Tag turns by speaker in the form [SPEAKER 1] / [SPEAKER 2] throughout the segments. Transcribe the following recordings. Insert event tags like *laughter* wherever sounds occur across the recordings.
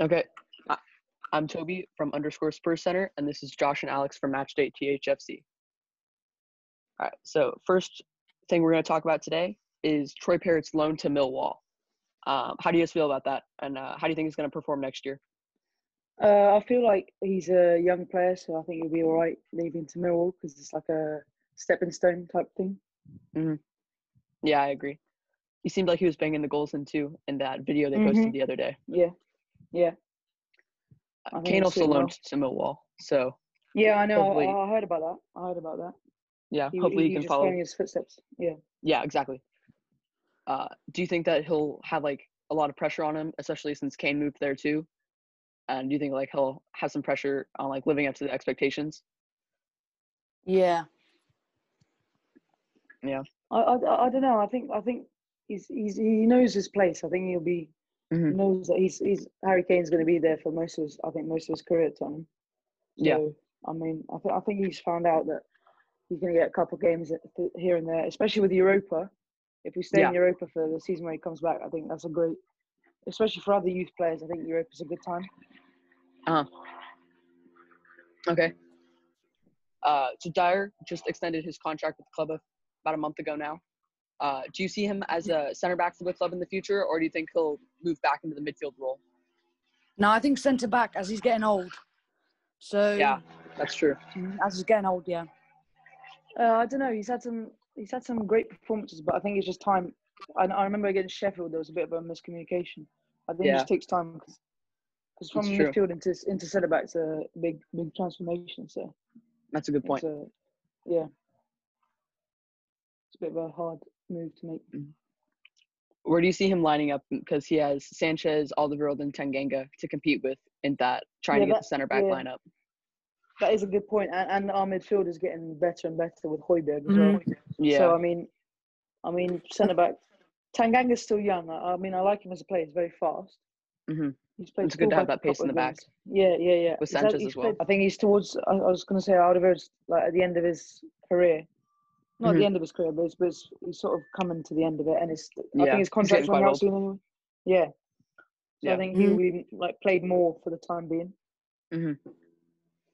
[SPEAKER 1] Okay. I- I'm Toby from underscore Spurs Center, and this is Josh and Alex from Matchday THFC. All right. So first thing we're going to talk about today is Troy Parrott's loan to Millwall. Um, how do you guys feel about that, and uh, how do you think he's going to perform next year?
[SPEAKER 2] Uh, I feel like he's a young player, so I think he'll be all right leaving to Millwall because it's like a stepping stone type thing.
[SPEAKER 1] Yeah, I agree. He seemed like he was banging the goals in too in that video they posted the other day.
[SPEAKER 2] Yeah, Mm-hmm. I
[SPEAKER 1] Uh,
[SPEAKER 2] think
[SPEAKER 1] Kane
[SPEAKER 2] he's
[SPEAKER 1] also
[SPEAKER 2] doing well.
[SPEAKER 1] loaned to Millwall, so
[SPEAKER 2] yeah, I know.
[SPEAKER 1] Hopefully-
[SPEAKER 2] I, I heard about that. I heard about that.
[SPEAKER 1] yeah, hopefully he can
[SPEAKER 2] just
[SPEAKER 1] follow.
[SPEAKER 2] following his footsteps. Yeah.
[SPEAKER 1] Yeah, exactly. Uh, do you think that he'll have like a lot of pressure on him, especially since Kane moved there too? And do you think like he'll have some pressure on like living up to the expectations?
[SPEAKER 3] Yeah.
[SPEAKER 2] I, I, I- I don't know. I think I think he's, he's he knows his place. I think he'll be
[SPEAKER 1] Mhm.
[SPEAKER 2] knows that he's he's Harry Kane's going to be there for most of his, I think most of his career at Tottenham.
[SPEAKER 1] Yeah.
[SPEAKER 2] So, I mean, I think I think he's found out that he's going to get a couple games at- th- here and there, especially with Europa. If we stay
[SPEAKER 1] Yeah.
[SPEAKER 2] in Europa for the season where he comes back, I think that's a great, especially for other youth players. I think Europa's a good time.
[SPEAKER 1] Okay. Uh, so Dyer just extended his contract with the club a- about a month ago now. Uh, do you see him as a center back for the club in the future, or do you think he'll move back into the midfield role?
[SPEAKER 3] No, I think centre back as he's getting old. So
[SPEAKER 1] Yeah. That's true.
[SPEAKER 3] mm, as he's getting old, yeah.
[SPEAKER 2] Uh, I don't know. He's had some he's had some great performances, but I think it's just time. I, I remember against Sheffield, there was a bit of a miscommunication. I think
[SPEAKER 1] Yeah.
[SPEAKER 2] it just takes time because from
[SPEAKER 1] That's true.
[SPEAKER 2] midfield into into centre back's a big big transformation. So
[SPEAKER 1] That's a good point.
[SPEAKER 2] it's a, yeah, it's a bit of a hard move to make.
[SPEAKER 1] Where do you see him lining up? Because he has Sanchez, Alderweireld, and Tanganga to compete with in that trying to
[SPEAKER 2] Yeah,
[SPEAKER 1] get
[SPEAKER 2] that-
[SPEAKER 1] the center back
[SPEAKER 2] yeah.
[SPEAKER 1] lineup.
[SPEAKER 2] That is a good point, and, and our midfield is getting better and better with Hoiberg as well.
[SPEAKER 3] Mm-hmm.
[SPEAKER 1] Yeah.
[SPEAKER 2] So I mean, I mean centre back Tanganga's still young. I, I mean, I like him as a player. He's very fast.
[SPEAKER 1] Mhm.
[SPEAKER 2] He's played
[SPEAKER 1] It's good to have
[SPEAKER 2] fullback
[SPEAKER 1] that
[SPEAKER 2] a
[SPEAKER 1] pace in
[SPEAKER 2] couple
[SPEAKER 1] the
[SPEAKER 2] of games. Yeah, yeah, yeah.
[SPEAKER 1] With
[SPEAKER 2] He's had-
[SPEAKER 1] Sanchez
[SPEAKER 2] he's
[SPEAKER 1] as well.
[SPEAKER 2] I think he's towards. I, I was going to say Alderweireld's like at the end of his career. Not at
[SPEAKER 1] Mhm.
[SPEAKER 2] the end of his career, but, it's, but it's, he's sort of coming to the end of it, and it's. I
[SPEAKER 1] Yeah,
[SPEAKER 2] think
[SPEAKER 1] he's
[SPEAKER 2] his
[SPEAKER 1] getting
[SPEAKER 2] contract's
[SPEAKER 1] quite
[SPEAKER 2] running out
[SPEAKER 1] old.
[SPEAKER 2] soon anyway. Yeah. So
[SPEAKER 1] Yeah. Mm-hmm.
[SPEAKER 2] I think he'll be like played more for the time being.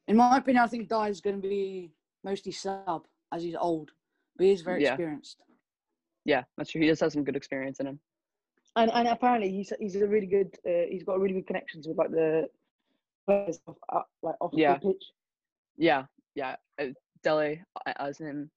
[SPEAKER 3] In my opinion, I think Dyer's going to be mostly sub as he's old, but he is very
[SPEAKER 1] Yeah.
[SPEAKER 3] experienced.
[SPEAKER 1] Yeah, that's true. He does have some good experience in him.
[SPEAKER 2] And and apparently he's he's a really good. Uh, he's got really good connections with like the players off, uh, like off
[SPEAKER 1] Yeah.
[SPEAKER 2] the pitch.
[SPEAKER 1] Yeah, yeah. uh, Dele, uh, us and him,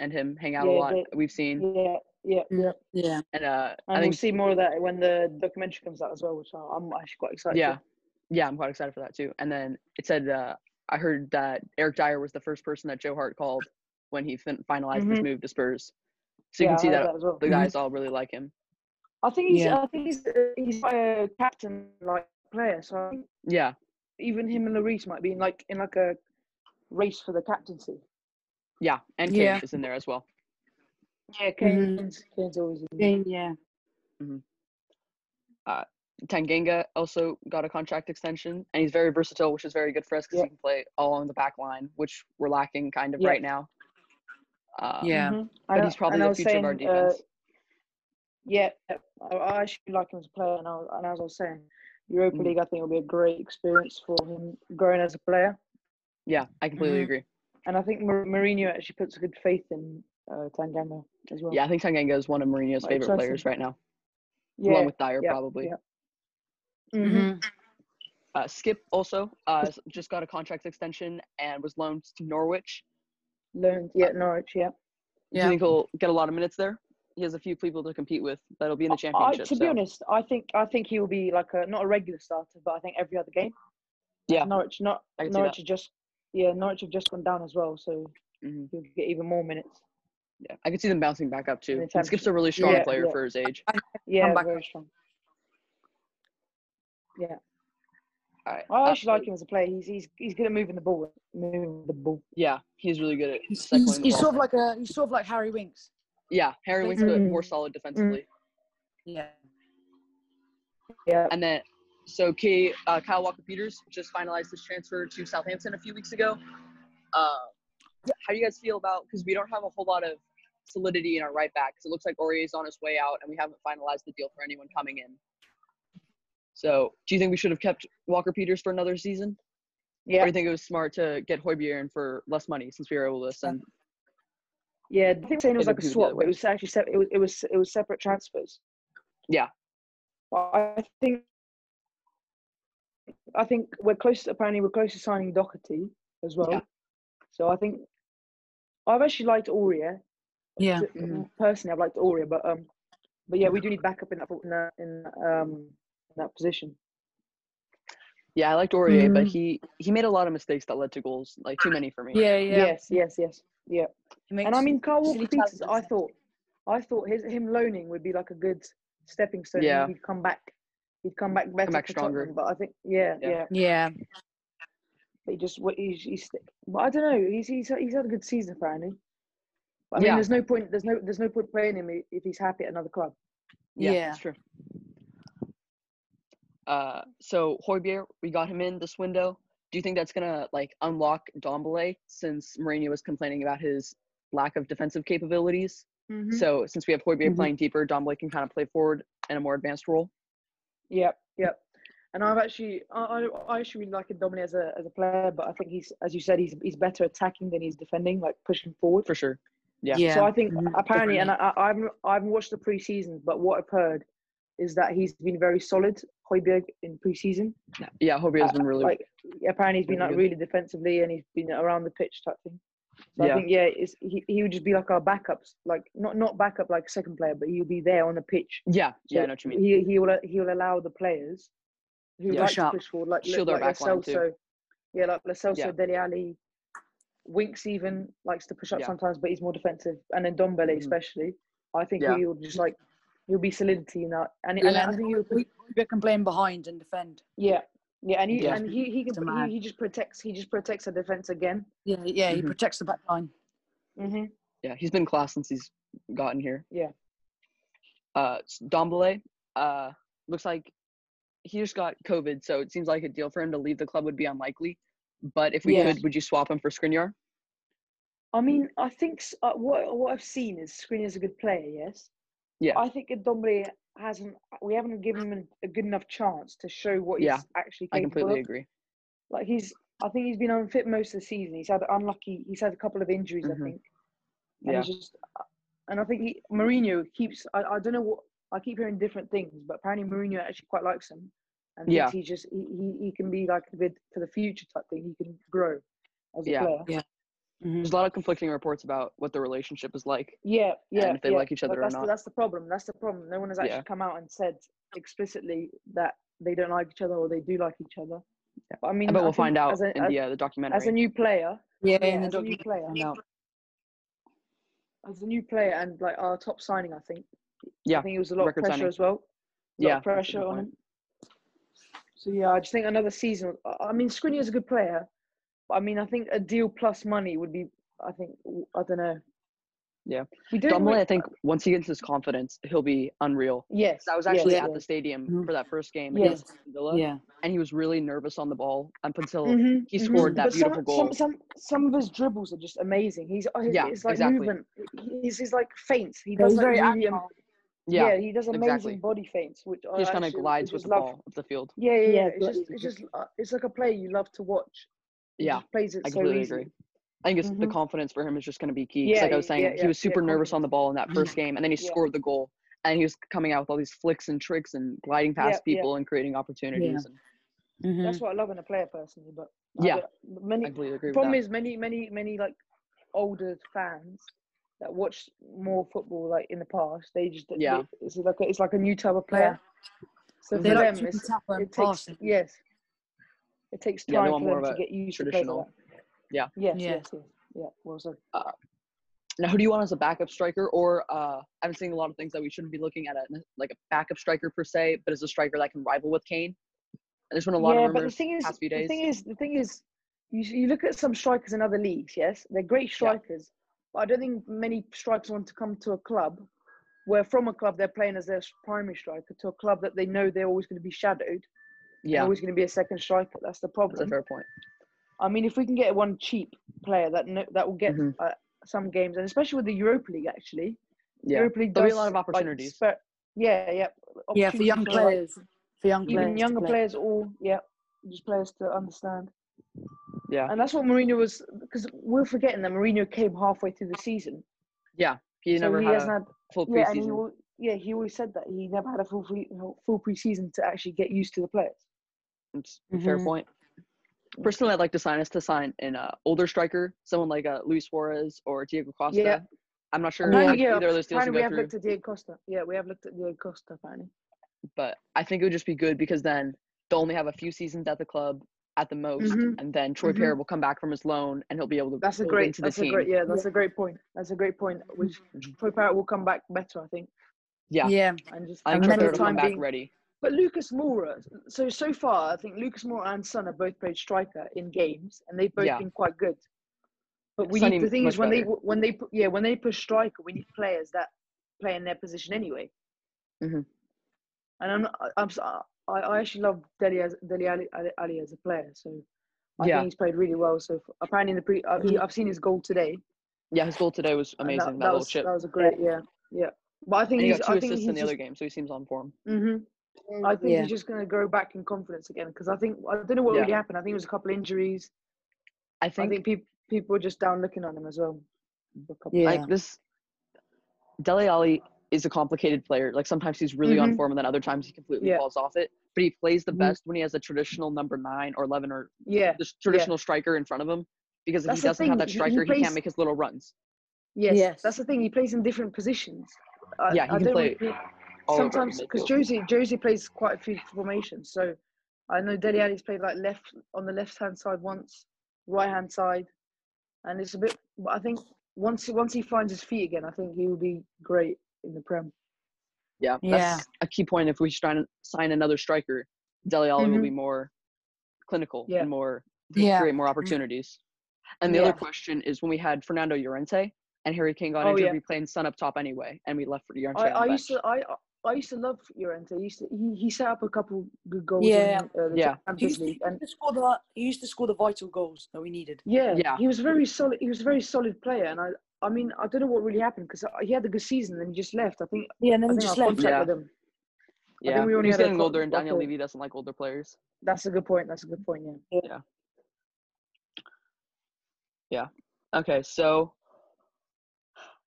[SPEAKER 1] and him hang out a
[SPEAKER 2] Yeah,
[SPEAKER 1] lot.
[SPEAKER 2] they-
[SPEAKER 1] We've seen,
[SPEAKER 2] Yeah, yeah, yeah.
[SPEAKER 3] Yeah.
[SPEAKER 1] and uh,
[SPEAKER 2] And
[SPEAKER 1] I
[SPEAKER 2] we'll
[SPEAKER 1] think,
[SPEAKER 2] see more of that when the documentary comes out as well, which I- I'm actually quite excited.
[SPEAKER 1] yeah,
[SPEAKER 2] for.
[SPEAKER 1] yeah. I'm quite excited for that too. And then it said, uh, I heard that Eric Dyer was the first person that Joe Hart called when he fin- finalized his
[SPEAKER 2] Mhm.
[SPEAKER 1] move to Spurs. So you
[SPEAKER 2] Yeah,
[SPEAKER 1] can
[SPEAKER 2] I Mm-hmm.
[SPEAKER 1] see
[SPEAKER 2] heard
[SPEAKER 1] that,
[SPEAKER 2] as well.
[SPEAKER 1] the
[SPEAKER 3] Mhm.
[SPEAKER 1] guys all really like him.
[SPEAKER 2] I think he's.
[SPEAKER 3] Yeah.
[SPEAKER 2] I think he's. uh, He's quite a captain like player. So I think
[SPEAKER 1] Yeah,
[SPEAKER 2] even him and Lloris might be in like in like a race for the captaincy.
[SPEAKER 1] yeah. And Kane
[SPEAKER 3] Yeah.
[SPEAKER 1] is in there as well.
[SPEAKER 2] Yeah, Kane's, Kane's always. In.
[SPEAKER 3] Yeah. yeah.
[SPEAKER 1] Tanganga also got a contract extension, and he's very versatile, which is very good for us because
[SPEAKER 2] Yeah.
[SPEAKER 1] he can play all along the back line, which we're lacking kind of
[SPEAKER 2] Yeah.
[SPEAKER 1] right now. Uh,
[SPEAKER 3] Yeah.
[SPEAKER 2] Mhm.
[SPEAKER 1] but
[SPEAKER 2] And
[SPEAKER 1] he's
[SPEAKER 2] I-
[SPEAKER 1] probably
[SPEAKER 2] and I
[SPEAKER 1] the
[SPEAKER 2] was
[SPEAKER 1] future of our
[SPEAKER 2] saying, uh,
[SPEAKER 1] defense.
[SPEAKER 2] yeah, I, I actually like him as a player, and, I, was- and as I was saying, Europa
[SPEAKER 1] Mhm.
[SPEAKER 2] League I think will be a great experience for him growing as a player.
[SPEAKER 1] yeah, I completely
[SPEAKER 3] Mhm.
[SPEAKER 2] mm-hmm.
[SPEAKER 1] agree.
[SPEAKER 2] And I think Mou- Mourinho actually puts a good faith in uh, Tanganga as well.
[SPEAKER 1] Yeah, I think Tanganga is one of Mourinho's
[SPEAKER 2] Like
[SPEAKER 1] favorite
[SPEAKER 2] Chelsea.
[SPEAKER 1] players right now, along
[SPEAKER 2] yeah.
[SPEAKER 1] with Dyer
[SPEAKER 2] yeah,
[SPEAKER 1] probably.
[SPEAKER 2] yeah. Mhm.
[SPEAKER 3] Mhm.
[SPEAKER 1] Uh, Skip also uh, s- just got a contract extension and was loaned to Norwich. Mm-hmm.
[SPEAKER 2] Learned, yeah, Norwich, yeah.
[SPEAKER 1] Do
[SPEAKER 3] Yeah.
[SPEAKER 1] you think he'll get a lot of minutes there? He has a few people to compete with that'll be in the
[SPEAKER 2] I,
[SPEAKER 1] championship.
[SPEAKER 2] Uh, to be
[SPEAKER 1] so-
[SPEAKER 2] honest, I think I think he will be like a not a regular starter, but I think every other game.
[SPEAKER 1] Yeah.
[SPEAKER 2] Norwich, not
[SPEAKER 1] I can see
[SPEAKER 2] Norwich have just yeah Norwich have just gone down as well, so
[SPEAKER 1] Mhm.
[SPEAKER 2] he'll get even more minutes.
[SPEAKER 1] yeah, I can see them bouncing back up too.
[SPEAKER 2] the
[SPEAKER 1] And Skip's a really strong
[SPEAKER 2] Yeah,
[SPEAKER 1] player
[SPEAKER 2] yeah.
[SPEAKER 1] for his age.
[SPEAKER 2] Yeah,
[SPEAKER 3] back.
[SPEAKER 2] very strong.
[SPEAKER 1] All right.
[SPEAKER 2] I
[SPEAKER 1] uh,
[SPEAKER 2] actually like him as a player. He's he's he's good at moving the ball, moving the ball.
[SPEAKER 1] Yeah, he's really good at.
[SPEAKER 3] He's,
[SPEAKER 1] cycling
[SPEAKER 3] he's,
[SPEAKER 1] the
[SPEAKER 3] he's
[SPEAKER 1] ball.
[SPEAKER 3] sort of like a he's sort of like Harry Winks.
[SPEAKER 1] Yeah, Harry Winks, but
[SPEAKER 2] Mm.
[SPEAKER 1] more solid defensively.
[SPEAKER 3] Yeah.
[SPEAKER 2] Yeah,
[SPEAKER 1] And then, so Kay, uh, Kyle Walker Peters just finalized his transfer to Southampton a few weeks ago. Uh, how do you guys feel about? Because we don't have a whole lot of solidity in our right back. Because it looks like Ori is on his way out, and we haven't finalized the deal for anyone coming in. So, do you think we should have kept Walker Peters for another season? Or do
[SPEAKER 2] Yeah,
[SPEAKER 1] you think it was smart to get Hoybier in for less money since we were able to send?
[SPEAKER 2] yeah. I think saying it was
[SPEAKER 1] It'll
[SPEAKER 2] like a
[SPEAKER 1] do the
[SPEAKER 2] swap,
[SPEAKER 1] other
[SPEAKER 2] but
[SPEAKER 1] way.
[SPEAKER 2] it was actually se- it was it was it was separate transfers.
[SPEAKER 1] Yeah.
[SPEAKER 2] But I think I think we're close. Apparently, we're close to signing Doherty as well.
[SPEAKER 1] Yeah.
[SPEAKER 2] So I think I've actually liked Aurea.
[SPEAKER 3] Yeah.
[SPEAKER 2] So-
[SPEAKER 1] Mhm.
[SPEAKER 2] Personally, I've liked Aurea, but um, but yeah, we do need backup in that in that, in, that, um in that position.
[SPEAKER 1] Yeah, I liked Aurier, but
[SPEAKER 3] Mm.
[SPEAKER 1] he he made a lot of mistakes that led to goals, like too many for me.
[SPEAKER 3] Yeah, yeah.
[SPEAKER 2] Yes, yes, yes. Yeah.
[SPEAKER 3] It makes-
[SPEAKER 2] And I mean, Carl
[SPEAKER 3] silly
[SPEAKER 2] Walker Peters. I
[SPEAKER 3] challenges.
[SPEAKER 2] thought, I thought his him loaning would be like a good stepping stone.
[SPEAKER 1] Yeah.
[SPEAKER 2] Yeah. He'd come back. He'd come back better.
[SPEAKER 1] back
[SPEAKER 2] for
[SPEAKER 1] stronger.
[SPEAKER 2] Tottenham, But I think, yeah,
[SPEAKER 1] Yeah.
[SPEAKER 2] yeah.
[SPEAKER 3] yeah,
[SPEAKER 2] But he just, what he's, he's, but I don't know. He's he's he's had a good season apparently. But I mean,
[SPEAKER 1] Yeah.
[SPEAKER 2] there's no point. There's no there's no point playing him i- if he's happy at another club.
[SPEAKER 1] Yeah,
[SPEAKER 3] Yeah.
[SPEAKER 1] that's true. Uh, so Hoybier, we got him in this window. Do you think that's gonna like unlock Dombele since Mourinho was complaining about his lack of defensive capabilities?
[SPEAKER 2] Mm-hmm.
[SPEAKER 1] So since we have Hoybier
[SPEAKER 2] Mhm.
[SPEAKER 1] playing deeper, Dombele can kind of play forward in a more advanced role.
[SPEAKER 2] Yep, yep. And I've actually, I, I, I actually really like Dominic as a as a player, but I think he's, as you said, he's he's better attacking than he's defending, like pushing forward.
[SPEAKER 1] For sure. Yeah.
[SPEAKER 3] yeah,
[SPEAKER 2] So I think
[SPEAKER 1] Mm-hmm.
[SPEAKER 3] Mhm,
[SPEAKER 2] apparently, and I, I, I've I've watched the preseason, but what I've heard is that he's been very solid, Hoiberg, in preseason.
[SPEAKER 1] Yeah, Hoybier has
[SPEAKER 2] Uh,
[SPEAKER 1] been really
[SPEAKER 2] Like apparently, he's been
[SPEAKER 1] Really
[SPEAKER 2] like
[SPEAKER 1] good.
[SPEAKER 2] really defensively, and he's been around the pitch type thing. So
[SPEAKER 1] Yeah.
[SPEAKER 2] I think yeah, it's, he he would just be like our backups, like not not backup like second player, but he'll be there on the pitch.
[SPEAKER 1] Yeah, yeah, I
[SPEAKER 2] So
[SPEAKER 1] know what you mean.
[SPEAKER 2] He he will he will allow the players who
[SPEAKER 1] Yeah.
[SPEAKER 2] like
[SPEAKER 3] Push up.
[SPEAKER 2] to push forward, like
[SPEAKER 1] Shield our
[SPEAKER 2] like
[SPEAKER 1] back line too.
[SPEAKER 2] Lacelso, yeah, like Lacelso,
[SPEAKER 1] Yeah.
[SPEAKER 2] Deli Ali, Winks even likes to push up
[SPEAKER 1] Yeah.
[SPEAKER 2] sometimes, but he's more defensive, and then Dombele
[SPEAKER 1] Mhm.
[SPEAKER 2] especially. I think
[SPEAKER 1] Yeah.
[SPEAKER 2] he'll just like he'll be solidity in that, and, and
[SPEAKER 3] Yeah,
[SPEAKER 2] I think he'll
[SPEAKER 3] we, we can play him behind and defend.
[SPEAKER 2] yeah. Yeah, and he
[SPEAKER 1] Yeah.
[SPEAKER 2] and he he,
[SPEAKER 3] It's a man.
[SPEAKER 2] can, he he just protects he just protects the defense again.
[SPEAKER 3] Yeah, yeah, he
[SPEAKER 1] Mhm.
[SPEAKER 3] protects the back line.
[SPEAKER 2] Mm-hmm.
[SPEAKER 1] Yeah, he's been class since he's gotten here.
[SPEAKER 2] Yeah.
[SPEAKER 1] Uh, s- Dombele, uh, looks like he just got COVID, so it seems like a deal for him to leave the club would be unlikely. But if we
[SPEAKER 3] Yeah.
[SPEAKER 1] could, would you swap him for Skriniar?
[SPEAKER 2] I mean, I think s- uh, what what I've seen is Skriniar's a good player. Yes.
[SPEAKER 1] Yeah.
[SPEAKER 2] I think Ndombele hasn't. We haven't given him a good enough chance to show what
[SPEAKER 1] Yeah,
[SPEAKER 2] he's actually
[SPEAKER 1] I
[SPEAKER 2] capable
[SPEAKER 1] completely
[SPEAKER 2] of.
[SPEAKER 1] agree.
[SPEAKER 2] Like he's. I think he's been unfit most of the season. He's had unlucky. He's had a couple of injuries.
[SPEAKER 1] Mhm.
[SPEAKER 2] I think. And
[SPEAKER 1] Yeah,
[SPEAKER 2] he's just. uh, And I think he, Mourinho keeps. I, I don't know what. I keep hearing different things, but apparently Mourinho actually quite likes him, and
[SPEAKER 1] Yeah.
[SPEAKER 2] thinks he just he, he, he can be like good for the future type thing. He can grow as a
[SPEAKER 1] Yeah.
[SPEAKER 2] player.
[SPEAKER 3] Mm-hmm.
[SPEAKER 1] there's a lot of conflicting reports about what the relationship is like.
[SPEAKER 2] Yeah, yeah.
[SPEAKER 1] if they
[SPEAKER 2] yeah,
[SPEAKER 1] like each
[SPEAKER 2] but
[SPEAKER 1] other or
[SPEAKER 2] that's
[SPEAKER 1] not.
[SPEAKER 2] The, that's the problem. That's the problem. No one has actually
[SPEAKER 1] Yeah.
[SPEAKER 2] come out and said explicitly that they don't like each other or they do like each other. But I mean,
[SPEAKER 1] but
[SPEAKER 2] I
[SPEAKER 1] we'll
[SPEAKER 2] think
[SPEAKER 1] find out
[SPEAKER 2] as a,
[SPEAKER 1] in
[SPEAKER 2] as,
[SPEAKER 1] the uh, the documentary.
[SPEAKER 2] as a new player.
[SPEAKER 3] Yeah,
[SPEAKER 2] Yeah,
[SPEAKER 3] in the
[SPEAKER 2] as a new
[SPEAKER 3] documentary.
[SPEAKER 2] player.
[SPEAKER 3] Find out.
[SPEAKER 2] As a new player and like our top signing, I think.
[SPEAKER 1] Yeah,
[SPEAKER 2] I think it was a lot of
[SPEAKER 1] record
[SPEAKER 2] pressure
[SPEAKER 1] signing.
[SPEAKER 2] as well. A lot
[SPEAKER 1] yeah,
[SPEAKER 2] of
[SPEAKER 1] that's a good
[SPEAKER 2] pressure on
[SPEAKER 1] point.
[SPEAKER 2] him. So yeah, I just think another season. I- I mean, Skriniar is a good player, but I mean, I think a deal plus money would be. I think I don't know.
[SPEAKER 1] Yeah.
[SPEAKER 2] we don't.
[SPEAKER 1] Dombele,
[SPEAKER 2] really-
[SPEAKER 1] I think once he gets his confidence, he'll be unreal.
[SPEAKER 2] Yes,
[SPEAKER 1] I was
[SPEAKER 2] yes,
[SPEAKER 1] actually
[SPEAKER 2] yes.
[SPEAKER 1] at the stadium
[SPEAKER 3] Mhm.
[SPEAKER 1] for that first game
[SPEAKER 2] Yes.
[SPEAKER 1] against Villa,
[SPEAKER 3] Yeah,
[SPEAKER 1] and he was really nervous on the ball up until
[SPEAKER 2] Mhm,
[SPEAKER 1] he
[SPEAKER 2] mhm.
[SPEAKER 1] scored that
[SPEAKER 2] But
[SPEAKER 1] beautiful
[SPEAKER 2] some,
[SPEAKER 1] goal.
[SPEAKER 2] Some, some, some of his dribbles are just amazing. He's uh, his,
[SPEAKER 1] Yeah,
[SPEAKER 2] it's like
[SPEAKER 1] exactly.
[SPEAKER 2] movement. He's, he's like feints. He
[SPEAKER 3] Yeah,
[SPEAKER 2] does
[SPEAKER 3] he's
[SPEAKER 2] like
[SPEAKER 3] very
[SPEAKER 2] really am-
[SPEAKER 3] agile.
[SPEAKER 1] yeah,
[SPEAKER 2] he does amazing
[SPEAKER 1] exactly.
[SPEAKER 2] body feints, which I
[SPEAKER 1] he just kind of
[SPEAKER 2] Oh, actually-
[SPEAKER 1] glides
[SPEAKER 2] I
[SPEAKER 1] with the
[SPEAKER 2] just love.
[SPEAKER 1] ball up the field.
[SPEAKER 2] Yeah, yeah, yeah.
[SPEAKER 3] Yeah,
[SPEAKER 2] It's just,
[SPEAKER 3] exactly.
[SPEAKER 2] it's just, uh, it's like a player you love to watch. He
[SPEAKER 1] Yeah,
[SPEAKER 2] just plays it
[SPEAKER 1] I
[SPEAKER 2] so
[SPEAKER 1] completely
[SPEAKER 2] easily.
[SPEAKER 1] agree. I think it's the
[SPEAKER 2] Mhm.
[SPEAKER 1] confidence for him is just going to be key. 'cause
[SPEAKER 2] Yeah,
[SPEAKER 1] like I was
[SPEAKER 2] yeah,
[SPEAKER 1] saying,
[SPEAKER 2] yeah,
[SPEAKER 1] he was
[SPEAKER 2] yeah,
[SPEAKER 1] super nervous on
[SPEAKER 2] confidence.
[SPEAKER 1] the ball in that
[SPEAKER 3] Mhm.
[SPEAKER 1] first game, and then he
[SPEAKER 2] *laughs* Yeah.
[SPEAKER 1] scored the goal, and he was coming out with all these flicks and tricks and gliding past
[SPEAKER 2] Yeah, yeah.
[SPEAKER 1] people and creating opportunities. and-
[SPEAKER 3] Mhm.
[SPEAKER 2] That's what I love in a player personally. But I
[SPEAKER 1] Yeah.
[SPEAKER 2] don't- many
[SPEAKER 1] I completely agree
[SPEAKER 2] the
[SPEAKER 1] with that.
[SPEAKER 2] problem is many, many, many like older fans that watch more football like in the past. They just they-
[SPEAKER 1] Yeah. Mm-hmm.
[SPEAKER 2] it's like a, it's like a new type of player. So for
[SPEAKER 3] they like
[SPEAKER 2] them,
[SPEAKER 3] to
[SPEAKER 2] it's,
[SPEAKER 3] tap and
[SPEAKER 2] it takes
[SPEAKER 3] pass it.
[SPEAKER 2] yes it takes
[SPEAKER 1] Yeah, they
[SPEAKER 2] time
[SPEAKER 1] want more
[SPEAKER 2] for
[SPEAKER 1] of
[SPEAKER 2] them
[SPEAKER 1] a
[SPEAKER 2] to get used
[SPEAKER 1] traditional-
[SPEAKER 2] to
[SPEAKER 1] yeah.
[SPEAKER 2] players like that. yes
[SPEAKER 3] Yeah.
[SPEAKER 2] yes yes yeah well said.
[SPEAKER 1] Now, who do you want as a backup striker? Or uh, I've been seeing a lot of things that we shouldn't be looking at a, like a backup striker per se, but as a striker that can rival with Kane. And there's been a lot
[SPEAKER 2] yeah
[SPEAKER 1] of
[SPEAKER 2] but the
[SPEAKER 1] rumors.
[SPEAKER 2] thing is
[SPEAKER 1] past few
[SPEAKER 2] the
[SPEAKER 1] days.
[SPEAKER 2] thing is the thing is you, s- you look at some strikers in other leagues yes they're great strikers but I don't think many strikers want to come to a club where from a club they're playing as their s- primary striker to a club that they know they're always going to be shadowed yeah.
[SPEAKER 1] Yeah,
[SPEAKER 2] always going to be a second striker that's the
[SPEAKER 1] that's a
[SPEAKER 2] problem
[SPEAKER 1] fair point.
[SPEAKER 2] I mean, if we can get one cheap player that no, that will get
[SPEAKER 1] Mhm.
[SPEAKER 2] uh, some games, and especially with the Europa League, actually,
[SPEAKER 1] Yeah,
[SPEAKER 2] Europa League
[SPEAKER 1] There'll be a
[SPEAKER 2] does,
[SPEAKER 1] lot of
[SPEAKER 2] like,
[SPEAKER 1] opportunities.
[SPEAKER 2] spur- yeah, yeah.
[SPEAKER 3] Yeah, for young
[SPEAKER 2] opportunities like-
[SPEAKER 3] players. for young players.
[SPEAKER 2] even
[SPEAKER 3] to
[SPEAKER 2] younger
[SPEAKER 3] play.
[SPEAKER 2] players all yeah just players to understand
[SPEAKER 1] Yeah.
[SPEAKER 2] and that's what Mourinho was because we're forgetting that Mourinho came halfway through the season
[SPEAKER 1] He
[SPEAKER 2] so
[SPEAKER 1] never
[SPEAKER 2] he
[SPEAKER 1] had
[SPEAKER 2] hasn't
[SPEAKER 1] a
[SPEAKER 2] had
[SPEAKER 1] full
[SPEAKER 2] yeah and he
[SPEAKER 1] preseason.
[SPEAKER 2] al- yeah he always said that he never had a full free, full preseason to actually get used to the players
[SPEAKER 1] It's a fair
[SPEAKER 3] Mhm.
[SPEAKER 1] point. Personally, I'd like to sign us to sign an uh, older striker, someone like uh, Luis Suarez or Diego Costa.
[SPEAKER 2] Yeah.
[SPEAKER 1] I'm not sure
[SPEAKER 2] Apparently,
[SPEAKER 1] if
[SPEAKER 2] yeah,
[SPEAKER 1] either of those deals
[SPEAKER 2] apparently
[SPEAKER 1] will
[SPEAKER 2] we
[SPEAKER 1] go
[SPEAKER 2] have
[SPEAKER 1] through,
[SPEAKER 2] looked at Diego Costa yeah we have looked at Diego Costa apparently
[SPEAKER 1] but I think it would just be good because then they'll only have a few seasons at the club at the most,
[SPEAKER 2] Mhm.
[SPEAKER 1] and then Troy
[SPEAKER 2] Mhm.
[SPEAKER 1] Parrott will come back from his loan and he'll be able to
[SPEAKER 2] that's a
[SPEAKER 1] build
[SPEAKER 2] great
[SPEAKER 1] into the
[SPEAKER 2] that's a
[SPEAKER 1] team.
[SPEAKER 2] great yeah that's a great point that's a great point
[SPEAKER 1] *laughs*
[SPEAKER 2] which
[SPEAKER 1] Mhm.
[SPEAKER 2] Troy Parrott will come back better I think
[SPEAKER 1] yeah.
[SPEAKER 3] Yeah.
[SPEAKER 2] and just
[SPEAKER 1] I think
[SPEAKER 3] And
[SPEAKER 1] Troy
[SPEAKER 2] for
[SPEAKER 3] then
[SPEAKER 1] Parrott
[SPEAKER 2] the
[SPEAKER 1] will come
[SPEAKER 2] time
[SPEAKER 1] back
[SPEAKER 2] being
[SPEAKER 1] ready.
[SPEAKER 2] But Lucas Moura, so so far, I think Lucas Moura and Son have both played striker in games, and they've both
[SPEAKER 1] Yeah.
[SPEAKER 2] been quite good. But we
[SPEAKER 1] Sonny
[SPEAKER 2] need, the thing is
[SPEAKER 1] much
[SPEAKER 2] when they
[SPEAKER 1] better.
[SPEAKER 2] when they pu- yeah when they push striker, we need players that play in their position anyway.
[SPEAKER 1] Mhm.
[SPEAKER 2] And I'm not, I'm s- I, I actually love Deli as Deli Ali, Ali, Ali as a player, so I
[SPEAKER 1] Yeah.
[SPEAKER 2] think he's played really well. So f- apparently in the pre, uh, he, I've seen his goal today.
[SPEAKER 1] Yeah, his goal today was
[SPEAKER 2] and
[SPEAKER 1] amazing. That,
[SPEAKER 2] That,
[SPEAKER 1] little
[SPEAKER 2] was
[SPEAKER 1] chip.
[SPEAKER 2] that was a great yeah yeah. But I think
[SPEAKER 1] and he
[SPEAKER 2] he's
[SPEAKER 1] got two
[SPEAKER 2] I think
[SPEAKER 1] assists
[SPEAKER 2] he's
[SPEAKER 1] in the
[SPEAKER 2] just
[SPEAKER 1] other game, so he seems on form.
[SPEAKER 2] hmm I think
[SPEAKER 3] yeah.
[SPEAKER 2] he's just going to go back in confidence again because I think I don't know what
[SPEAKER 1] Yeah.
[SPEAKER 2] really happened. I think it was a couple injuries.
[SPEAKER 1] I think, Mm,
[SPEAKER 2] I think people people were just down looking on him as well. for a couple-
[SPEAKER 3] Yeah.
[SPEAKER 1] like this Dele Alli is a complicated player. Like sometimes he's really on
[SPEAKER 2] Mhm.
[SPEAKER 1] form and then other times he completely
[SPEAKER 2] Yeah. Mm-hmm.
[SPEAKER 1] falls off it. But he plays the
[SPEAKER 3] Mhm.
[SPEAKER 1] best when he has a traditional number nine or eleven or
[SPEAKER 2] yeah,
[SPEAKER 1] the s- traditional striker in front of him. Because if
[SPEAKER 2] That's
[SPEAKER 1] he
[SPEAKER 2] the
[SPEAKER 1] doesn't have
[SPEAKER 2] thing,
[SPEAKER 1] that
[SPEAKER 2] he- he
[SPEAKER 1] striker, he,
[SPEAKER 2] plays-
[SPEAKER 1] can't make his little runs.
[SPEAKER 2] yes,
[SPEAKER 3] Yes.
[SPEAKER 2] That's the thing. He plays in different positions. I,
[SPEAKER 1] Yeah, he
[SPEAKER 2] I
[SPEAKER 1] can
[SPEAKER 2] don't
[SPEAKER 1] play
[SPEAKER 2] really-
[SPEAKER 1] all over
[SPEAKER 2] sometimes because
[SPEAKER 1] midfield.
[SPEAKER 2] Josie Josie plays quite a few formations. So I know Deli Ali's played like left on the left hand side once, right hand side, and it's a bit. but I think once once he finds his feet again, I think he will be great in the Prem.
[SPEAKER 1] Yeah,
[SPEAKER 3] Yeah.
[SPEAKER 1] that's a key point. If we try to sign another striker, Dele Alli will be more clinical
[SPEAKER 2] Mm-hmm. Yeah. Mm-hmm.
[SPEAKER 1] and more
[SPEAKER 3] Yeah.
[SPEAKER 1] create more opportunities. And the
[SPEAKER 2] Yeah.
[SPEAKER 1] other question is when we had Fernando Llorente and Harry Kane got
[SPEAKER 2] Oh,
[SPEAKER 1] injured,
[SPEAKER 2] yeah.
[SPEAKER 1] we played Sun up top anyway, and we left for Llorente.
[SPEAKER 2] I,
[SPEAKER 1] on the
[SPEAKER 2] I
[SPEAKER 1] bench.
[SPEAKER 2] used to I I used to love Llorente. I used to, he he set up a couple good goals.
[SPEAKER 3] Yeah.
[SPEAKER 2] in, uh, the
[SPEAKER 1] Yeah.
[SPEAKER 3] He
[SPEAKER 2] Champions
[SPEAKER 3] used, to,
[SPEAKER 2] League
[SPEAKER 3] he
[SPEAKER 2] and
[SPEAKER 3] used to score the he used to score the vital goals that we needed.
[SPEAKER 2] yeah,
[SPEAKER 1] Yeah.
[SPEAKER 2] he was very solid. He was a very solid player, and I I mean I don't know what really happened because he had a good season and he just left. I think
[SPEAKER 3] Yeah, and
[SPEAKER 2] I
[SPEAKER 3] then he
[SPEAKER 2] think
[SPEAKER 3] just
[SPEAKER 2] our
[SPEAKER 3] left.
[SPEAKER 2] contract
[SPEAKER 1] Yeah.
[SPEAKER 2] with him. I
[SPEAKER 1] yeah,
[SPEAKER 2] think we only
[SPEAKER 1] he's
[SPEAKER 2] had a
[SPEAKER 1] getting
[SPEAKER 2] cou-
[SPEAKER 1] older, and Daniel
[SPEAKER 2] couple-
[SPEAKER 1] Levy doesn't like older players.
[SPEAKER 2] That's a good point. That's a good point. Yeah.
[SPEAKER 1] Okay, so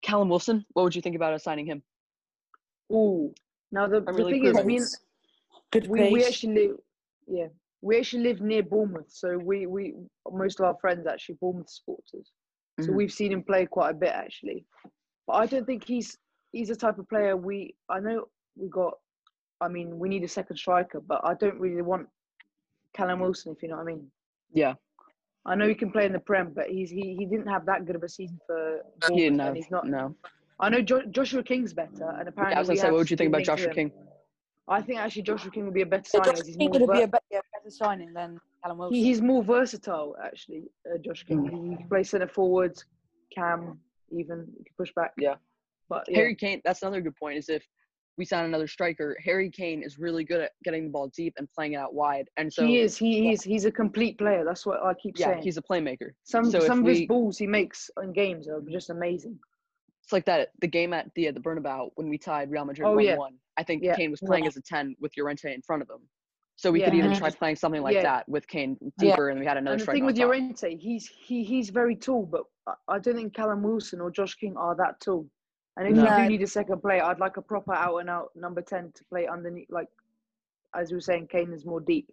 [SPEAKER 1] Callum Wilson, what would you think about us signing him?
[SPEAKER 2] Ooh. Now the,
[SPEAKER 1] I'm
[SPEAKER 2] the
[SPEAKER 1] really
[SPEAKER 2] thing
[SPEAKER 1] pleased.
[SPEAKER 2] is, me and,
[SPEAKER 3] Good
[SPEAKER 2] we, we
[SPEAKER 3] pace.
[SPEAKER 2] actually live yeah we actually live near Bournemouth, so we we most of our friends are actually Bournemouth supporters, so
[SPEAKER 1] Mhm.
[SPEAKER 2] we've seen him play quite a bit actually. But I don't think he's he's the type of player we I know we got. I mean, we need a second striker, but I don't really want Callum Wilson if you know what I mean.
[SPEAKER 1] Yeah,
[SPEAKER 2] I know he can play in the Prem, but he's he, he didn't have that good of a season for.
[SPEAKER 1] he
[SPEAKER 2] Bournemouth,
[SPEAKER 1] didn't
[SPEAKER 2] and
[SPEAKER 1] have.
[SPEAKER 2] He's not.
[SPEAKER 1] no.
[SPEAKER 2] I know jo- Joshua King's better, and apparently
[SPEAKER 1] Yeah, I was
[SPEAKER 2] we
[SPEAKER 1] gonna say,
[SPEAKER 2] have
[SPEAKER 1] what would you think
[SPEAKER 2] been
[SPEAKER 1] about
[SPEAKER 2] linked to
[SPEAKER 1] Joshua
[SPEAKER 2] him.
[SPEAKER 1] King?
[SPEAKER 2] I think actually Joshua King would be a better
[SPEAKER 3] So
[SPEAKER 2] signing.
[SPEAKER 3] Josh
[SPEAKER 2] as he's
[SPEAKER 3] King
[SPEAKER 2] more
[SPEAKER 3] would be
[SPEAKER 2] ver-
[SPEAKER 3] a better, yeah, better signing than Callum
[SPEAKER 1] Oh,
[SPEAKER 3] Wilson.
[SPEAKER 2] He, he's more versatile, actually, uh, Josh King. He can play centre forward, cam, even. He can push back.
[SPEAKER 1] Yeah.
[SPEAKER 2] But yeah,
[SPEAKER 1] Harry Kane, that's another good point. Is if we sign another striker, Harry Kane is really good at getting the ball deep and playing it out wide, and so
[SPEAKER 2] he is. He is. He's a complete player. That's what I keep
[SPEAKER 1] yeah,
[SPEAKER 2] saying.
[SPEAKER 1] he's a playmaker.
[SPEAKER 2] some
[SPEAKER 1] so if
[SPEAKER 2] some of
[SPEAKER 1] we-
[SPEAKER 2] his balls he makes on games are just amazing.
[SPEAKER 1] it's like that the game at the the Bernabeu when we tied Real Madrid
[SPEAKER 2] Oh,
[SPEAKER 1] one
[SPEAKER 2] yeah.
[SPEAKER 1] one. I think
[SPEAKER 2] Yeah.
[SPEAKER 1] Kane was playing as a ten with Llorente in front of him, so we could
[SPEAKER 2] Yeah.
[SPEAKER 1] even
[SPEAKER 3] Mhm.
[SPEAKER 1] try playing something like
[SPEAKER 2] Yeah.
[SPEAKER 1] that with Kane
[SPEAKER 3] Yeah.
[SPEAKER 1] deeper, and we had another
[SPEAKER 2] and the
[SPEAKER 1] strike.
[SPEAKER 2] thing
[SPEAKER 1] on
[SPEAKER 2] with
[SPEAKER 1] top.
[SPEAKER 2] Llorente, he's he he's very tall, but I- I don't think Callum Wilson or Josh King are that tall. And if
[SPEAKER 3] No.
[SPEAKER 2] you do need a second player, I'd like a proper out and out number ten to play underneath. Like as we were saying, Kane is more deep,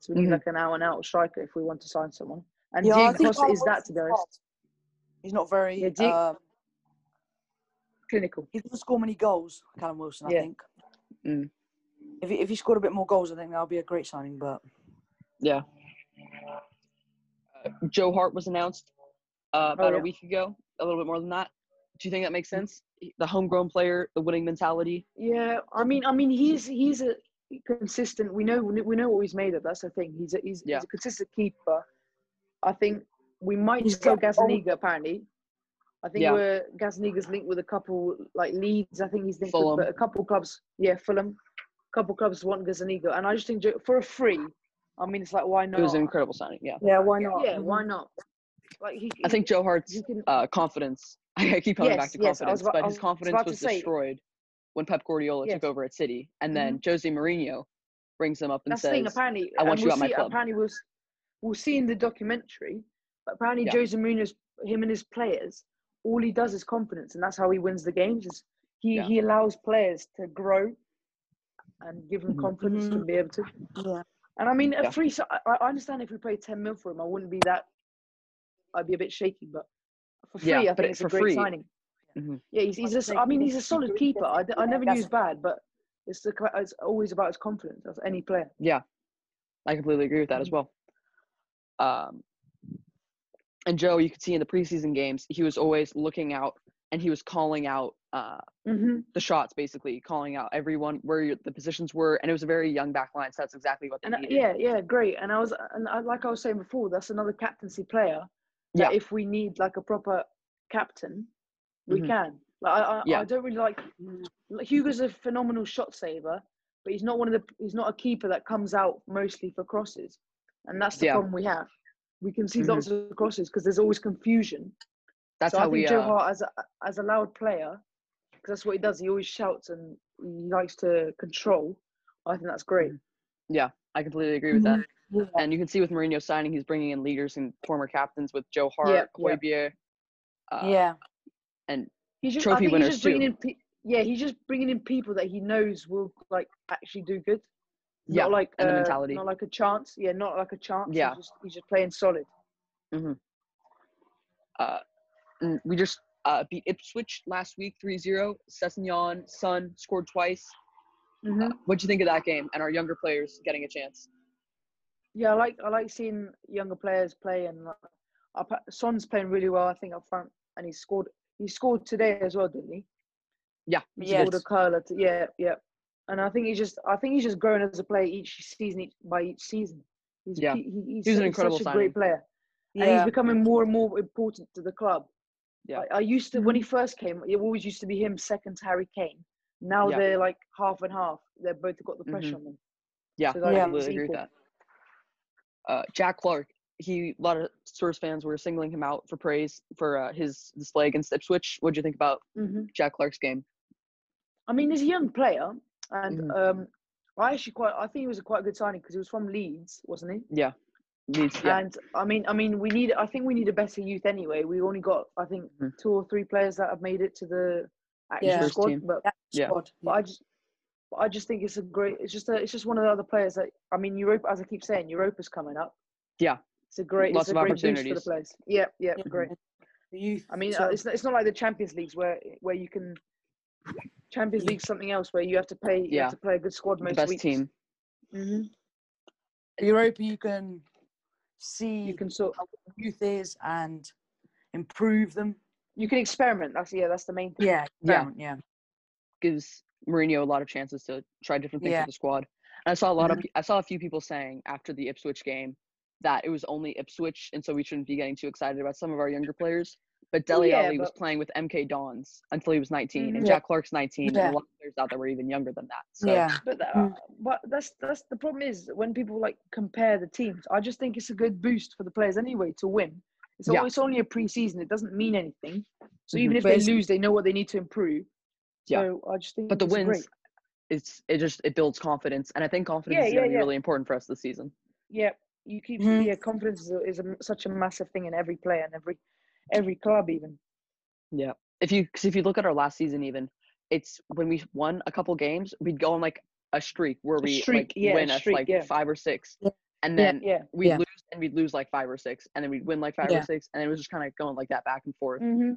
[SPEAKER 2] so we need
[SPEAKER 1] Mhm.
[SPEAKER 2] like an out and out striker if we want to sign someone. And
[SPEAKER 3] Mm-hmm. Yeah, I
[SPEAKER 2] Diego
[SPEAKER 3] think
[SPEAKER 2] Costa
[SPEAKER 3] Callum
[SPEAKER 2] is that to be
[SPEAKER 3] Wilson's
[SPEAKER 2] honest,
[SPEAKER 3] hard. He's not very.
[SPEAKER 2] Yeah, Diego-
[SPEAKER 3] um,
[SPEAKER 2] clinical.
[SPEAKER 3] he doesn't score many goals, Callum Wilson.
[SPEAKER 2] Yeah.
[SPEAKER 3] I think.
[SPEAKER 1] Mm.
[SPEAKER 3] If he, if he scored a bit more goals, I think that would be a great signing. But
[SPEAKER 1] Yeah. Uh, Joe Hart was announced uh, about
[SPEAKER 2] Oh, yeah. Mm-hmm.
[SPEAKER 1] a week ago, a little bit more than that. Do you think that makes sense? The homegrown player, the winning mentality.
[SPEAKER 2] Yeah, I mean, I mean, he's he's a consistent. We know we know what he's made of. That's the thing. He's a, he's,
[SPEAKER 1] Yeah.
[SPEAKER 2] he's a consistent keeper. I think we might
[SPEAKER 3] He's
[SPEAKER 2] just go
[SPEAKER 3] got gold.
[SPEAKER 2] Gazaniga. Apparently, I think
[SPEAKER 1] Yeah.
[SPEAKER 2] we're Gazaniga's linked with a couple like Leeds. I think he's linked
[SPEAKER 1] Fulham.
[SPEAKER 2] with but a couple clubs. Yeah, Fulham. A couple clubs want Gazaniga, and I just think Jo- for a free. I mean, it's like why not?
[SPEAKER 1] It was an incredible signing. Yeah.
[SPEAKER 3] yeah, why
[SPEAKER 2] yeah, why not? Like he,
[SPEAKER 1] I think Joe Hart's
[SPEAKER 2] he can.
[SPEAKER 1] uh, confidence. *laughs* I keep coming back
[SPEAKER 2] Mm-hmm. Yes,
[SPEAKER 1] to
[SPEAKER 2] yes, I
[SPEAKER 1] confidence,
[SPEAKER 2] was about-
[SPEAKER 1] but
[SPEAKER 2] I
[SPEAKER 1] his
[SPEAKER 2] was
[SPEAKER 1] confidence
[SPEAKER 2] about to
[SPEAKER 1] was
[SPEAKER 2] say-
[SPEAKER 1] destroyed when Pep Guardiola
[SPEAKER 2] Yes. Mm-hmm.
[SPEAKER 1] took over at City, and then Jose Mourinho brings them up and
[SPEAKER 2] That's the
[SPEAKER 1] says,
[SPEAKER 2] thing. Apparently,
[SPEAKER 1] I
[SPEAKER 2] and
[SPEAKER 1] want you
[SPEAKER 2] we'll
[SPEAKER 1] at my
[SPEAKER 2] see,
[SPEAKER 1] club.
[SPEAKER 2] Apparently, we'll, s- we'll see in the documentary. But apparently,
[SPEAKER 1] Yeah.
[SPEAKER 2] Jose Mourinho's him and his players, all he does is confidence, and that's how he wins the games. Is he
[SPEAKER 1] Yeah.
[SPEAKER 2] he allows players to grow and give them confidence to
[SPEAKER 3] Mhm.
[SPEAKER 2] be able to.
[SPEAKER 3] Yeah.
[SPEAKER 2] And I mean,
[SPEAKER 1] Mm-hmm. Yeah.
[SPEAKER 2] a free. So I, I understand if we paid ten mil for him, I wouldn't be that. I'd be a bit shaky, but for free,
[SPEAKER 1] Yeah,
[SPEAKER 2] I
[SPEAKER 1] but
[SPEAKER 2] think
[SPEAKER 1] it-
[SPEAKER 2] it's a
[SPEAKER 1] for
[SPEAKER 2] great
[SPEAKER 1] free-
[SPEAKER 2] signing.
[SPEAKER 1] Mhm.
[SPEAKER 2] Yeah, he's, he's a s I mean, he's a solid keeper. I, d- I never knew he was bad, but it's the cl- it's always about his confidence. That's any player.
[SPEAKER 1] I completely agree with that as
[SPEAKER 2] Mm-hmm.
[SPEAKER 1] well. Um, and Joe, you could see in the preseason games, he was always looking out and he was calling out uh,
[SPEAKER 2] Mm-hmm.
[SPEAKER 1] the shots, basically calling out everyone where your, the positions were, and it was a very young back line, so that's exactly what they
[SPEAKER 2] And uh,
[SPEAKER 1] needed.
[SPEAKER 2] yeah, yeah, great. And I was and I, like I was saying before, that's another captaincy player. that
[SPEAKER 1] Yeah.
[SPEAKER 2] If we need like a proper captain, we
[SPEAKER 1] Mhm.
[SPEAKER 2] can. Like I, I,
[SPEAKER 1] Yeah.
[SPEAKER 2] I don't really like like, Hugo's a phenomenal shot saver, but he's not one of the he's not a keeper that comes out mostly for crosses, and that's the
[SPEAKER 1] Yeah.
[SPEAKER 2] problem we have. We can see
[SPEAKER 1] Mhm.
[SPEAKER 2] lots of crosses because there's always confusion.
[SPEAKER 1] that's
[SPEAKER 2] so
[SPEAKER 1] how
[SPEAKER 2] I think
[SPEAKER 1] we.
[SPEAKER 2] Joe
[SPEAKER 1] uh,
[SPEAKER 2] Hart as a as a loud player, because that's what he does. He always shouts and he likes to control. I think that's great.
[SPEAKER 1] I completely agree with that.
[SPEAKER 2] Mm-hmm,
[SPEAKER 3] Yeah.
[SPEAKER 1] And you can see with Mourinho signing, he's bringing in leaders and former captains with Joe Hart,
[SPEAKER 2] Yeah, yeah.
[SPEAKER 1] Hoybier, uh,
[SPEAKER 3] yeah.
[SPEAKER 2] He's just,
[SPEAKER 1] trophy
[SPEAKER 2] I think
[SPEAKER 1] winners
[SPEAKER 2] he's just bringing
[SPEAKER 1] too.
[SPEAKER 2] in pe- yeah, he's just bringing in people that he knows will like actually do good.
[SPEAKER 1] Yeah,
[SPEAKER 2] not like
[SPEAKER 1] and the
[SPEAKER 2] uh,
[SPEAKER 1] mentality.
[SPEAKER 2] not like a chance. Yeah, not like a chance.
[SPEAKER 1] Yeah.
[SPEAKER 2] he's just, he's just playing solid.
[SPEAKER 1] and uh, we just uh, beat Ipswich last week 3-0. Sessignon, Son scored twice.
[SPEAKER 2] Mhm.
[SPEAKER 1] What'd you think of that game and our younger players getting a chance?
[SPEAKER 2] Yeah, I like I like seeing younger players play, and like, up, uh, Son's playing really well. I think up front, and he scored. He scored today as well, didn't he?
[SPEAKER 1] Yeah.
[SPEAKER 2] he
[SPEAKER 3] Yes.
[SPEAKER 2] scored a curler. To, yeah, yeah. And I think he's just I think he's just growing as a player each season each, by each season. He's,
[SPEAKER 1] Yeah.
[SPEAKER 2] he, he- he's,
[SPEAKER 1] He was an
[SPEAKER 2] such-
[SPEAKER 1] incredible
[SPEAKER 2] such a
[SPEAKER 1] signing.
[SPEAKER 2] great player. Uh, and he's becoming more and more important to the club.
[SPEAKER 1] Yeah. Mm-hmm.
[SPEAKER 2] Like, I used to when he first came, it always used to be him second to Harry Kane. Now
[SPEAKER 1] Yeah.
[SPEAKER 2] they're like half and half. They've both got the pressure
[SPEAKER 1] Mhm.
[SPEAKER 2] on them.
[SPEAKER 1] Yeah,
[SPEAKER 2] So
[SPEAKER 1] I
[SPEAKER 2] that
[SPEAKER 1] completely
[SPEAKER 2] is
[SPEAKER 1] agree with
[SPEAKER 2] equal.
[SPEAKER 1] that. Uh, Jack Clark, he a lot of Spurs fans were singling him out for praise for uh, his display against Ipswich. What'd you think about
[SPEAKER 2] hmm
[SPEAKER 1] Jack Clark's game?
[SPEAKER 2] I mean, he's a young player, and
[SPEAKER 1] Mhm.
[SPEAKER 2] um, I actually quite I think he was a quite good signing because he was from Leeds, wasn't he?
[SPEAKER 1] Leeds, yeah,
[SPEAKER 2] And I mean, I mean, we need I think we need a better youth anyway. We only got I think
[SPEAKER 1] Mhm.
[SPEAKER 2] two or three players that have made it to the actual
[SPEAKER 3] Yeah.
[SPEAKER 1] First
[SPEAKER 2] squad,
[SPEAKER 1] team.
[SPEAKER 2] but
[SPEAKER 1] Yeah.
[SPEAKER 3] Squad.
[SPEAKER 2] But I just, but I just think it's a great. It's just a, it's just one of the other players that I mean, Europa. As I keep saying, Europa's coming up.
[SPEAKER 1] Yeah.
[SPEAKER 2] it's a great,
[SPEAKER 1] Lots
[SPEAKER 2] it's a
[SPEAKER 1] of
[SPEAKER 2] great boost for the
[SPEAKER 1] opportunities.
[SPEAKER 2] place. Yeah, yeah,
[SPEAKER 3] Yeah.
[SPEAKER 2] great.
[SPEAKER 3] The youth.
[SPEAKER 2] I mean, uh,
[SPEAKER 3] so-
[SPEAKER 2] it's it's not like the Champions Leagues where where you can. Champions League's something else where you have to play. You
[SPEAKER 1] Yeah.
[SPEAKER 2] have to play a good squad
[SPEAKER 1] the
[SPEAKER 2] most
[SPEAKER 1] best
[SPEAKER 2] weeks.
[SPEAKER 1] team.
[SPEAKER 2] hmm
[SPEAKER 3] Europa, you can see
[SPEAKER 2] You can sort.
[SPEAKER 3] youth is and improve them.
[SPEAKER 2] You can experiment. That's yeah. That's the main thing.
[SPEAKER 3] Yeah,
[SPEAKER 1] Yeah.
[SPEAKER 3] yeah, yeah.
[SPEAKER 1] gives Mourinho a lot of chances to try different things
[SPEAKER 3] Yeah.
[SPEAKER 1] with the squad. And I saw a lot
[SPEAKER 2] Mm-hmm.
[SPEAKER 1] of pe- I saw a few people saying after the Ipswich game that it was only Ipswich, and so we shouldn't be getting too excited about some of our younger players. But
[SPEAKER 2] Well,
[SPEAKER 1] Deli
[SPEAKER 2] yeah,
[SPEAKER 1] Ali was
[SPEAKER 2] but-
[SPEAKER 1] playing with MK Dons until he was 19, and
[SPEAKER 2] Mhm.
[SPEAKER 1] Jack Clark's 19,
[SPEAKER 3] Yeah.
[SPEAKER 1] and a lot of players out there were even younger than that. So
[SPEAKER 3] yeah.
[SPEAKER 2] But that,
[SPEAKER 3] Mm.
[SPEAKER 2] but that's that's the problem is when people like compare the teams. I just think it's a good boost for the players anyway to win. It's,
[SPEAKER 1] Yeah.
[SPEAKER 2] al- it's only a pre-season; it doesn't mean anything. So
[SPEAKER 1] Mhm.
[SPEAKER 2] even if
[SPEAKER 3] But
[SPEAKER 2] they
[SPEAKER 3] it's-
[SPEAKER 2] lose, they know what they need to improve.
[SPEAKER 1] Yeah.
[SPEAKER 2] So I just think.
[SPEAKER 1] but the
[SPEAKER 2] it's
[SPEAKER 1] wins
[SPEAKER 2] Great.
[SPEAKER 1] it's it just it builds confidence, and I think confidence
[SPEAKER 2] Yeah,
[SPEAKER 1] is going to
[SPEAKER 2] yeah,
[SPEAKER 1] be
[SPEAKER 2] yeah.
[SPEAKER 1] really important for us this season.
[SPEAKER 2] Yeah, you keep.
[SPEAKER 1] Mm-hmm.
[SPEAKER 3] Mhm.
[SPEAKER 2] Yeah, confidence is, a, is a m such a massive thing in every player and every every club even.
[SPEAKER 1] Yeah. If you cause if you look at our last season even, it's when we won a couple games, we'd go on like a streak where we
[SPEAKER 2] streak,
[SPEAKER 1] like
[SPEAKER 2] yeah, a
[SPEAKER 1] win us
[SPEAKER 2] streak,
[SPEAKER 1] like
[SPEAKER 2] yeah.
[SPEAKER 1] five or six.
[SPEAKER 3] Yeah.
[SPEAKER 1] And
[SPEAKER 3] Yeah,
[SPEAKER 1] then
[SPEAKER 2] Yeah.
[SPEAKER 1] we'd
[SPEAKER 3] yeah.
[SPEAKER 1] lose and we'd lose like five or six and then we'd win like five
[SPEAKER 3] Yeah.
[SPEAKER 1] or six and it was just kinda going like that back and forth.
[SPEAKER 2] hmm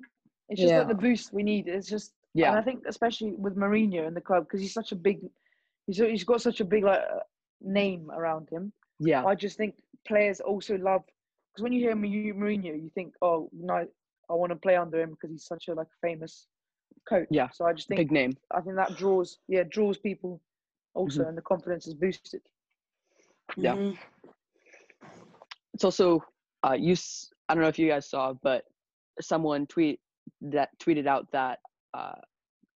[SPEAKER 2] It's just like
[SPEAKER 3] Yeah.
[SPEAKER 2] the boost we need. It's just
[SPEAKER 1] Mm-hmm. Yeah.
[SPEAKER 2] And I think especially with Mourinho in the club because he's such a big, he's he's got such a big like uh, name around him.
[SPEAKER 1] yeah.
[SPEAKER 2] I just think players also love because when you hear Mou- Mourinho, you think, oh no, I want to play under him because he's such a like famous coach.
[SPEAKER 1] Yeah,
[SPEAKER 2] So I just think
[SPEAKER 1] Big name.
[SPEAKER 2] I think that draws yeah draws people also
[SPEAKER 1] Mm-hmm.
[SPEAKER 2] and the confidence is boosted.
[SPEAKER 1] Yeah.
[SPEAKER 3] Mhm.
[SPEAKER 1] It's also uh you s- I don't know if you guys saw, but someone tweet that tweeted out that uh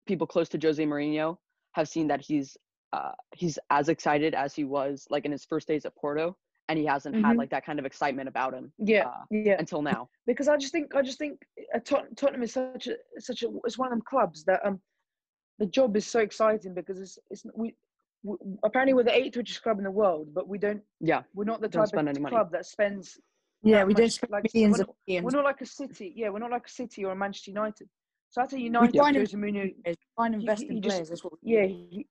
[SPEAKER 1] people close to Jose Mourinho have seen that he's uh, he's as excited as he was like in his first days at Porto, and he hasn't had
[SPEAKER 2] Mhm.
[SPEAKER 1] like that kind of excitement about him
[SPEAKER 2] Yeah,
[SPEAKER 1] Uh,
[SPEAKER 2] yeah.
[SPEAKER 1] until now.
[SPEAKER 2] Because I just think I just think uh, Tot- Tottenham is such a such a it's one of them clubs that um the job is so exciting because it's it's we w- apparently we're the eighth richest club in the world, but we don't.
[SPEAKER 1] Yeah,
[SPEAKER 2] we're not the
[SPEAKER 1] don't
[SPEAKER 2] type
[SPEAKER 1] spend
[SPEAKER 2] of
[SPEAKER 1] any money.
[SPEAKER 2] club that spends.
[SPEAKER 4] Yeah,
[SPEAKER 2] that
[SPEAKER 4] we don't
[SPEAKER 2] much,
[SPEAKER 4] spend
[SPEAKER 2] like,
[SPEAKER 4] millions
[SPEAKER 2] we're
[SPEAKER 4] of
[SPEAKER 2] not- We're
[SPEAKER 4] millions.
[SPEAKER 2] not like a city. Yeah, we're not like a city or a Manchester United. So that's a United.
[SPEAKER 3] don't-
[SPEAKER 2] Jose Mourinho,
[SPEAKER 3] Try and invest
[SPEAKER 2] you-
[SPEAKER 3] in
[SPEAKER 2] you just-
[SPEAKER 3] players. That's what
[SPEAKER 2] yeah, he,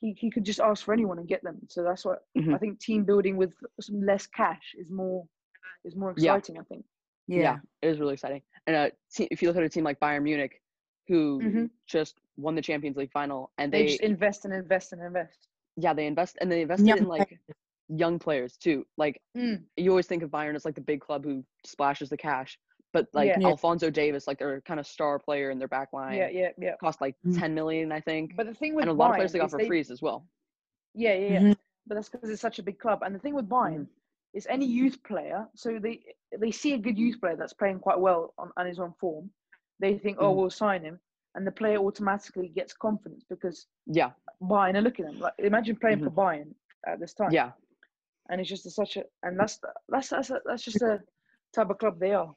[SPEAKER 2] he he could just ask for anyone and get them. So that's why
[SPEAKER 1] Mhm.
[SPEAKER 2] I think team building with some less cash is more is more
[SPEAKER 1] Yeah.
[SPEAKER 2] exciting. I think.
[SPEAKER 1] yeah, it is really exciting. And uh, te- if you look at a team like Bayern Munich, who
[SPEAKER 2] Mhm.
[SPEAKER 1] just won the Champions League final, and
[SPEAKER 2] They,
[SPEAKER 1] they,
[SPEAKER 2] just invest and invest and invest.
[SPEAKER 1] yeah they invest and they invested
[SPEAKER 4] Young
[SPEAKER 1] in like young players too. Like
[SPEAKER 2] Mm.
[SPEAKER 1] you always think of Bayern as like the big club who splashes the cash, but like
[SPEAKER 2] Yeah.
[SPEAKER 4] Yeah.
[SPEAKER 1] Alfonso Davis, like their kind of star player in their back line,
[SPEAKER 2] Yeah, yeah, yeah.
[SPEAKER 1] cost like
[SPEAKER 4] Mm.
[SPEAKER 1] ten million, I think,
[SPEAKER 2] But the thing with
[SPEAKER 1] and a lot of
[SPEAKER 2] Bayern
[SPEAKER 1] players they got
[SPEAKER 2] is
[SPEAKER 1] for
[SPEAKER 2] they-
[SPEAKER 1] free as well.
[SPEAKER 2] Yeah, yeah,
[SPEAKER 1] Mm-hmm.
[SPEAKER 2] yeah.
[SPEAKER 4] Mhm.
[SPEAKER 2] But that's because it's such a big club. And the thing with Bayern is any youth player, so they they see a good youth player that's playing quite well on, and is on form, they think, oh,
[SPEAKER 1] Mhm.
[SPEAKER 2] we'll sign him, and the player automatically gets confidence because
[SPEAKER 1] Yeah,
[SPEAKER 2] Bayern are looking at him. Like imagine playing for Bayern at this time.
[SPEAKER 1] Mm-hmm. yeah,
[SPEAKER 2] And it's just a, such a and that's the- that's that's a, that's just a type of club they are.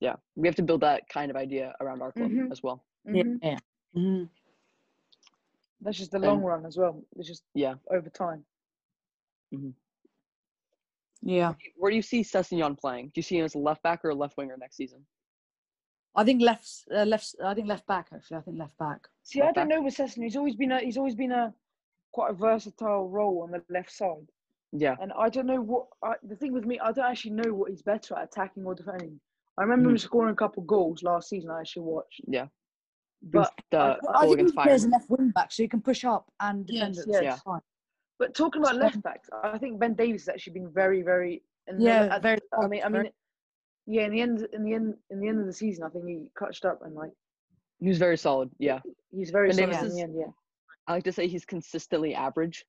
[SPEAKER 1] yeah. We have to build that kind of idea around our club
[SPEAKER 2] Mhm.
[SPEAKER 1] as well.
[SPEAKER 4] Yeah.
[SPEAKER 2] Mhm.
[SPEAKER 4] yeah.
[SPEAKER 3] Mhm.
[SPEAKER 2] That's just the long
[SPEAKER 1] And-
[SPEAKER 2] run as well. It's just
[SPEAKER 1] Yeah.
[SPEAKER 2] over time.
[SPEAKER 3] Yeah.
[SPEAKER 1] Where do you see Sessignon playing? Do you see him as a left back or a left winger next season?
[SPEAKER 3] I think left, uh, left. I think left back. Actually, I think left back.
[SPEAKER 2] See, I
[SPEAKER 1] Left
[SPEAKER 2] don't
[SPEAKER 1] back.
[SPEAKER 2] know with Sesson. He's always been a he's always been a quite a versatile role on the left side.
[SPEAKER 1] Yeah,
[SPEAKER 2] And I don't know what I, the thing with me. I don't actually know what he's better at attacking or defending. I remember him scoring a couple goals last season. I actually watched.
[SPEAKER 1] Yeah.
[SPEAKER 2] But
[SPEAKER 1] With the
[SPEAKER 2] I-
[SPEAKER 1] goal
[SPEAKER 3] I think he
[SPEAKER 1] against
[SPEAKER 3] plays a
[SPEAKER 1] Bayern.
[SPEAKER 3] left wing back, so he can push up and defend
[SPEAKER 2] Yes,
[SPEAKER 3] at the same
[SPEAKER 2] yes.
[SPEAKER 3] time.
[SPEAKER 2] but talking about
[SPEAKER 3] So-
[SPEAKER 2] left backs, I think Ben Davies has actually been very, very. in the-
[SPEAKER 4] Yeah,
[SPEAKER 2] at-
[SPEAKER 4] very
[SPEAKER 2] I mean, I
[SPEAKER 4] very-
[SPEAKER 2] mean, yeah. In the end, in the end, in the end of the season, I think he clutched up and like
[SPEAKER 1] He was very solid. Yeah,
[SPEAKER 2] he's very
[SPEAKER 1] Ben
[SPEAKER 2] solid
[SPEAKER 1] Davies
[SPEAKER 2] in the
[SPEAKER 1] is-
[SPEAKER 2] end. Yeah.
[SPEAKER 1] I like to say he's consistently average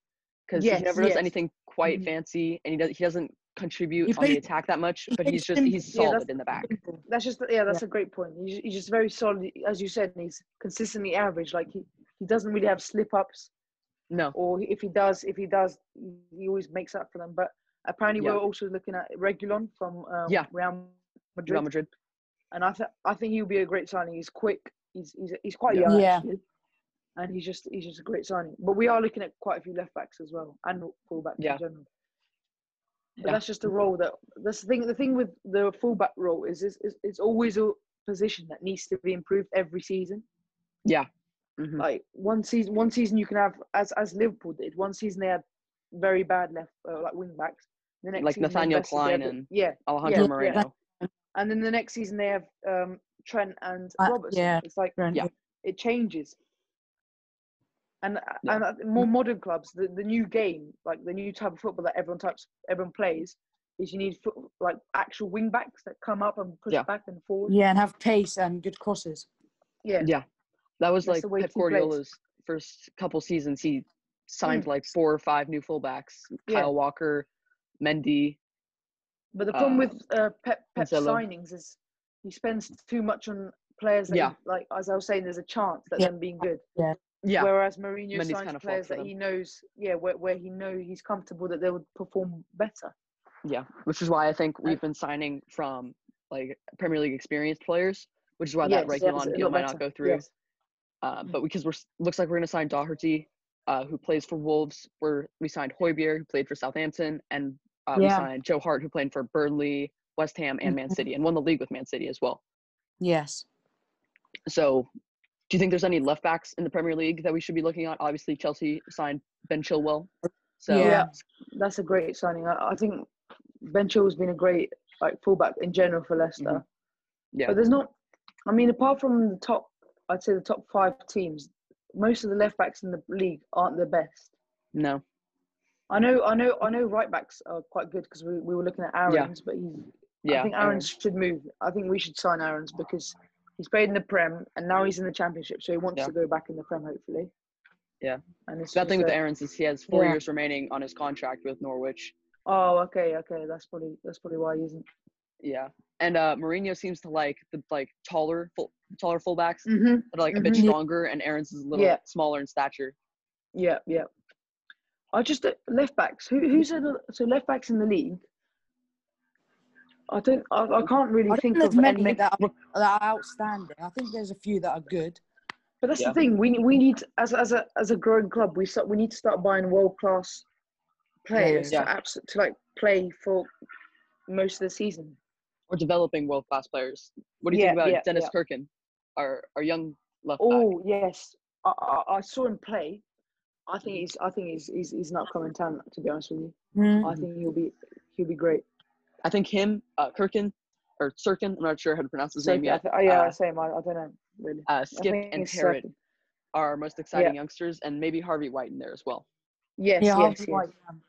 [SPEAKER 1] because
[SPEAKER 2] Yes,
[SPEAKER 1] he never does
[SPEAKER 2] yes. Mm-hmm.
[SPEAKER 1] anything quite
[SPEAKER 4] Mhm.
[SPEAKER 1] fancy, and he does he doesn't contribute
[SPEAKER 3] He
[SPEAKER 1] on the
[SPEAKER 3] plays-
[SPEAKER 1] attack that much.
[SPEAKER 3] he
[SPEAKER 1] But he's
[SPEAKER 3] plays
[SPEAKER 1] just
[SPEAKER 3] him-
[SPEAKER 1] he's
[SPEAKER 2] yeah, that's-
[SPEAKER 1] solid in the back.
[SPEAKER 2] That's just yeah. That's a great point. He's, he's just very solid, as you said, and he's consistently average. Like he, he doesn't really have slip ups.
[SPEAKER 1] No,
[SPEAKER 2] or if he does, if he does, he always makes up for them. But apparently,
[SPEAKER 1] Yeah.
[SPEAKER 2] we're also looking at Regulon from um,
[SPEAKER 1] Yeah.
[SPEAKER 2] Real Madrid,
[SPEAKER 1] Real Madrid.
[SPEAKER 2] and I, th- I think he'll be a great signing. He's quick. He's he's, he's quite
[SPEAKER 1] Yeah.
[SPEAKER 2] young,
[SPEAKER 4] Yeah.
[SPEAKER 2] actually, and he's just he's just a great signing. But we are looking at quite a few left backs as well, and full backs
[SPEAKER 1] Yeah.
[SPEAKER 2] in general. But
[SPEAKER 1] Yeah.
[SPEAKER 2] that's just a role that that's the thing. The thing with the fullback role is, is, is it's always a position that needs to be improved every season
[SPEAKER 1] Mhm.
[SPEAKER 2] like one season one season you can have as as liverpool did one season they had very bad left uh, like wing backs the next
[SPEAKER 1] Like
[SPEAKER 2] season they
[SPEAKER 1] Nathaniel
[SPEAKER 2] invested their
[SPEAKER 1] Klein
[SPEAKER 2] bit-
[SPEAKER 1] and-
[SPEAKER 2] yeah
[SPEAKER 1] Alejandro
[SPEAKER 2] yeah.
[SPEAKER 1] Moreno.
[SPEAKER 2] and then the next season they have um trent and
[SPEAKER 4] Uh,
[SPEAKER 2] robertson
[SPEAKER 4] yeah.
[SPEAKER 2] it's like
[SPEAKER 1] Yeah.
[SPEAKER 2] it changes and
[SPEAKER 1] Yeah.
[SPEAKER 2] and uh, more modern clubs the, the new game like the new type of football that everyone types everyone plays is you need foot, like actual wing backs that come up and push
[SPEAKER 1] Yeah.
[SPEAKER 2] back and forward
[SPEAKER 3] Yeah, and have pace and good crosses.
[SPEAKER 2] yeah
[SPEAKER 1] Yeah, that was
[SPEAKER 2] That's
[SPEAKER 1] like
[SPEAKER 2] the way
[SPEAKER 1] Pep
[SPEAKER 2] he plays. Mm.
[SPEAKER 1] Guardiola's first couple seasons. He signed like four or five new fullbacks:
[SPEAKER 2] Yeah.
[SPEAKER 1] Kyle Walker, Mendy.
[SPEAKER 2] But the problem
[SPEAKER 1] Uh,
[SPEAKER 2] with uh, Pep Pep
[SPEAKER 1] Cancelo.
[SPEAKER 2] signings is he spends too much on players that,
[SPEAKER 1] Yeah.
[SPEAKER 2] he- like as I was saying, there's a chance that
[SPEAKER 4] Yeah.
[SPEAKER 2] them being good.
[SPEAKER 1] Yeah,
[SPEAKER 2] Whereas Mourinho
[SPEAKER 1] Mendy's
[SPEAKER 2] signs
[SPEAKER 1] kinda fought
[SPEAKER 2] players
[SPEAKER 1] for
[SPEAKER 2] that
[SPEAKER 1] them.
[SPEAKER 2] he knows, yeah, where, where he know he's comfortable that they would perform better.
[SPEAKER 1] Yeah, which is why I think
[SPEAKER 2] Right.
[SPEAKER 1] we've been signing from like Premier League experienced players, which is why that
[SPEAKER 2] Yes, yes,
[SPEAKER 1] Regulon
[SPEAKER 2] a
[SPEAKER 1] deal
[SPEAKER 2] lot
[SPEAKER 1] might not
[SPEAKER 2] better,
[SPEAKER 1] go through.
[SPEAKER 2] yes.
[SPEAKER 1] Uh,
[SPEAKER 2] Hmm.
[SPEAKER 1] but because we're s- looks like we're gonna sign Doherty, uh, who plays for Wolves. Where we signed Hoybier, who played for Southampton, and uh, we
[SPEAKER 4] Yeah.
[SPEAKER 1] signed Joe Hart, who played for Burnley, West Ham, and
[SPEAKER 2] Mm-hmm.
[SPEAKER 1] Man City, and won the league with Man City as well.
[SPEAKER 4] Yes.
[SPEAKER 1] So, do you think there's any left backs in the Premier League that we should be looking at? Obviously, Chelsea signed Ben Chilwell. So,
[SPEAKER 4] Yeah.
[SPEAKER 2] That's a great signing. I, I think Ben Chilwell's been a great like fullback in general for Leicester.
[SPEAKER 1] Mm-hmm. Yeah.
[SPEAKER 2] But there's not. I mean, apart from the top, I'd say the top five teams, most of the left backs in the league aren't the best.
[SPEAKER 1] no.
[SPEAKER 2] I know, I know, I know. Right backs are quite good because we, we were looking at
[SPEAKER 1] Yeah.
[SPEAKER 2] Aaron's, but he's.
[SPEAKER 1] Yeah.
[SPEAKER 2] I think
[SPEAKER 1] Aaron.
[SPEAKER 2] Aaron's should move. I think we should sign Aaron's because he's played in the Prem and now he's in the Championship, so he wants
[SPEAKER 1] Yeah.
[SPEAKER 2] to go back in the Prem hopefully.
[SPEAKER 1] Yeah.
[SPEAKER 2] And it's
[SPEAKER 1] The bad thing with
[SPEAKER 2] just a-
[SPEAKER 1] Aaron's is he has four
[SPEAKER 4] Yeah.
[SPEAKER 1] years remaining on his contract with Norwich.
[SPEAKER 2] Oh, okay, okay. That's probably that's probably why he isn't.
[SPEAKER 1] Yeah, and uh, Mourinho seems to like the like taller, full, taller fullbacks
[SPEAKER 2] Mm-hmm.
[SPEAKER 1] that are like a bit
[SPEAKER 4] Mhm. Yeah.
[SPEAKER 1] stronger, and Aaron's is a little
[SPEAKER 2] Yeah.
[SPEAKER 1] smaller in stature.
[SPEAKER 2] Yeah, yeah. I just uh, left backs. Who who's are the so left backs in the league? I don't. I, I can't really
[SPEAKER 3] I don't
[SPEAKER 2] think
[SPEAKER 3] think there's
[SPEAKER 2] of any.
[SPEAKER 3] many that are, that are outstanding. I think there's a few that are good,
[SPEAKER 2] But that's
[SPEAKER 1] Yeah.
[SPEAKER 2] the thing. We we need as as a as a growing club, we start we need to start buying world class players
[SPEAKER 1] Yeah.
[SPEAKER 2] to abs- to like play for most of the season.
[SPEAKER 1] Or developing world class players. What do you
[SPEAKER 2] Yeah,
[SPEAKER 1] think about
[SPEAKER 2] yeah,
[SPEAKER 1] Dennis
[SPEAKER 2] yeah.
[SPEAKER 1] Kirkin, our our young left back?
[SPEAKER 2] Oh yes, I, I I saw him play. I think he's I think he's he's, he's not coming down. To be honest with you,
[SPEAKER 3] Uh,
[SPEAKER 2] I think he'll be he'll be great.
[SPEAKER 1] I think him, uh, Kirkin, or Sirkin. I'm not sure how to pronounce his
[SPEAKER 2] So,
[SPEAKER 1] name
[SPEAKER 2] yeah, I
[SPEAKER 1] yet.
[SPEAKER 2] th- oh, yeah,
[SPEAKER 1] uh,
[SPEAKER 2] I say him. I, I don't know really.
[SPEAKER 1] Uh,
[SPEAKER 2] I
[SPEAKER 1] Skip
[SPEAKER 2] think
[SPEAKER 1] and
[SPEAKER 2] it's
[SPEAKER 1] Herod
[SPEAKER 2] Sirkin.
[SPEAKER 1] are our most exciting youngsters, and maybe Harvey White in there as well.
[SPEAKER 2] Yes,
[SPEAKER 3] yeah, I'll
[SPEAKER 2] yes,
[SPEAKER 3] be
[SPEAKER 2] yes.
[SPEAKER 3] like, um,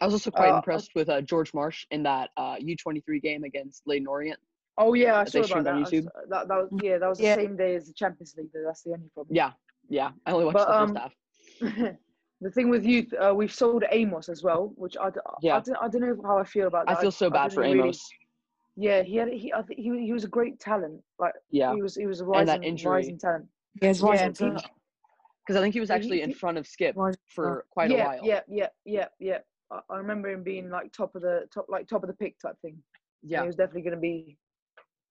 [SPEAKER 1] I was also quite
[SPEAKER 2] Uh,
[SPEAKER 1] impressed with uh, George Marsh in that uh, U23 game against Leyden Orient.
[SPEAKER 2] Oh yeah, I
[SPEAKER 1] that
[SPEAKER 2] saw
[SPEAKER 1] they
[SPEAKER 2] about
[SPEAKER 1] streamed
[SPEAKER 2] that.
[SPEAKER 1] on
[SPEAKER 2] I s- uh,
[SPEAKER 1] YouTube.
[SPEAKER 2] that. That was yeah, that was
[SPEAKER 3] Yeah.
[SPEAKER 2] the same day as the Champions League. Though. That's the only problem.
[SPEAKER 1] Yeah, yeah. I only watched
[SPEAKER 2] But,
[SPEAKER 1] the first
[SPEAKER 2] um,
[SPEAKER 1] half.
[SPEAKER 2] *laughs* the thing with youth, uh, we've sold Amos as well, which I, d- I
[SPEAKER 1] Yeah.
[SPEAKER 2] don't, I don't know how I feel about
[SPEAKER 1] I
[SPEAKER 2] that.
[SPEAKER 1] feel so bad
[SPEAKER 2] didn't
[SPEAKER 1] for
[SPEAKER 2] really-
[SPEAKER 1] Amos.
[SPEAKER 2] Yeah, he had he I think he he was a great talent. Like
[SPEAKER 1] Yeah,
[SPEAKER 2] he was he was a
[SPEAKER 1] And that
[SPEAKER 2] rising
[SPEAKER 1] injury.
[SPEAKER 2] rising talent.
[SPEAKER 3] yeah, it's
[SPEAKER 2] Yeah,
[SPEAKER 3] rising
[SPEAKER 2] team-
[SPEAKER 3] up.
[SPEAKER 1] because I think he was
[SPEAKER 2] He-
[SPEAKER 1] actually in
[SPEAKER 2] he-
[SPEAKER 1] front of Skip
[SPEAKER 3] Rising up.
[SPEAKER 1] for quite
[SPEAKER 2] yeah,
[SPEAKER 1] a while.
[SPEAKER 2] Yeah, yeah, yeah, yeah. I, I remember him being like top of the top like top of the pick type thing.
[SPEAKER 1] yeah.
[SPEAKER 2] He was definitely going to be.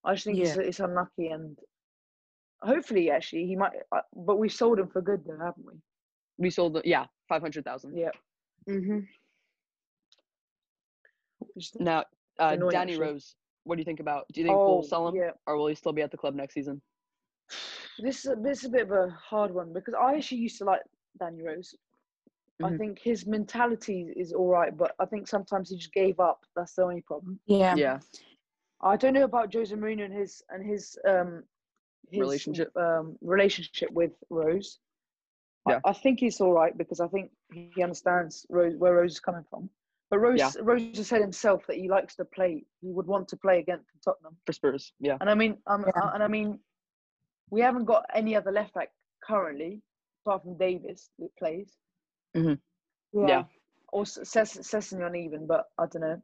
[SPEAKER 2] I just think it's, it's unlucky and hopefully actually he might. Uh, but we sold him for good though, haven't we?
[SPEAKER 1] We sold, the- yeah, five hundred thousand.
[SPEAKER 2] Yeah.
[SPEAKER 3] Mhm.
[SPEAKER 2] Just-
[SPEAKER 1] Now, uh,
[SPEAKER 2] annoying,
[SPEAKER 1] Danny
[SPEAKER 2] actually.
[SPEAKER 1] Rose, what do you think about? Do you think we'll sell him,
[SPEAKER 2] Oh, yeah.
[SPEAKER 1] or will he still be at the club next season?
[SPEAKER 2] This is a, this is a bit of a hard one because I actually used to like Danny Rose. I
[SPEAKER 1] Mhm.
[SPEAKER 2] think his mentality is all right, but I think sometimes he just gave up. That's the only problem.
[SPEAKER 3] Yeah.
[SPEAKER 1] yeah,
[SPEAKER 2] I don't know about Jose Mourinho and his and his um his,
[SPEAKER 1] Relationship.
[SPEAKER 2] um relationship with Rose.
[SPEAKER 1] Yeah.
[SPEAKER 2] I, I think it's all right because I think he understands Rose, where Rose is coming from. But Rose
[SPEAKER 1] Yeah.
[SPEAKER 2] Rose has said himself that he likes to play. He would want to play again for Tottenham.
[SPEAKER 1] for Spurs. Yeah,
[SPEAKER 2] And I mean, um,
[SPEAKER 3] Yeah.
[SPEAKER 2] uh, and I mean, we haven't got any other left back currently, apart from Davis that plays,
[SPEAKER 1] Yeah.
[SPEAKER 2] or Sessignon even, but I don't know.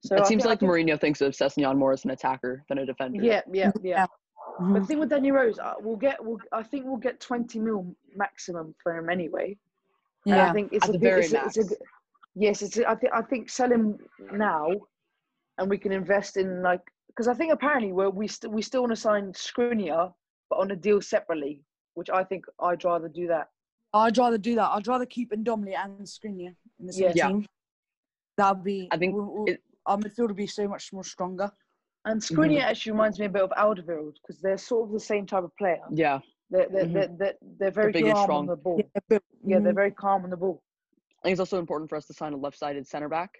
[SPEAKER 2] So
[SPEAKER 1] it
[SPEAKER 2] I
[SPEAKER 1] seems
[SPEAKER 2] thi- I
[SPEAKER 1] like
[SPEAKER 2] think-
[SPEAKER 1] Mourinho thinks of Sessegnon more as an attacker than a defender.
[SPEAKER 2] Yeah, yeah, yeah. But
[SPEAKER 1] Mm.
[SPEAKER 3] Mhm.
[SPEAKER 2] the thing with Danny Rose, uh, we'll get, we'll, I think we'll get 20 mil maximum for him anyway. And I
[SPEAKER 3] Yeah.
[SPEAKER 2] think it's
[SPEAKER 1] At
[SPEAKER 2] a
[SPEAKER 1] the
[SPEAKER 2] good,
[SPEAKER 1] very
[SPEAKER 2] it's a, it's a
[SPEAKER 1] max.
[SPEAKER 2] good- yes, it's a, I, th- I think sell him now, and we can invest in like because I think apparently we're, we st- we still want to sign Skriniar, but on a deal separately, which I think I'd rather do that.
[SPEAKER 3] I'd rather do that. I'd rather keep Ndomli and Skriniar in the same
[SPEAKER 2] Yeah.
[SPEAKER 1] Yeah.
[SPEAKER 3] team. That'd be.
[SPEAKER 1] I think
[SPEAKER 3] we'll- we'll-
[SPEAKER 1] it-
[SPEAKER 3] our midfield would be so much more stronger.
[SPEAKER 2] And
[SPEAKER 1] Mm-hmm.
[SPEAKER 2] Skriniar actually reminds me a bit of Alderweireld because they're sort of the same type of player.
[SPEAKER 1] yeah,
[SPEAKER 2] They're they're,
[SPEAKER 1] Mhm.
[SPEAKER 2] they're, they're, they're very
[SPEAKER 1] big and
[SPEAKER 2] calm
[SPEAKER 1] strong. Mm-hmm.
[SPEAKER 2] on the ball.
[SPEAKER 3] Yeah, but-
[SPEAKER 2] Oh. Yeah, they're
[SPEAKER 3] mhm.
[SPEAKER 2] very calm on the ball.
[SPEAKER 1] I think it's also important for us to sign a left-sided center back.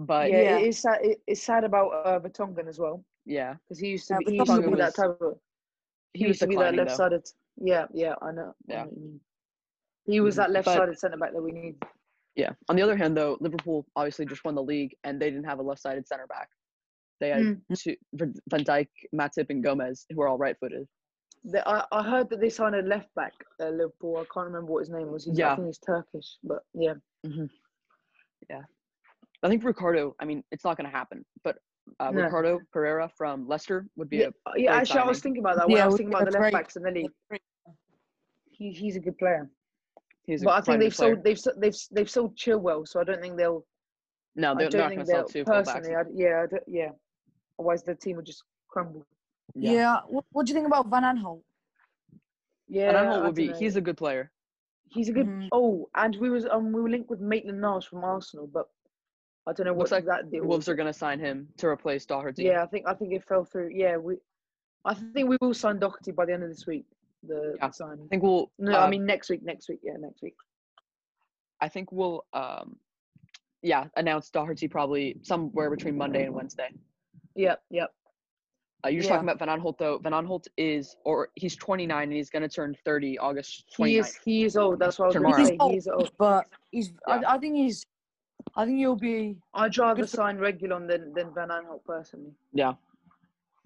[SPEAKER 1] But
[SPEAKER 2] yeah,
[SPEAKER 1] Uh, yeah,
[SPEAKER 3] Yeah.
[SPEAKER 2] It is sad, it, it's sad about uh, Vertonghen as well because he used to
[SPEAKER 3] Yeah,
[SPEAKER 2] be, he used to
[SPEAKER 1] Vertonghen
[SPEAKER 2] be that
[SPEAKER 1] was-
[SPEAKER 2] type of
[SPEAKER 1] he, was
[SPEAKER 2] used to be that
[SPEAKER 1] declining though.
[SPEAKER 2] left-sided. Yeah, yeah, I know. I
[SPEAKER 1] Yeah.
[SPEAKER 2] know what you mean. He was
[SPEAKER 1] Mhm.
[SPEAKER 2] that
[SPEAKER 1] But-
[SPEAKER 2] left-sided centre back that we need.
[SPEAKER 1] Yeah. On the other hand, though, Liverpool obviously just won the league, and they didn't have a left-sided center back. They had
[SPEAKER 2] Mm.
[SPEAKER 1] two, Van Van Dijk, Matip, and Gomez, who are all right-footed.
[SPEAKER 2] The, I, I heard that they signed a left back at Liverpool. I can't remember what his name was. He's,
[SPEAKER 1] Yeah.
[SPEAKER 2] I think he's Turkish, but yeah.
[SPEAKER 1] I think Ricardo. I mean, it's not going to happen, but uh,
[SPEAKER 2] No.
[SPEAKER 1] Ricardo Pereira from Leicester would be.
[SPEAKER 2] Yeah,
[SPEAKER 1] A,
[SPEAKER 2] uh, yeah
[SPEAKER 1] great
[SPEAKER 2] actually, I was thinking about that. When
[SPEAKER 3] Yeah,
[SPEAKER 2] I was
[SPEAKER 3] we-
[SPEAKER 2] thinking about the left
[SPEAKER 3] that's great.
[SPEAKER 2] backs in the league. He, he's a good player.
[SPEAKER 1] he's a
[SPEAKER 2] but I think
[SPEAKER 1] primary
[SPEAKER 2] they've
[SPEAKER 1] player.
[SPEAKER 2] sold they've s- they've s- they've sold Chilwell, so I don't think they'll.
[SPEAKER 1] No,
[SPEAKER 2] I
[SPEAKER 1] they're, they're
[SPEAKER 2] don't
[SPEAKER 1] not going to
[SPEAKER 2] think
[SPEAKER 1] sell
[SPEAKER 2] they'll
[SPEAKER 1] two
[SPEAKER 2] personally.
[SPEAKER 1] fullbacks.
[SPEAKER 2] I, yeah, I don't, yeah. Otherwise, the team would just crumble.
[SPEAKER 3] Yeah. What, what do you think about Van Aanholt?
[SPEAKER 2] Yeah,
[SPEAKER 1] And Anhol
[SPEAKER 2] I
[SPEAKER 1] would be.
[SPEAKER 2] dunno.
[SPEAKER 1] He's a good player.
[SPEAKER 2] He's a good.
[SPEAKER 1] Mm-hmm.
[SPEAKER 3] Mhm.
[SPEAKER 2] Oh, and we was um we were linked with Maitland Niles from Arsenal, but I don't know
[SPEAKER 1] Looks
[SPEAKER 2] what
[SPEAKER 1] like
[SPEAKER 2] that deal.
[SPEAKER 1] Wolves
[SPEAKER 2] was.
[SPEAKER 1] are going to sign him to replace Doherty.
[SPEAKER 2] Yeah, I think I think it fell through. Yeah, we. I think we will sign Doherty by the end of this week. The
[SPEAKER 1] Yeah.
[SPEAKER 2] the signing.
[SPEAKER 1] I think we'll.
[SPEAKER 2] No,
[SPEAKER 1] uh,
[SPEAKER 2] I mean next week. Next week. Yeah, next week.
[SPEAKER 1] I think we'll. Um, yeah, announce Doherty probably somewhere between Monday and Wednesday.
[SPEAKER 2] Yeah, yeah.
[SPEAKER 1] Uh, you're just
[SPEAKER 3] Yeah.
[SPEAKER 1] talking about Van Aanholt, though. Van Aanholt is, or he's 29 and he's going to turn 30 August 29th.
[SPEAKER 2] He is he is old. That's what I was
[SPEAKER 1] Tomorrow.
[SPEAKER 2] going
[SPEAKER 1] He's
[SPEAKER 2] to say. He is old.
[SPEAKER 3] But he's.
[SPEAKER 1] Yeah.
[SPEAKER 3] I, I think he's. I think he'll be.
[SPEAKER 2] I'd rather
[SPEAKER 3] Good for-
[SPEAKER 2] sign Regulon than than Van Aanholt personally.
[SPEAKER 1] I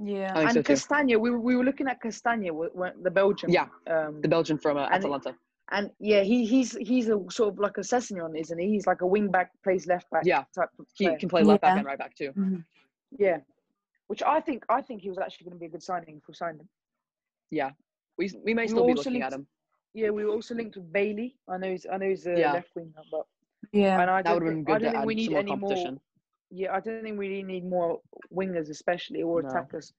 [SPEAKER 3] Yeah.
[SPEAKER 1] think
[SPEAKER 2] And
[SPEAKER 1] so too.
[SPEAKER 2] Castagna, we were, we were looking at Castagna, wh- when, the Belgian.
[SPEAKER 1] Yeah,
[SPEAKER 2] Um,
[SPEAKER 1] the Belgian from uh,
[SPEAKER 2] And-
[SPEAKER 1] Atalanta.
[SPEAKER 2] and yeah, he he's he's a sort of like a Sessignon, isn't he? He's like a wing back, plays left back.
[SPEAKER 1] Yeah.
[SPEAKER 2] Type of
[SPEAKER 1] He
[SPEAKER 2] player.
[SPEAKER 1] can play left back
[SPEAKER 3] Yeah.
[SPEAKER 1] and right back too.
[SPEAKER 3] Mhm.
[SPEAKER 2] Yeah. Which I think I think he was actually going to be a good signing if we signed him.
[SPEAKER 1] We, we may
[SPEAKER 2] We
[SPEAKER 1] still be
[SPEAKER 2] also
[SPEAKER 1] looking
[SPEAKER 2] need
[SPEAKER 1] at
[SPEAKER 2] to-
[SPEAKER 1] him.
[SPEAKER 2] Yeah, we were also linked with Bailey. I know he's I know he's a
[SPEAKER 1] Yeah.
[SPEAKER 2] left winger, but
[SPEAKER 3] Yeah.
[SPEAKER 2] and I
[SPEAKER 1] That
[SPEAKER 2] don't
[SPEAKER 1] would have been
[SPEAKER 2] think,
[SPEAKER 1] good
[SPEAKER 2] I don't
[SPEAKER 1] to
[SPEAKER 2] think
[SPEAKER 1] add
[SPEAKER 2] we
[SPEAKER 1] some
[SPEAKER 2] need
[SPEAKER 1] more
[SPEAKER 2] any
[SPEAKER 1] competition.
[SPEAKER 2] more. Yeah, I don't think we really need more wingers, especially or
[SPEAKER 1] No.
[SPEAKER 2] attackers.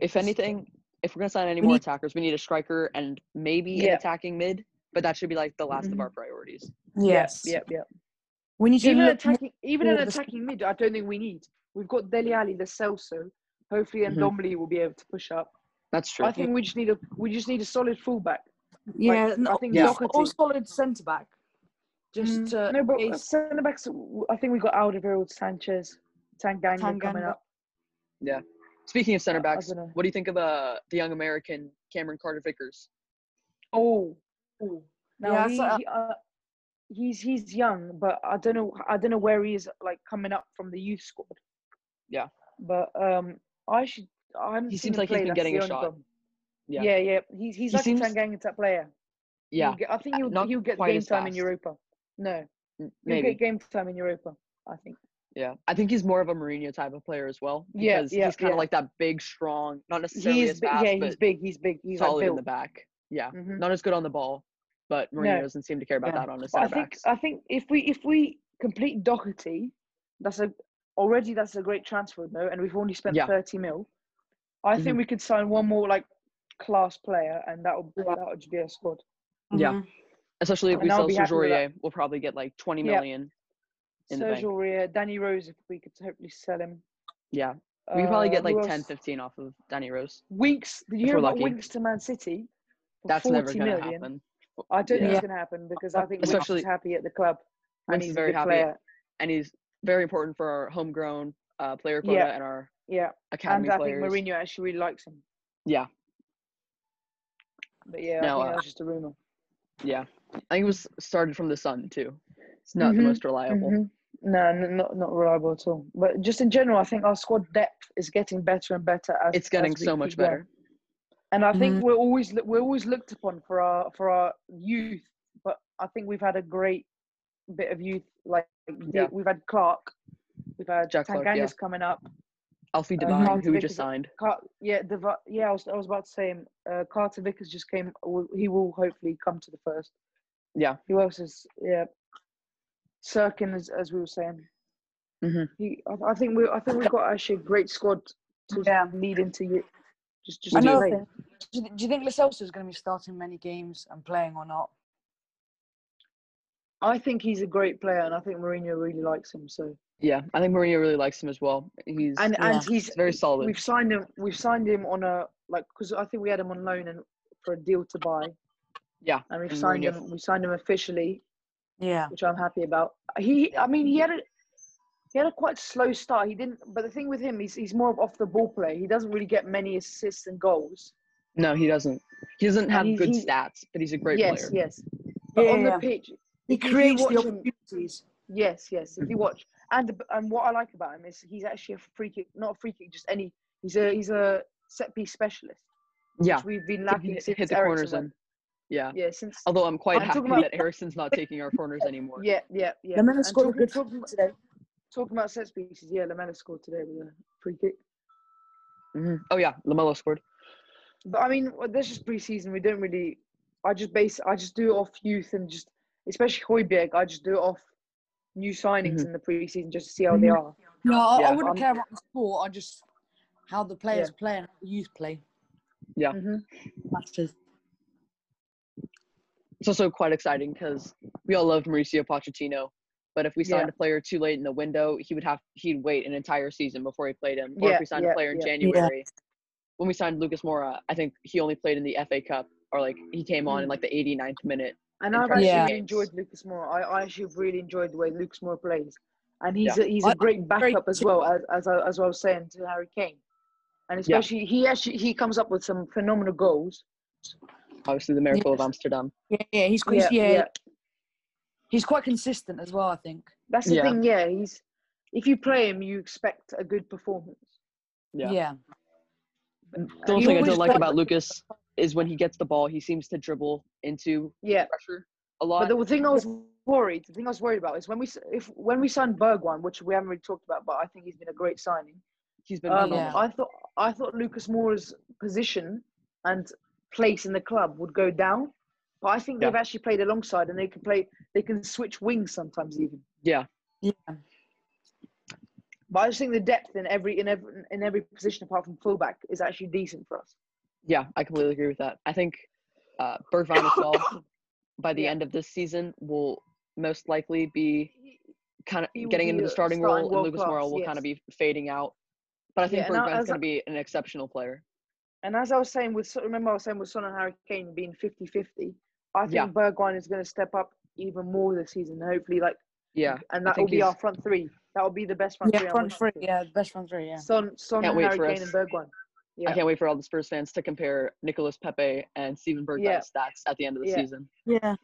[SPEAKER 1] if
[SPEAKER 2] Just-
[SPEAKER 1] anything, If we're gonna sign any
[SPEAKER 2] We
[SPEAKER 1] more
[SPEAKER 2] need-
[SPEAKER 1] attackers, we need a striker and maybe
[SPEAKER 2] Yeah.
[SPEAKER 1] an attacking mid. But that should be like the last of
[SPEAKER 2] Mhm.
[SPEAKER 1] our priorities.
[SPEAKER 4] Yes.
[SPEAKER 2] Yep, yep.
[SPEAKER 3] We need to
[SPEAKER 2] Even an
[SPEAKER 3] look more-
[SPEAKER 2] attacking, even an
[SPEAKER 3] more of the-
[SPEAKER 2] attacking mid, I don't think we need. We've got Deli Ali, the Celso. Hopefully, and
[SPEAKER 1] Mhm.
[SPEAKER 2] Domley will be able to push up.
[SPEAKER 1] That's true.
[SPEAKER 2] I think we just need a we just need a solid fullback.
[SPEAKER 3] yeah,
[SPEAKER 2] like,
[SPEAKER 3] no,
[SPEAKER 2] I think
[SPEAKER 1] Yeah.
[SPEAKER 3] or-
[SPEAKER 2] Doherty-
[SPEAKER 4] Or solid centre back. Just
[SPEAKER 2] Mm,
[SPEAKER 3] uh,
[SPEAKER 4] to
[SPEAKER 2] no, but
[SPEAKER 4] case-
[SPEAKER 2] centre backs. I think we got Alderweireld, Sanchez, Tanganga, coming
[SPEAKER 4] Tanganga.
[SPEAKER 2] up.
[SPEAKER 1] Speaking of center
[SPEAKER 2] I- I
[SPEAKER 1] backs,
[SPEAKER 2] dunno.
[SPEAKER 1] what do you think of uh, the young American Cameron Carter Vickers?
[SPEAKER 2] Oh,
[SPEAKER 4] Ooh.
[SPEAKER 2] now
[SPEAKER 4] Yeah,
[SPEAKER 2] he,
[SPEAKER 4] so-
[SPEAKER 2] he, uh, he's he's young, but I don't know I don't know where he is like coming up from the youth squad.
[SPEAKER 1] Yeah.
[SPEAKER 2] but um, I should. I haven't
[SPEAKER 1] He
[SPEAKER 2] seen
[SPEAKER 1] seems
[SPEAKER 2] him
[SPEAKER 1] like he's
[SPEAKER 2] play,
[SPEAKER 1] been
[SPEAKER 2] that's
[SPEAKER 1] getting
[SPEAKER 2] the
[SPEAKER 1] a
[SPEAKER 2] only
[SPEAKER 1] shot.
[SPEAKER 2] problem.
[SPEAKER 1] Yeah.
[SPEAKER 2] Yeah, yeah, He's he's
[SPEAKER 1] He
[SPEAKER 2] like
[SPEAKER 1] seems-
[SPEAKER 2] a Tanganga type player.
[SPEAKER 1] Yeah, Uh,
[SPEAKER 2] He'll get- I think he'll
[SPEAKER 1] not
[SPEAKER 2] he'll get
[SPEAKER 1] quite
[SPEAKER 2] game
[SPEAKER 1] as
[SPEAKER 2] time in
[SPEAKER 1] fast.
[SPEAKER 2] Europa. No,
[SPEAKER 1] m-
[SPEAKER 2] he'll
[SPEAKER 1] maybe.
[SPEAKER 2] get game time in Europa. I think.
[SPEAKER 1] Yeah, I think he's more of a Mourinho type of player as well.
[SPEAKER 2] Yeah,
[SPEAKER 1] Because
[SPEAKER 2] yeah,
[SPEAKER 1] he's kind of
[SPEAKER 2] yeah.
[SPEAKER 1] like that big, strong, not necessarily
[SPEAKER 2] He's
[SPEAKER 1] as
[SPEAKER 2] bi-
[SPEAKER 1] fast,
[SPEAKER 2] yeah,
[SPEAKER 1] but
[SPEAKER 2] he's big. He's big. He's
[SPEAKER 1] solid
[SPEAKER 2] like
[SPEAKER 1] in
[SPEAKER 2] built.
[SPEAKER 1] the back. Yeah,
[SPEAKER 2] Mhm.
[SPEAKER 1] not as good on the ball, but Mourinho
[SPEAKER 2] No.
[SPEAKER 1] doesn't seem to care about
[SPEAKER 3] Yeah.
[SPEAKER 1] that on his
[SPEAKER 2] But I
[SPEAKER 1] center
[SPEAKER 2] think
[SPEAKER 1] backs.
[SPEAKER 2] I think if we if we complete Doherty, that's a already that's a great transfer though, and we've only spent
[SPEAKER 1] Yeah. Mm-hmm.
[SPEAKER 2] thirty mil. I think we could sign one more like class player, and that would
[SPEAKER 4] Yeah.
[SPEAKER 2] that would just be a squad.
[SPEAKER 1] yeah.
[SPEAKER 3] Mhm.
[SPEAKER 1] Especially if
[SPEAKER 2] and
[SPEAKER 1] we
[SPEAKER 2] I'll
[SPEAKER 1] sell
[SPEAKER 2] be happy with that.
[SPEAKER 1] Sergio, we'll probably get like 20
[SPEAKER 2] Yeah.
[SPEAKER 1] million. In the bank.
[SPEAKER 2] Sergio Ria, Danny Rose, if we could hopefully sell him.
[SPEAKER 1] Yeah, we could probably
[SPEAKER 2] Uh,
[SPEAKER 1] get like
[SPEAKER 2] who
[SPEAKER 1] 10,
[SPEAKER 2] else?
[SPEAKER 1] 15 off of Danny Rose.
[SPEAKER 2] Winks. Did you
[SPEAKER 1] if
[SPEAKER 2] hear
[SPEAKER 1] we're
[SPEAKER 2] about
[SPEAKER 1] lucky.
[SPEAKER 2] Winks to Man City? For
[SPEAKER 1] That's never
[SPEAKER 2] 40
[SPEAKER 1] going to
[SPEAKER 2] million?
[SPEAKER 1] happen.
[SPEAKER 2] I don't think
[SPEAKER 1] Yeah.
[SPEAKER 2] it's going to happen because I think
[SPEAKER 1] Especially-
[SPEAKER 2] Winks is happy at the club. and
[SPEAKER 1] Winks
[SPEAKER 2] he's
[SPEAKER 1] is
[SPEAKER 2] a
[SPEAKER 1] very
[SPEAKER 2] good
[SPEAKER 1] happy,
[SPEAKER 2] player.
[SPEAKER 1] and he's very important for our homegrown uh, player quota
[SPEAKER 2] Yeah.
[SPEAKER 1] and our
[SPEAKER 2] Yeah,
[SPEAKER 1] academy
[SPEAKER 2] and I
[SPEAKER 1] players.
[SPEAKER 2] think Mourinho actually really likes him.
[SPEAKER 1] Yeah.
[SPEAKER 2] But yeah,
[SPEAKER 1] Now,
[SPEAKER 2] I think
[SPEAKER 1] uh,
[SPEAKER 2] that was just a rumor.
[SPEAKER 1] Yeah, I think it was started from the Sun too. It's not the
[SPEAKER 2] Mhm,
[SPEAKER 1] most reliable.
[SPEAKER 2] Mhm. No, n- not not reliable at all. But just in general, I think our squad depth is getting better and better. As
[SPEAKER 1] It's getting
[SPEAKER 2] as we
[SPEAKER 1] so
[SPEAKER 2] keep
[SPEAKER 1] much
[SPEAKER 2] going.
[SPEAKER 1] better.
[SPEAKER 2] And I think we're always loo- we're always looked upon for our for our youth. But I think we've had a great bit of youth. Like
[SPEAKER 1] Yeah.
[SPEAKER 2] we've had Clark, we've had
[SPEAKER 1] Jack Clark, yeah.
[SPEAKER 2] Tanganga's coming up.
[SPEAKER 1] Alfie
[SPEAKER 2] Uh,
[SPEAKER 1] Devine,
[SPEAKER 2] Mark
[SPEAKER 1] who we just
[SPEAKER 2] Vickers-
[SPEAKER 1] signed.
[SPEAKER 2] Car- yeah, the, yeah. I was I was about to say him. Uh, Carter Vickers just came. will- He will hopefully come to the first.
[SPEAKER 1] Yeah.
[SPEAKER 2] Who else is yeah? Sirkin, as as we were saying.
[SPEAKER 1] Mhm.
[SPEAKER 2] He, I, I think we I think we've got actually a great squad to
[SPEAKER 3] Yeah.
[SPEAKER 2] lead into you. Just just
[SPEAKER 1] We do.
[SPEAKER 3] Another
[SPEAKER 2] great.
[SPEAKER 3] thing. Do you, do you think Lascelles is going to be starting many games and playing or not?
[SPEAKER 2] I think he's a great player, and I think Mourinho really likes him. So
[SPEAKER 1] Yeah, I think Mourinho really likes him as well. He's
[SPEAKER 2] and
[SPEAKER 3] Yeah.
[SPEAKER 2] and he's
[SPEAKER 1] he's very solid.
[SPEAKER 2] we've signed him we've signed him on a like because I think we had him on loan and for a deal to buy,
[SPEAKER 1] Yeah,
[SPEAKER 2] and we've
[SPEAKER 1] And
[SPEAKER 2] signed
[SPEAKER 1] Mourinho-
[SPEAKER 2] him we signed him officially
[SPEAKER 3] Yeah.
[SPEAKER 2] which I'm happy about. He, I mean, he had a he had a quite slow start. He didn't, but the thing with him, he's he's more of off the ball player. He doesn't really get many assists and goals.
[SPEAKER 1] no, he doesn't. He doesn't have
[SPEAKER 2] he-
[SPEAKER 1] good
[SPEAKER 2] he-
[SPEAKER 1] stats, but he's a great
[SPEAKER 2] yes,
[SPEAKER 1] player.
[SPEAKER 2] yes. But on
[SPEAKER 3] yeah.
[SPEAKER 2] the pitch,
[SPEAKER 3] He
[SPEAKER 2] if you
[SPEAKER 3] creates the
[SPEAKER 2] watch him-
[SPEAKER 3] opportunities.
[SPEAKER 2] yes, yes. If you watch, and the- and what I like about him is he's actually a free kick, not a free kick, just any. He's a he's a set piece specialist.
[SPEAKER 1] Yeah,
[SPEAKER 2] which we've been
[SPEAKER 1] he can
[SPEAKER 2] lacking
[SPEAKER 1] hit-
[SPEAKER 2] since
[SPEAKER 1] hit the
[SPEAKER 2] Eriksen
[SPEAKER 1] corners uh,
[SPEAKER 2] went.
[SPEAKER 1] in. Yeah.
[SPEAKER 2] Yeah, since.
[SPEAKER 1] Although I'm quite
[SPEAKER 2] I'm
[SPEAKER 1] happy
[SPEAKER 2] talking about-
[SPEAKER 1] that Ericsson's not taking our corners anymore.
[SPEAKER 2] Yeah, yeah, yeah.
[SPEAKER 3] The man
[SPEAKER 2] And
[SPEAKER 3] scored a
[SPEAKER 2] talking-
[SPEAKER 3] good
[SPEAKER 2] talking-
[SPEAKER 3] talking, today.
[SPEAKER 2] Talking about set pieces, yeah, Lamella scored today with a free kick.
[SPEAKER 1] Mhm. Oh yeah, Lamelo scored.
[SPEAKER 2] But I mean, well, this is pre-season. We don't really. I just base. I just do it off youth and just, especially Hoiberg. I just do it off new signings
[SPEAKER 3] Mm-hmm.
[SPEAKER 1] Mhm.
[SPEAKER 2] in the pre-season just to see how they are.
[SPEAKER 3] No, I,
[SPEAKER 1] Yeah.
[SPEAKER 3] I wouldn't
[SPEAKER 2] Um,
[SPEAKER 3] care about the sport. I just how the players play and how the youth play. Mm-hmm.
[SPEAKER 2] Mhm.
[SPEAKER 3] That's it.
[SPEAKER 1] It's also quite exciting because we all loved Mauricio Pochettino, but if we
[SPEAKER 2] Yeah.
[SPEAKER 1] signed a player too late in the window, he would have he'd wait an entire season before he played him. Or
[SPEAKER 2] Yeah,
[SPEAKER 1] if we signed
[SPEAKER 2] yeah,
[SPEAKER 1] a player in
[SPEAKER 2] yeah.
[SPEAKER 1] January, when we signed Lucas Mora, I think he only played in the FA Cup or like he came on in
[SPEAKER 2] Mm.
[SPEAKER 1] like the 89th minute.
[SPEAKER 2] And
[SPEAKER 1] In
[SPEAKER 2] I've
[SPEAKER 1] terms
[SPEAKER 2] actually
[SPEAKER 3] of
[SPEAKER 2] really
[SPEAKER 1] games.
[SPEAKER 2] enjoyed Lucas Moore. I, I actually really enjoyed the way Lucas Moore plays, and he's a, he's
[SPEAKER 3] I-
[SPEAKER 2] a great backup as
[SPEAKER 3] too.
[SPEAKER 2] well as as I, as I was saying to Harry Kane, and
[SPEAKER 1] Yeah.
[SPEAKER 2] especially he actually he comes up with some phenomenal goals.
[SPEAKER 1] Obviously, the miracle of
[SPEAKER 3] Yes.
[SPEAKER 1] Amsterdam.
[SPEAKER 3] Yeah, yeah, he's quite, yeah, he's quite consistent as well. I think.
[SPEAKER 2] That's the
[SPEAKER 1] Yeah.
[SPEAKER 2] thing. Yeah, he's if you play him, you expect a good performance.
[SPEAKER 1] Yeah.
[SPEAKER 3] Yeah.
[SPEAKER 1] The only
[SPEAKER 2] He
[SPEAKER 1] thing I
[SPEAKER 2] always
[SPEAKER 1] don't like
[SPEAKER 2] plays-
[SPEAKER 1] about Lucas is when he gets the ball, he seems to dribble into
[SPEAKER 2] Yeah,
[SPEAKER 1] pressure a lot.
[SPEAKER 2] But the thing
[SPEAKER 1] *laughs*
[SPEAKER 2] I was worried, the thing I was worried about is when we s- if when we signed Bergwijn, which we haven't really talked about, but I think he's been a great signing.
[SPEAKER 1] He's been
[SPEAKER 2] Um,
[SPEAKER 1] phenomenal.
[SPEAKER 3] Yeah.
[SPEAKER 2] I thought I thought Lucas Moura's position and place in the club would go down, but I think
[SPEAKER 1] Yeah.
[SPEAKER 2] they've actually played alongside and they can play they can switch wings sometimes even.
[SPEAKER 1] yeah,
[SPEAKER 3] Yeah.
[SPEAKER 2] But I just think the depth in every in every in every position apart from fullback is actually decent for us.
[SPEAKER 1] Yeah, I completely agree with that. I think uh, Bergvine as
[SPEAKER 2] *coughs*
[SPEAKER 1] well, by the
[SPEAKER 2] Yeah.
[SPEAKER 1] end of this season, will most likely be kind
[SPEAKER 2] He
[SPEAKER 1] of
[SPEAKER 2] will
[SPEAKER 1] getting into
[SPEAKER 2] be
[SPEAKER 1] the starting,
[SPEAKER 2] starting
[SPEAKER 1] role, and
[SPEAKER 2] world
[SPEAKER 1] Lucas Moral
[SPEAKER 2] class,
[SPEAKER 1] will kind of
[SPEAKER 2] yes.
[SPEAKER 1] be fading out. But I think
[SPEAKER 2] Yeah, and I-
[SPEAKER 1] Bergvine's
[SPEAKER 2] as
[SPEAKER 1] going
[SPEAKER 2] I-
[SPEAKER 1] to be an exceptional player.
[SPEAKER 2] And as I was saying with Son- remember I was saying with Son and Harry Kane being 50-50, I think
[SPEAKER 1] Yeah.
[SPEAKER 2] Bergwijn is going to step up even more this season. Hopefully, like
[SPEAKER 1] Yeah,
[SPEAKER 2] and
[SPEAKER 1] I
[SPEAKER 2] that will
[SPEAKER 1] think
[SPEAKER 2] be our
[SPEAKER 1] he's-
[SPEAKER 2] front three. That will be the best front three.
[SPEAKER 3] yeah,
[SPEAKER 2] I'm
[SPEAKER 3] front
[SPEAKER 2] looking for.
[SPEAKER 3] three. Yeah, the best front three. Yeah.
[SPEAKER 2] Son, Son,
[SPEAKER 1] Can't
[SPEAKER 2] and
[SPEAKER 1] wait
[SPEAKER 2] Harry
[SPEAKER 1] for us.
[SPEAKER 2] Kane and Bergwijn. Yeah.
[SPEAKER 1] I can't wait for all the Spurs fans to compare Nicolas Pepe and Steven Bergvine's
[SPEAKER 2] Yeah.
[SPEAKER 1] stats at the end of the
[SPEAKER 2] Yeah.
[SPEAKER 1] season.
[SPEAKER 3] Yeah.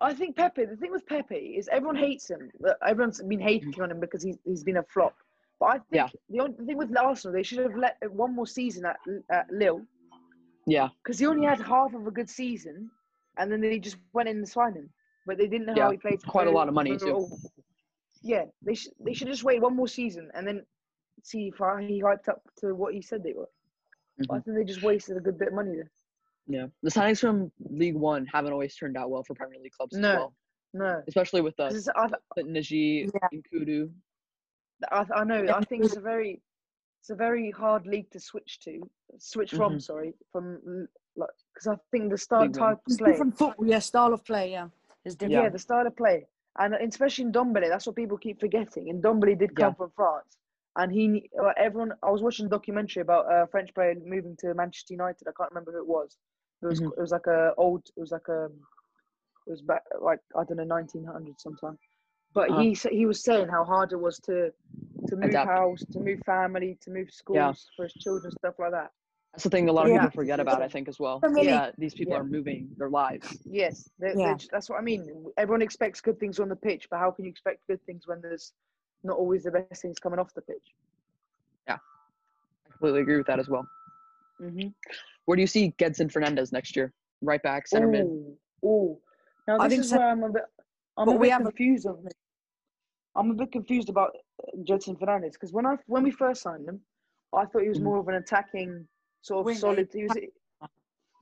[SPEAKER 2] I think Pepe. The thing with Pepe is everyone hates him. Uh, Everyone's been hating on him because he's he's been a flop. But I think
[SPEAKER 1] Mm-hmm. Yeah.
[SPEAKER 2] the only the thing with Arsenal, they should have let one more season at, at Lille
[SPEAKER 1] Yeah,
[SPEAKER 2] because he only had half of a good season, and then they just went in and signed him. But they didn't know
[SPEAKER 1] Yeah,
[SPEAKER 2] how he played. for
[SPEAKER 1] quite a
[SPEAKER 2] Lille,
[SPEAKER 1] lot of money,
[SPEAKER 2] for-
[SPEAKER 1] too.
[SPEAKER 2] or- Yeah, they should they should just wait one more season and then see if uh, he hyped up to what he said they were.
[SPEAKER 1] Mm-hmm.
[SPEAKER 2] But I think they just wasted a good bit of money there.
[SPEAKER 1] yeah. The signings from League One haven't always turned out well for Premier League clubs
[SPEAKER 2] No.
[SPEAKER 1] as well,
[SPEAKER 2] No,
[SPEAKER 1] especially with us.
[SPEAKER 2] This is- I,
[SPEAKER 1] Naji
[SPEAKER 3] Yeah.
[SPEAKER 1] and Kudu.
[SPEAKER 2] I, I know. I think
[SPEAKER 3] *laughs*
[SPEAKER 2] it's a very, it's a very hard league to switch to, switch from.
[SPEAKER 1] Mhm.
[SPEAKER 2] Sorry, from mm, like because I think the style
[SPEAKER 1] Big one.
[SPEAKER 2] type of
[SPEAKER 3] It's
[SPEAKER 2] play,
[SPEAKER 3] different football. Yeah, style of play. Yeah, it's
[SPEAKER 2] yeah.
[SPEAKER 3] different.
[SPEAKER 2] the style of play, and uh, especially in Dombele, that's what people keep forgetting. And Dombele did come
[SPEAKER 1] Yeah.
[SPEAKER 2] from France, and he, ne- uh, everyone. I was watching a documentary about a French player moving to Manchester United. I can't remember who it was. It was,
[SPEAKER 1] Mm-hmm.
[SPEAKER 2] it was like a old. It was like a, it was back like I don't know, nineteen hundred sometime. But
[SPEAKER 1] Uh-huh.
[SPEAKER 2] he sa- he was saying how hard it was to to move
[SPEAKER 1] Adapt.
[SPEAKER 2] house, to move family, to move schools for his children, stuff like that.
[SPEAKER 1] That's the thing a lot of
[SPEAKER 3] Yeah.
[SPEAKER 1] people forget about, I think, as well.
[SPEAKER 3] Premier League.
[SPEAKER 1] Yeah, these people
[SPEAKER 2] Yeah.
[SPEAKER 1] are moving their lives.
[SPEAKER 2] Yes, they
[SPEAKER 3] Yeah.
[SPEAKER 2] that's what I mean. Everyone expects good things on the pitch, but how can you expect good things when there's not always the best things coming off the pitch?
[SPEAKER 1] I completely agree with that as well.
[SPEAKER 2] Mm-hmm.
[SPEAKER 1] Where do you see Gedson Fernandez next year? Right back, center mid.
[SPEAKER 2] Oh, now this
[SPEAKER 3] I think
[SPEAKER 2] is
[SPEAKER 3] so-
[SPEAKER 2] where I'm a bit. I'm
[SPEAKER 3] but
[SPEAKER 2] a
[SPEAKER 3] we
[SPEAKER 2] bit
[SPEAKER 3] have a-
[SPEAKER 2] confused. of I'm a bit confused about uh, Judson Fernandez because when I when we first signed him, I thought he was
[SPEAKER 1] Mhm.
[SPEAKER 2] more of an attacking sort of
[SPEAKER 3] Winger,
[SPEAKER 2] solid. He was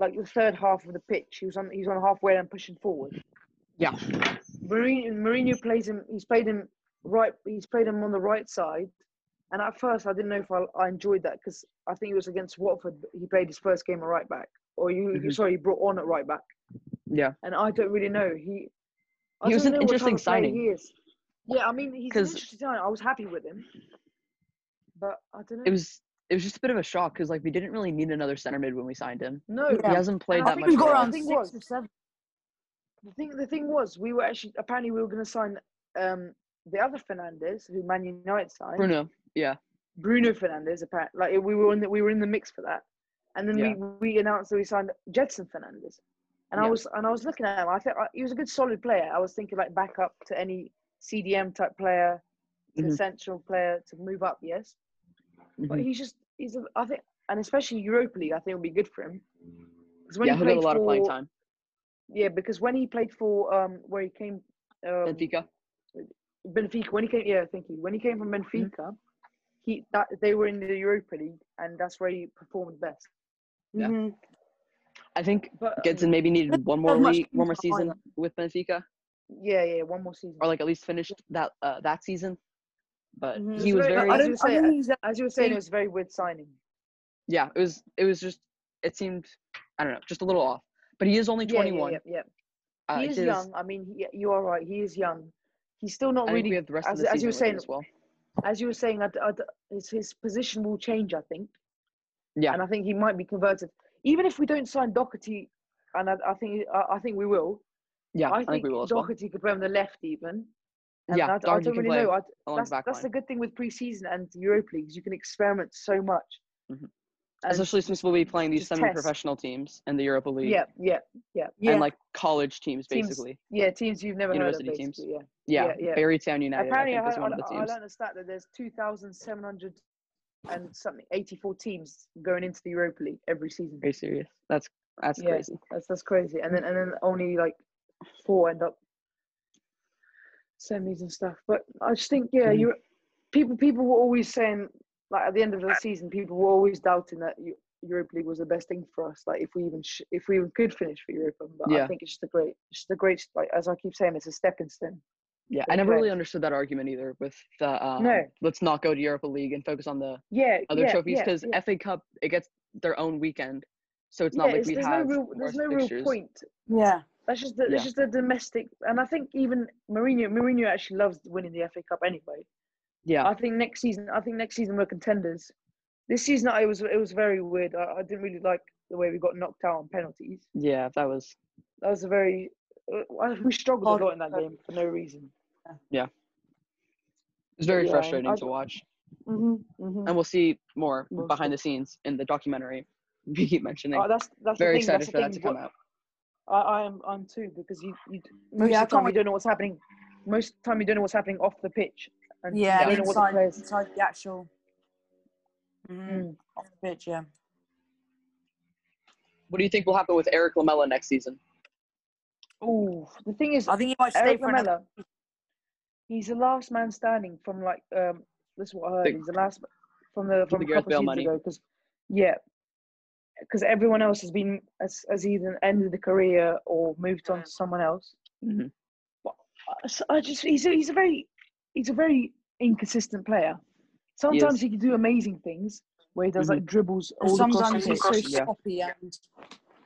[SPEAKER 2] like the third half of the pitch. He was on he was on halfway and pushing forward.
[SPEAKER 1] Yeah.
[SPEAKER 2] Mourinho, Mourinho plays him. He's played him right. He's played him on the right side, and at first I didn't know if I, I enjoyed that because I think it was against Watford. He played his first game at right back, or you
[SPEAKER 1] Mhm.
[SPEAKER 2] sorry, he brought on at right back,
[SPEAKER 1] Yeah.
[SPEAKER 2] and I don't really know. He I
[SPEAKER 1] He was
[SPEAKER 2] don't
[SPEAKER 1] an
[SPEAKER 2] know what type
[SPEAKER 1] interesting
[SPEAKER 2] of player
[SPEAKER 1] signing.
[SPEAKER 2] He is. Yeah, I mean he's an
[SPEAKER 1] 'Cause-
[SPEAKER 2] interesting signing. I was happy with him, but I don't know.
[SPEAKER 1] It was it was just a bit of a shock because like we didn't really need another center mid when we signed him.
[SPEAKER 2] no.
[SPEAKER 3] Yeah.
[SPEAKER 1] He hasn't played
[SPEAKER 2] I
[SPEAKER 1] that
[SPEAKER 2] think
[SPEAKER 1] much.
[SPEAKER 3] We've got
[SPEAKER 1] role.
[SPEAKER 2] well.
[SPEAKER 3] around
[SPEAKER 2] Thing
[SPEAKER 3] six
[SPEAKER 2] was-
[SPEAKER 3] or seven.
[SPEAKER 2] The thing the thing was we were actually apparently we were going to sign um, the other Fernandez who Man United signed.
[SPEAKER 1] Bruno. Yeah.
[SPEAKER 2] Bruno Fernandez. Apparently, like we were in the, we were in the mix for that, and then
[SPEAKER 1] Yeah.
[SPEAKER 2] we, we announced that we signed Jetson Fernandez, and I
[SPEAKER 1] Yeah.
[SPEAKER 2] was and I was looking at him. I think I, he was a good solid player. I was thinking like back up to any CDM type player, to
[SPEAKER 1] Mhm.
[SPEAKER 2] central player to move up. Yes, but
[SPEAKER 1] Mhm.
[SPEAKER 2] he's just he's a, I think and especially Europa League I think will be good for him. 'Cause when
[SPEAKER 1] Yeah,
[SPEAKER 2] he
[SPEAKER 1] he'll get a
[SPEAKER 2] played
[SPEAKER 1] lot of playing
[SPEAKER 2] for-
[SPEAKER 1] time.
[SPEAKER 2] Yeah, because when he played for um where he came um,
[SPEAKER 1] Benfica.
[SPEAKER 2] Benfica. When he came, yeah, thank you. When he came from
[SPEAKER 1] Mm-hmm.
[SPEAKER 2] Benfica, he that they were in the Europa League, and that's where he performed best.
[SPEAKER 1] Yeah.
[SPEAKER 3] Mhm.
[SPEAKER 1] I think
[SPEAKER 2] But um,
[SPEAKER 1] Gedson maybe needed one more
[SPEAKER 3] not much
[SPEAKER 1] league, one more
[SPEAKER 3] to hide.
[SPEAKER 1] season with Benfica,
[SPEAKER 2] yeah, yeah, one more season.
[SPEAKER 1] or like at least finished that uh, that season. But
[SPEAKER 3] Mhm.
[SPEAKER 1] he
[SPEAKER 2] Mm-hmm. It's
[SPEAKER 1] was
[SPEAKER 2] very-
[SPEAKER 1] very
[SPEAKER 2] I uh,
[SPEAKER 3] I
[SPEAKER 2] don't
[SPEAKER 3] don't
[SPEAKER 2] say
[SPEAKER 3] I
[SPEAKER 2] it.
[SPEAKER 3] think he's a-
[SPEAKER 2] As you were saying, it
[SPEAKER 3] think-
[SPEAKER 2] was a very weird signing.
[SPEAKER 1] yeah, it was it was just it seemed I don't know, just a little off. But he is only
[SPEAKER 2] Yeah, yeah,
[SPEAKER 1] 21.
[SPEAKER 2] Yeah, yeah,
[SPEAKER 1] Uh,
[SPEAKER 2] He
[SPEAKER 1] it
[SPEAKER 2] is
[SPEAKER 1] is-
[SPEAKER 2] young. I mean, he, you are right. He is young. He's still
[SPEAKER 1] I
[SPEAKER 2] not
[SPEAKER 1] think we
[SPEAKER 2] really.
[SPEAKER 1] have the rest
[SPEAKER 2] as-
[SPEAKER 1] of the
[SPEAKER 2] as
[SPEAKER 1] season
[SPEAKER 2] you were
[SPEAKER 1] with him
[SPEAKER 2] saying,
[SPEAKER 1] as well.
[SPEAKER 2] As you were saying, I'd, I'd, his, his position will change. I think.
[SPEAKER 1] Yeah.
[SPEAKER 2] And I think he might be converted. Even if we don't sign Doherty, and I, I think I, I think we will.
[SPEAKER 1] Yeah,
[SPEAKER 2] I, think,
[SPEAKER 1] we will as well.
[SPEAKER 2] Doherty could play on the left even. And
[SPEAKER 1] Yeah,
[SPEAKER 2] I, I
[SPEAKER 1] Doherty
[SPEAKER 2] don't
[SPEAKER 1] can
[SPEAKER 2] really
[SPEAKER 1] play
[SPEAKER 2] know. I,
[SPEAKER 1] along
[SPEAKER 2] that's
[SPEAKER 1] the back
[SPEAKER 2] that's the
[SPEAKER 1] line.
[SPEAKER 2] good thing with preseason and Europa Leagues. You can experiment so much.
[SPEAKER 1] Mhm.
[SPEAKER 2] And-
[SPEAKER 1] Especially since we'll be playing these
[SPEAKER 2] just test.
[SPEAKER 1] semi-professional teams in the Europa League
[SPEAKER 2] yeah, yeah,
[SPEAKER 1] and
[SPEAKER 3] Yeah.
[SPEAKER 1] like college teams,
[SPEAKER 2] Teams-
[SPEAKER 1] basically.
[SPEAKER 2] yeah. Teams you've never
[SPEAKER 1] University
[SPEAKER 2] heard of,
[SPEAKER 1] teams.
[SPEAKER 2] basically,
[SPEAKER 1] Yeah,
[SPEAKER 2] Yeah. yeah, yeah.
[SPEAKER 1] Barrytown United
[SPEAKER 2] Apparently,
[SPEAKER 1] I
[SPEAKER 2] I,
[SPEAKER 1] think is
[SPEAKER 2] heard-
[SPEAKER 1] one
[SPEAKER 2] I,
[SPEAKER 1] of the
[SPEAKER 2] I
[SPEAKER 1] teams.
[SPEAKER 2] learned a stat that there's 2,700 and something 84 teams going into the Europa League every season.
[SPEAKER 1] Are you serious? That's that's
[SPEAKER 2] Yeah.
[SPEAKER 1] crazy.
[SPEAKER 2] That's that's crazy. And then and then only like four end up semis and stuff. But I just think yeah,
[SPEAKER 1] Mhm.
[SPEAKER 2] you people people were always saying like at the end of the season, people were always doubting that Eu- Europa League was the best thing for us. Like if we even sh- if we even could finish for Europa, but
[SPEAKER 1] Yeah.
[SPEAKER 2] I think it's just a great, it's just a great like as I keep saying, it's a stepping stone.
[SPEAKER 1] Yeah, I
[SPEAKER 2] Good
[SPEAKER 1] never really
[SPEAKER 2] players.
[SPEAKER 1] understood that argument either. With the um,
[SPEAKER 2] No.
[SPEAKER 1] let's not go to Europa League and focus on the
[SPEAKER 2] Yeah,
[SPEAKER 1] other
[SPEAKER 2] yeah,
[SPEAKER 1] trophies
[SPEAKER 2] yeah,
[SPEAKER 1] because
[SPEAKER 2] yeah.
[SPEAKER 1] FA Cup it gets their own weekend, So it's not like
[SPEAKER 2] it's-
[SPEAKER 1] we
[SPEAKER 2] there's
[SPEAKER 1] have
[SPEAKER 2] no real,
[SPEAKER 1] worse
[SPEAKER 2] there's no real
[SPEAKER 1] fixtures.
[SPEAKER 2] point.
[SPEAKER 3] Yeah.
[SPEAKER 2] That's just the,
[SPEAKER 1] Yeah.
[SPEAKER 2] it's just the domestic, and I think even Mourinho, Mourinho actually loves winning the FA Cup anyway.
[SPEAKER 1] Yeah,
[SPEAKER 2] I think next season, I think next season we're contenders. This season, I- it was it was very weird. I, I didn't really like the way we got knocked out on penalties.
[SPEAKER 1] yeah, that was
[SPEAKER 2] That was a very uh, I- we struggled
[SPEAKER 3] Hard
[SPEAKER 2] a lot in that
[SPEAKER 3] one.
[SPEAKER 2] game for no reason.
[SPEAKER 1] it was very
[SPEAKER 2] Yeah,
[SPEAKER 1] frustrating
[SPEAKER 2] I-
[SPEAKER 1] to watch,
[SPEAKER 2] hmm
[SPEAKER 3] Mm-hmm,
[SPEAKER 2] hmm
[SPEAKER 1] and Mm-hmm. we'll see more
[SPEAKER 2] We'll
[SPEAKER 1] behind
[SPEAKER 2] see.
[SPEAKER 1] the scenes in the documentary *laughs* we keep mentioning.
[SPEAKER 2] Oh, that's that's
[SPEAKER 1] very
[SPEAKER 2] the thing.
[SPEAKER 1] excited
[SPEAKER 2] That's
[SPEAKER 1] for
[SPEAKER 2] the
[SPEAKER 1] that
[SPEAKER 2] thing.
[SPEAKER 1] to come
[SPEAKER 2] what-
[SPEAKER 1] out.
[SPEAKER 2] I, I am I'm too because you you
[SPEAKER 3] Well,
[SPEAKER 2] most
[SPEAKER 3] yeah, I
[SPEAKER 2] of the time
[SPEAKER 3] can't
[SPEAKER 2] you don't know what's happening. Most of the time you don't know what's happening off the pitch. And
[SPEAKER 1] Yeah.
[SPEAKER 4] Yeah,
[SPEAKER 2] you don't know what the
[SPEAKER 4] inside,
[SPEAKER 2] players.
[SPEAKER 4] inside the actual
[SPEAKER 3] Mm-hmm.
[SPEAKER 4] mm,
[SPEAKER 2] Mm.
[SPEAKER 4] off the pitch, yeah.
[SPEAKER 1] What do you think will happen with Eric Lamella next season?
[SPEAKER 2] Oh, the thing is,
[SPEAKER 4] I think he might stay
[SPEAKER 2] Eric
[SPEAKER 4] for another.
[SPEAKER 2] Lamela. He's the last man standing from like um. This is what I heard.
[SPEAKER 1] The-
[SPEAKER 2] he's the last from the from a
[SPEAKER 1] Gareth
[SPEAKER 2] couple
[SPEAKER 1] Bale
[SPEAKER 2] seasons
[SPEAKER 1] money.
[SPEAKER 2] ago. Because yeah, because everyone else has been has, has either ended the career or moved
[SPEAKER 4] Mm.
[SPEAKER 2] on to someone else.
[SPEAKER 1] Mhm.
[SPEAKER 2] But I- so I just he's a, he's a very he's a very inconsistent player. Sometimes
[SPEAKER 1] is.
[SPEAKER 2] he can do amazing things where he does
[SPEAKER 1] Mhm.
[SPEAKER 2] like dribbles
[SPEAKER 3] And
[SPEAKER 2] all across the
[SPEAKER 3] sometimes
[SPEAKER 2] pitch.
[SPEAKER 3] it's so
[SPEAKER 1] Yeah.
[SPEAKER 3] sloppy and